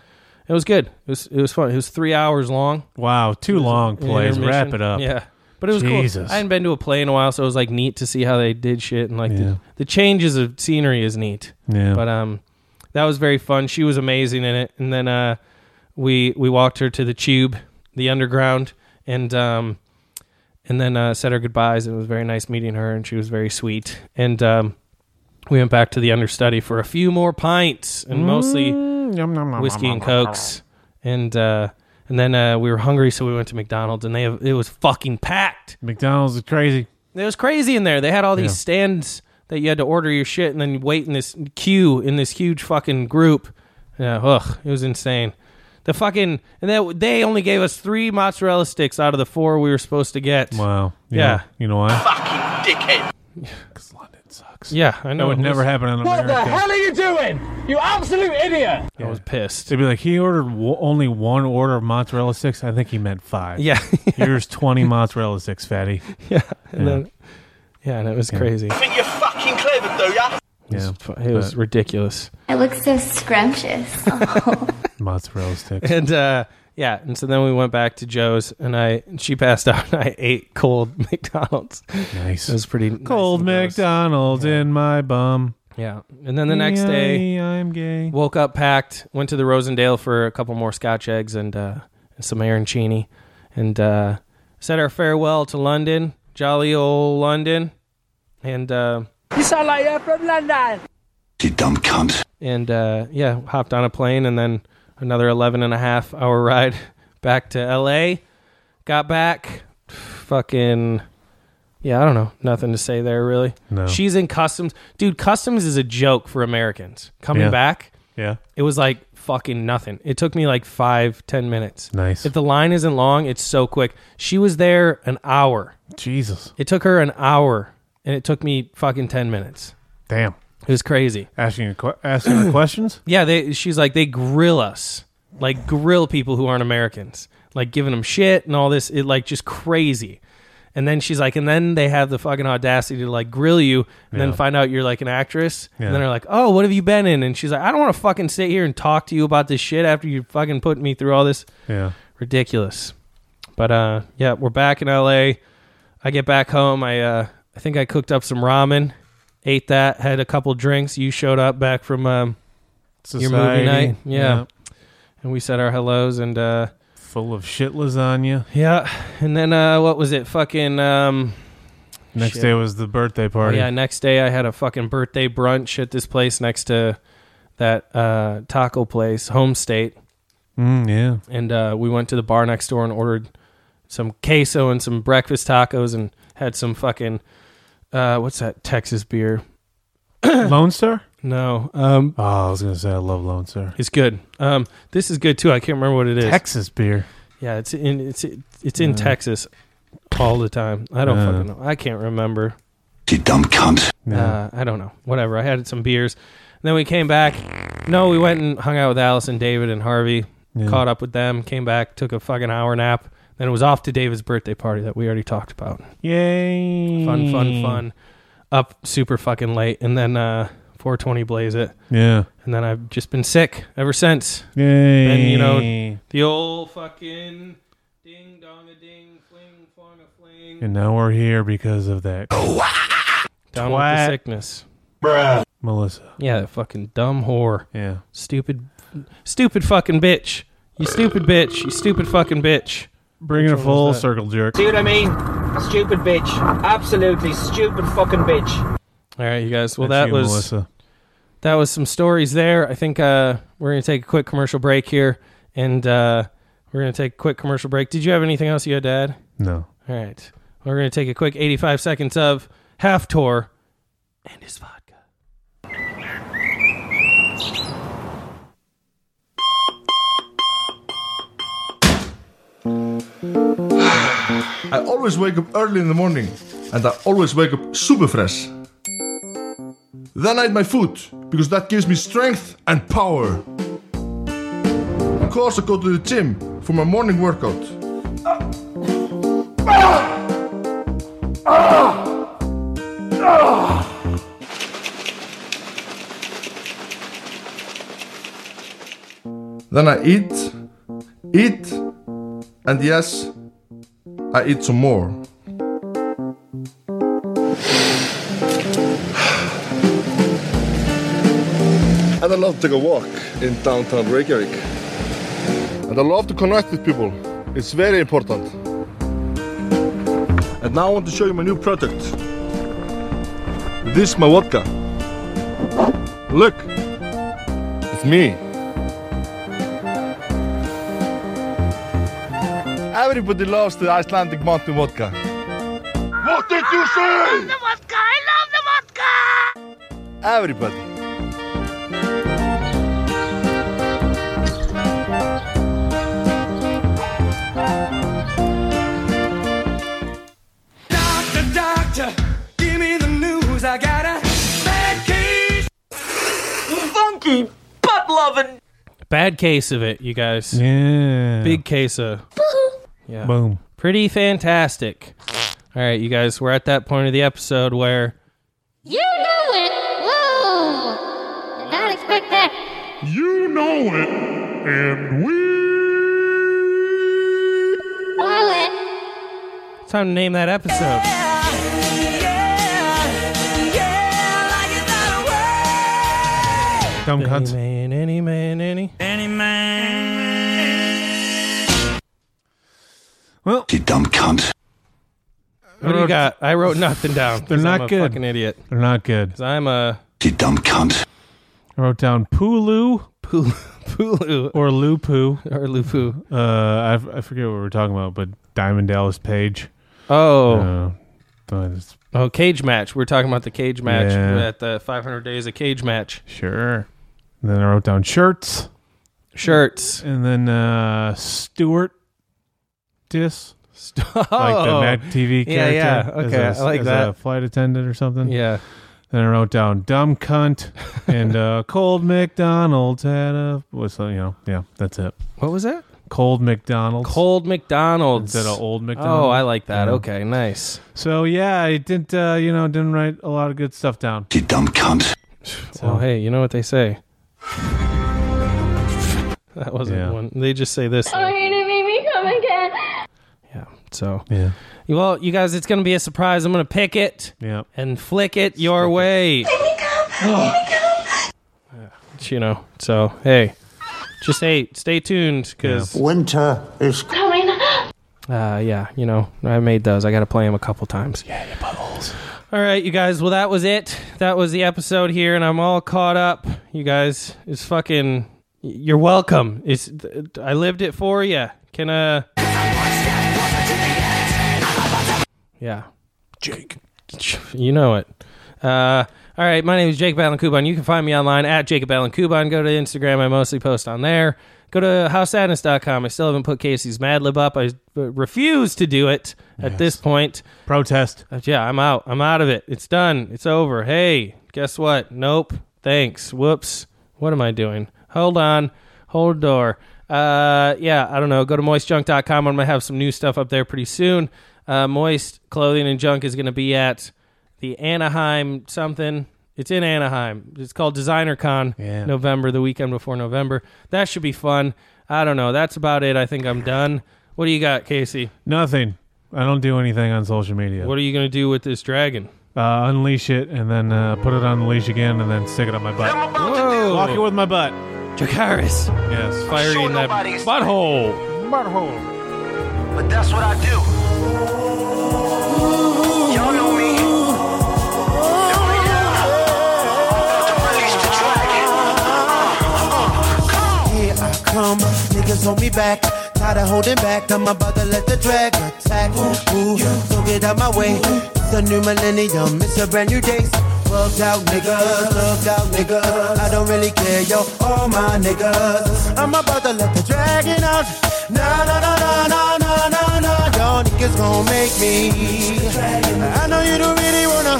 S3: It was good. It was it was fun. It was three hours long.
S4: Wow, two
S3: It was
S4: long
S3: an
S4: plays. Wrap
S3: intermission.
S4: it up.
S3: Yeah, but it was
S4: Jesus.
S3: cool. I hadn't been to a play in a while, so it was like neat to see how they did shit and like
S4: Yeah.
S3: the, the changes of scenery is neat.
S4: Yeah.
S3: But um, that was very fun. She was amazing in it, and then uh, we we walked her to the tube, the underground, and um, and then uh, said her goodbyes. And it was very nice meeting her, and she was very sweet. And um, we went back to the understudy for a few more pints and mostly whiskey and cokes, and uh, and then uh, we were hungry, so we went to McDonald's, and they have, it was fucking packed.
S4: McDonald's is crazy.
S3: It was crazy in there. They had all these
S4: Yeah.
S3: stands that you had to order your shit and then you wait in this queue in this huge fucking group. Yeah, ugh, it was insane. The fucking and that they only gave us three mozzarella sticks out of the four we were supposed to get.
S4: Wow. You
S3: Yeah.
S4: Know, you know why? <laughs>
S2: Dickhead.
S3: Yeah, I know.
S4: That would
S3: It
S4: never
S3: was-
S4: happen in America.
S5: are you doing? You absolute idiot!
S3: I was pissed.
S4: They'd be like, he ordered w- only one order of mozzarella sticks. I think he meant five.
S3: Yeah.
S4: <laughs> Here's 20 mozzarella sticks, fatty.
S3: Yeah. And then yeah, and it was crazy.
S2: Think you're fucking clever, do ya?
S3: Yeah. <laughs> It was
S4: But-
S3: ridiculous.
S14: It looks so scrumptious.
S4: mozzarella
S3: <laughs>
S4: sticks.
S3: And uh yeah, and so then we went back to Joe's and I she passed out and I <laughs> ate cold McDonald's.
S4: Nice.
S3: It was pretty
S4: Cold McDonald's in my bum.
S3: Yeah. And then the next day,
S4: I'm gay.
S3: Woke up packed, went to the Rosendale for a couple more scotch eggs and, uh, and some arancini, and uh, said our farewell to London, jolly old London, and uh,
S5: You sound like you're from London.
S3: and uh, yeah, hopped on a plane and then another 11 and a half hour ride <laughs> back to L.A. Got back, fucking. Yeah, I don't know. Nothing to say there, really.
S4: No.
S3: She's in customs. Dude, customs is a joke for Americans. Coming
S4: Yeah.
S3: back,
S4: Yeah.
S3: it was like fucking nothing. It took me like five, ten minutes.
S4: Nice.
S3: If the line isn't long, it's so quick. She was there an hour.
S4: Jesus.
S3: It took her an hour, and it took me fucking ten minutes.
S4: Damn.
S3: It was crazy.
S4: Asking, a que- asking
S3: <laughs>
S4: her questions?
S3: Yeah, they. She's like they grill us, like grill people who aren't Americans, like giving them shit and all this. It like just crazy. And then she's like, and then they have the fucking audacity to like grill you, and then
S4: Yeah.
S3: find out you're like an actress.
S4: Yeah.
S3: And then they're like, oh, what have you been in? And she's like, I don't want to fucking sit here and talk to you about this shit after you fucking put me through all this.
S4: Yeah.
S3: ridiculous. But uh, yeah, we're back in LA. I get back home. I uh, I think I cooked up some ramen, ate that, had a couple drinks. You showed up back from um, your
S4: Society.
S3: movie night, yeah.
S4: Yeah.
S3: And we said our hellos and uh,
S4: full of shit lasagna.
S3: Yeah, and then uh, what was it? Fucking um,
S4: Next day was the birthday party.
S3: Oh, yeah, next day I had a fucking birthday brunch at this place next to that uh, taco place, Home State.
S4: Mm, yeah. <coughs>
S3: And uh, we went to the bar next door and ordered some queso and some breakfast tacos and had some fucking uh, what's that Texas beer?
S4: Lone Star?
S3: No. Um,
S4: oh, I was gonna say I love Lone Star.
S3: It's good. Um, this is good too. I can't remember what it is.
S4: Texas beer.
S3: Yeah, it's in it's it's in
S4: Yeah.
S3: Texas all the time. I don't
S4: Yeah.
S3: fucking know. I can't remember.
S13: You dumb cunt.
S3: Uh, I don't know. Whatever. I had some beers. And then we came back. No, we went and hung out with Alice and David and Harvey.
S4: Yeah.
S3: Caught up with them. Came back. Took a fucking hour nap. Then it was off to David's birthday party that we already talked about.
S4: Yay!
S3: Fun, fun, fun. Up super fucking late, and then uh, 420 blaze it.
S4: Yeah.
S3: And then I've just been sick ever since.
S4: Yay.
S3: And you know the old fucking ding dong a ding fling fong a fling.
S4: And now we're here because of that.
S3: Down with the
S4: Twat.
S3: sickness.
S4: Bruh. Melissa.
S3: Yeah, that fucking dumb whore.
S4: Yeah.
S3: Stupid, stupid fucking bitch. You stupid bitch. You stupid fucking bitch.
S4: Bringing
S3: Which one
S4: a
S3: was
S4: full
S3: that?
S4: circle jerk.
S5: See what I mean? Stupid bitch. Absolutely stupid fucking bitch.
S3: All right, you guys. Well,
S4: That's
S3: that
S4: you,
S3: was
S4: Melissa.
S3: that was some stories there. I think uh, we're gonna take a quick commercial break here, and uh, we're gonna take a quick commercial break. Did you have anything else you had, Dad?
S4: No.
S3: All right, we're gonna take a quick eighty-five seconds of half tour and his vodka.
S1: I always wake up early in the morning, and I always wake up super fresh. Then I eat my food, because that gives me strength and power. Of course, I go to the gym for my morning workout. Then I eat, eat, and yes, I eat some more.
S22: And I love to take a walk in downtown Reykjavik.
S1: And I love to connect with people. It's very important. And now I want to show you my new product. This is my vodka. Look, it's me. Everybody loves the Icelandic mountain vodka. What did you say?
S2: The vodka, I love the vodka.
S1: Everybody.
S20: Doctor, doctor, give me the news. I got a bad case. Funky butt loving.
S3: Bad case of it, you guys.
S4: Yeah.
S3: Big case of. Yeah.
S4: Boom.
S3: Pretty fantastic. All right, you guys, we're at that point of the episode where
S2: You know it. Whoa. Did not expect that. You know it, and we know it.
S3: it's time to name that episode.
S4: Dumb
S3: any
S4: cunts.
S3: man, any man, any. Any man.
S4: Well,
S3: you dumb cunt. What do you got? I wrote nothing down. 'cause
S4: <laughs> They're not
S3: I'm a
S4: good.
S3: Fucking idiot.
S4: They're not good.
S3: 'Cause I'm a
S4: You dumb cunt. I wrote down Pulu.
S3: Pulu. <laughs> Pulu.
S4: Or Lupu.
S3: Or Lupu.
S4: Uh, I, f- I forget what we were talking about, but Diamond Dallas Page.
S3: Oh.
S4: Uh, but it's-
S3: oh cage match. We're talking about the cage match
S4: Yeah.
S3: at the 500 days of cage match.
S4: sure. And then I wrote down shirts.
S3: Shirts.
S4: And then uh, Stewart Dis.
S3: <laughs>
S4: Like the
S3: Oh.
S4: Mad TV
S3: Yeah,
S4: character.
S3: yeah.
S4: as
S3: Okay,
S4: a-
S3: I like
S4: as
S3: that.
S4: a flight attendant or something.
S3: Yeah.
S4: Then I wrote down dumb cunt
S3: <laughs>
S4: and uh, cold McDonald's had a what's that, you know yeah that's it.
S3: What was that?
S4: Cold McDonald's.
S3: Cold McDonald's.
S4: Instead of old
S3: Oh,
S4: McDonald's.
S3: I like that.
S4: Yeah.
S3: Okay, nice.
S4: So yeah, I didn't uh, you know didn't write a lot of good stuff down. You dumb cunt.
S3: So Oh, hey, you know what they
S4: <laughs>
S3: say? That wasn't
S4: Yeah.
S3: one. They just say this.
S14: Are you gonna make me come again?
S3: Yeah. So
S4: yeah.
S3: Well, you guys, it's going to be a surprise. I'm going to pick it
S4: Yeah.
S3: and flick it your way. Oh. You know. So hey, just hey, stay tuned because
S8: Winter is
S14: Coming.
S3: Uh, yeah, you know, I made those. I got to play them a couple times. Yeah, your buttholes. All right, you guys. Well, that was it. That was the episode here, and I'm all caught up. You guys, it's fucking. You're welcome. It's I lived it for you. Can uh. Yeah, Jake. You know it. Uh, all right, my name is Jake Allen Kuban. You can find me online at Jacob Allen Kuban. Go to Instagram. I mostly post on there. Go to howsadness.com. I still haven't put Casey's Mad Lib up. I uh, refuse to do it at this point.
S4: Protest.
S3: yeah, I'm out. I'm out of it. It's done. It's over. Hey, guess what? Nope. Thanks. Whoops. What am I doing? Hold on. Hold door. Uh, yeah, I don't know. Go to moistjunk.com. I'm going to have some new stuff up there pretty soon. Uh, Moist Clothing and Junk is going to be at the Anaheim something. It's in Anaheim. It's called Designer Con
S4: Yeah.
S3: November, the weekend before November. That should be fun. I don't know. That's about it. I think I'm done. What do you got, Casey?
S4: Nothing. I don't do anything on social media.
S3: What are you going to do with this dragon?
S4: Uh, unleash it and then uh, put it on the leash again and then stick it on my butt.
S3: Whoa.
S4: Walk it with my butt.
S3: Dracaris.
S4: Yes.
S3: Firing that butthole.
S4: Butthole.
S12: But that's what I do. Y'all know me.
S9: Here I come, niggas hold me back. Tired of holding back, I'm about to let the drag attack. Ooh, don't get out my way. It's a new millennium, it's a brand new day. Bugged out niggas, bugged out niggas. I don't really care, yo, all my niggas. I'm about to let the dragon out. Nah, nah, nah, nah, nah, nah, nah, nah. Y'all niggas gon' make me. I know you don't really wanna.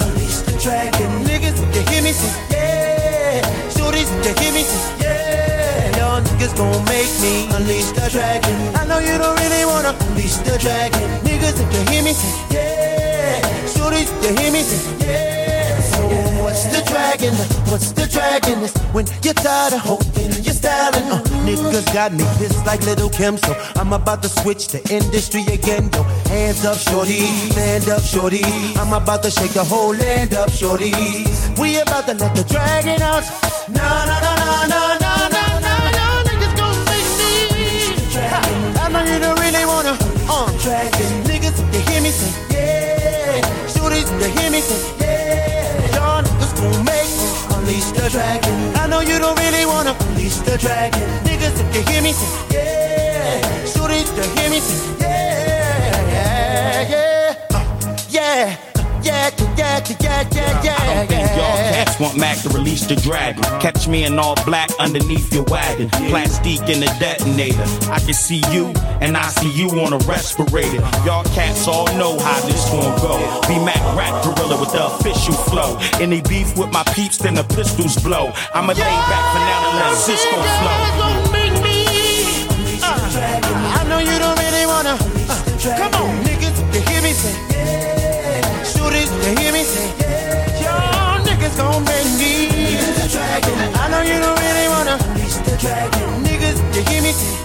S9: Niggas, if you hear me, say yeah. Shorties, if you hear me, say yeah. Y'all niggas gon' make me unleash the dragon. I know you don't really wanna unleash the dragon. Niggas, if you hear me, say yeah. Shorties, if you hear me, say yeah. So what's the dragon? What's the dragon? It's when you're tired of hoping and you're styling. Uh, niggas got me pissed like little Kim, so I'm about to switch the industry again. Yo, hands up, shorty, stand up, shorty. I'm about to shake the whole land up, shorty. We about to let the dragon out. No, no, no, no, no, no, no, no, no. Niggas gon' make me. I know you don't really wanna. Uh, niggas, if you hear me, say yeah. Shorties, if you hear me, say yeah. Y'all niggas gon' make me unleash the dragon. I know you don't really wanna unleash the dragon. Niggas, if you hear me, say yeah. Shorties, if you hear me, say yeah, yeah, yeah, uh, yeah. Yeah, yeah, yeah,
S23: I don't
S9: yeah, yeah,
S23: think y'all
S9: yeah.
S23: cats want Mac to release the dragon. Catch me in all black underneath your wagon. Plastique in the detonator. I can see you, and I see you on a respirator. Y'all cats all know how this gon' go. Be Mac Rat Gorilla with the official flow. Any beef with my peeps, then the pistols blow. I'ma lay back for now and let Cisco flow.
S9: make me. Uh, I know you don't really wanna. Uh, come on, niggas, you hear me say yeah. Shooters, you hear me say yeah. Y'all niggas gon' make me. I know you don't really wanna. Niggas, you hear me say uh. uh.
S1: Uh, Uh-huh.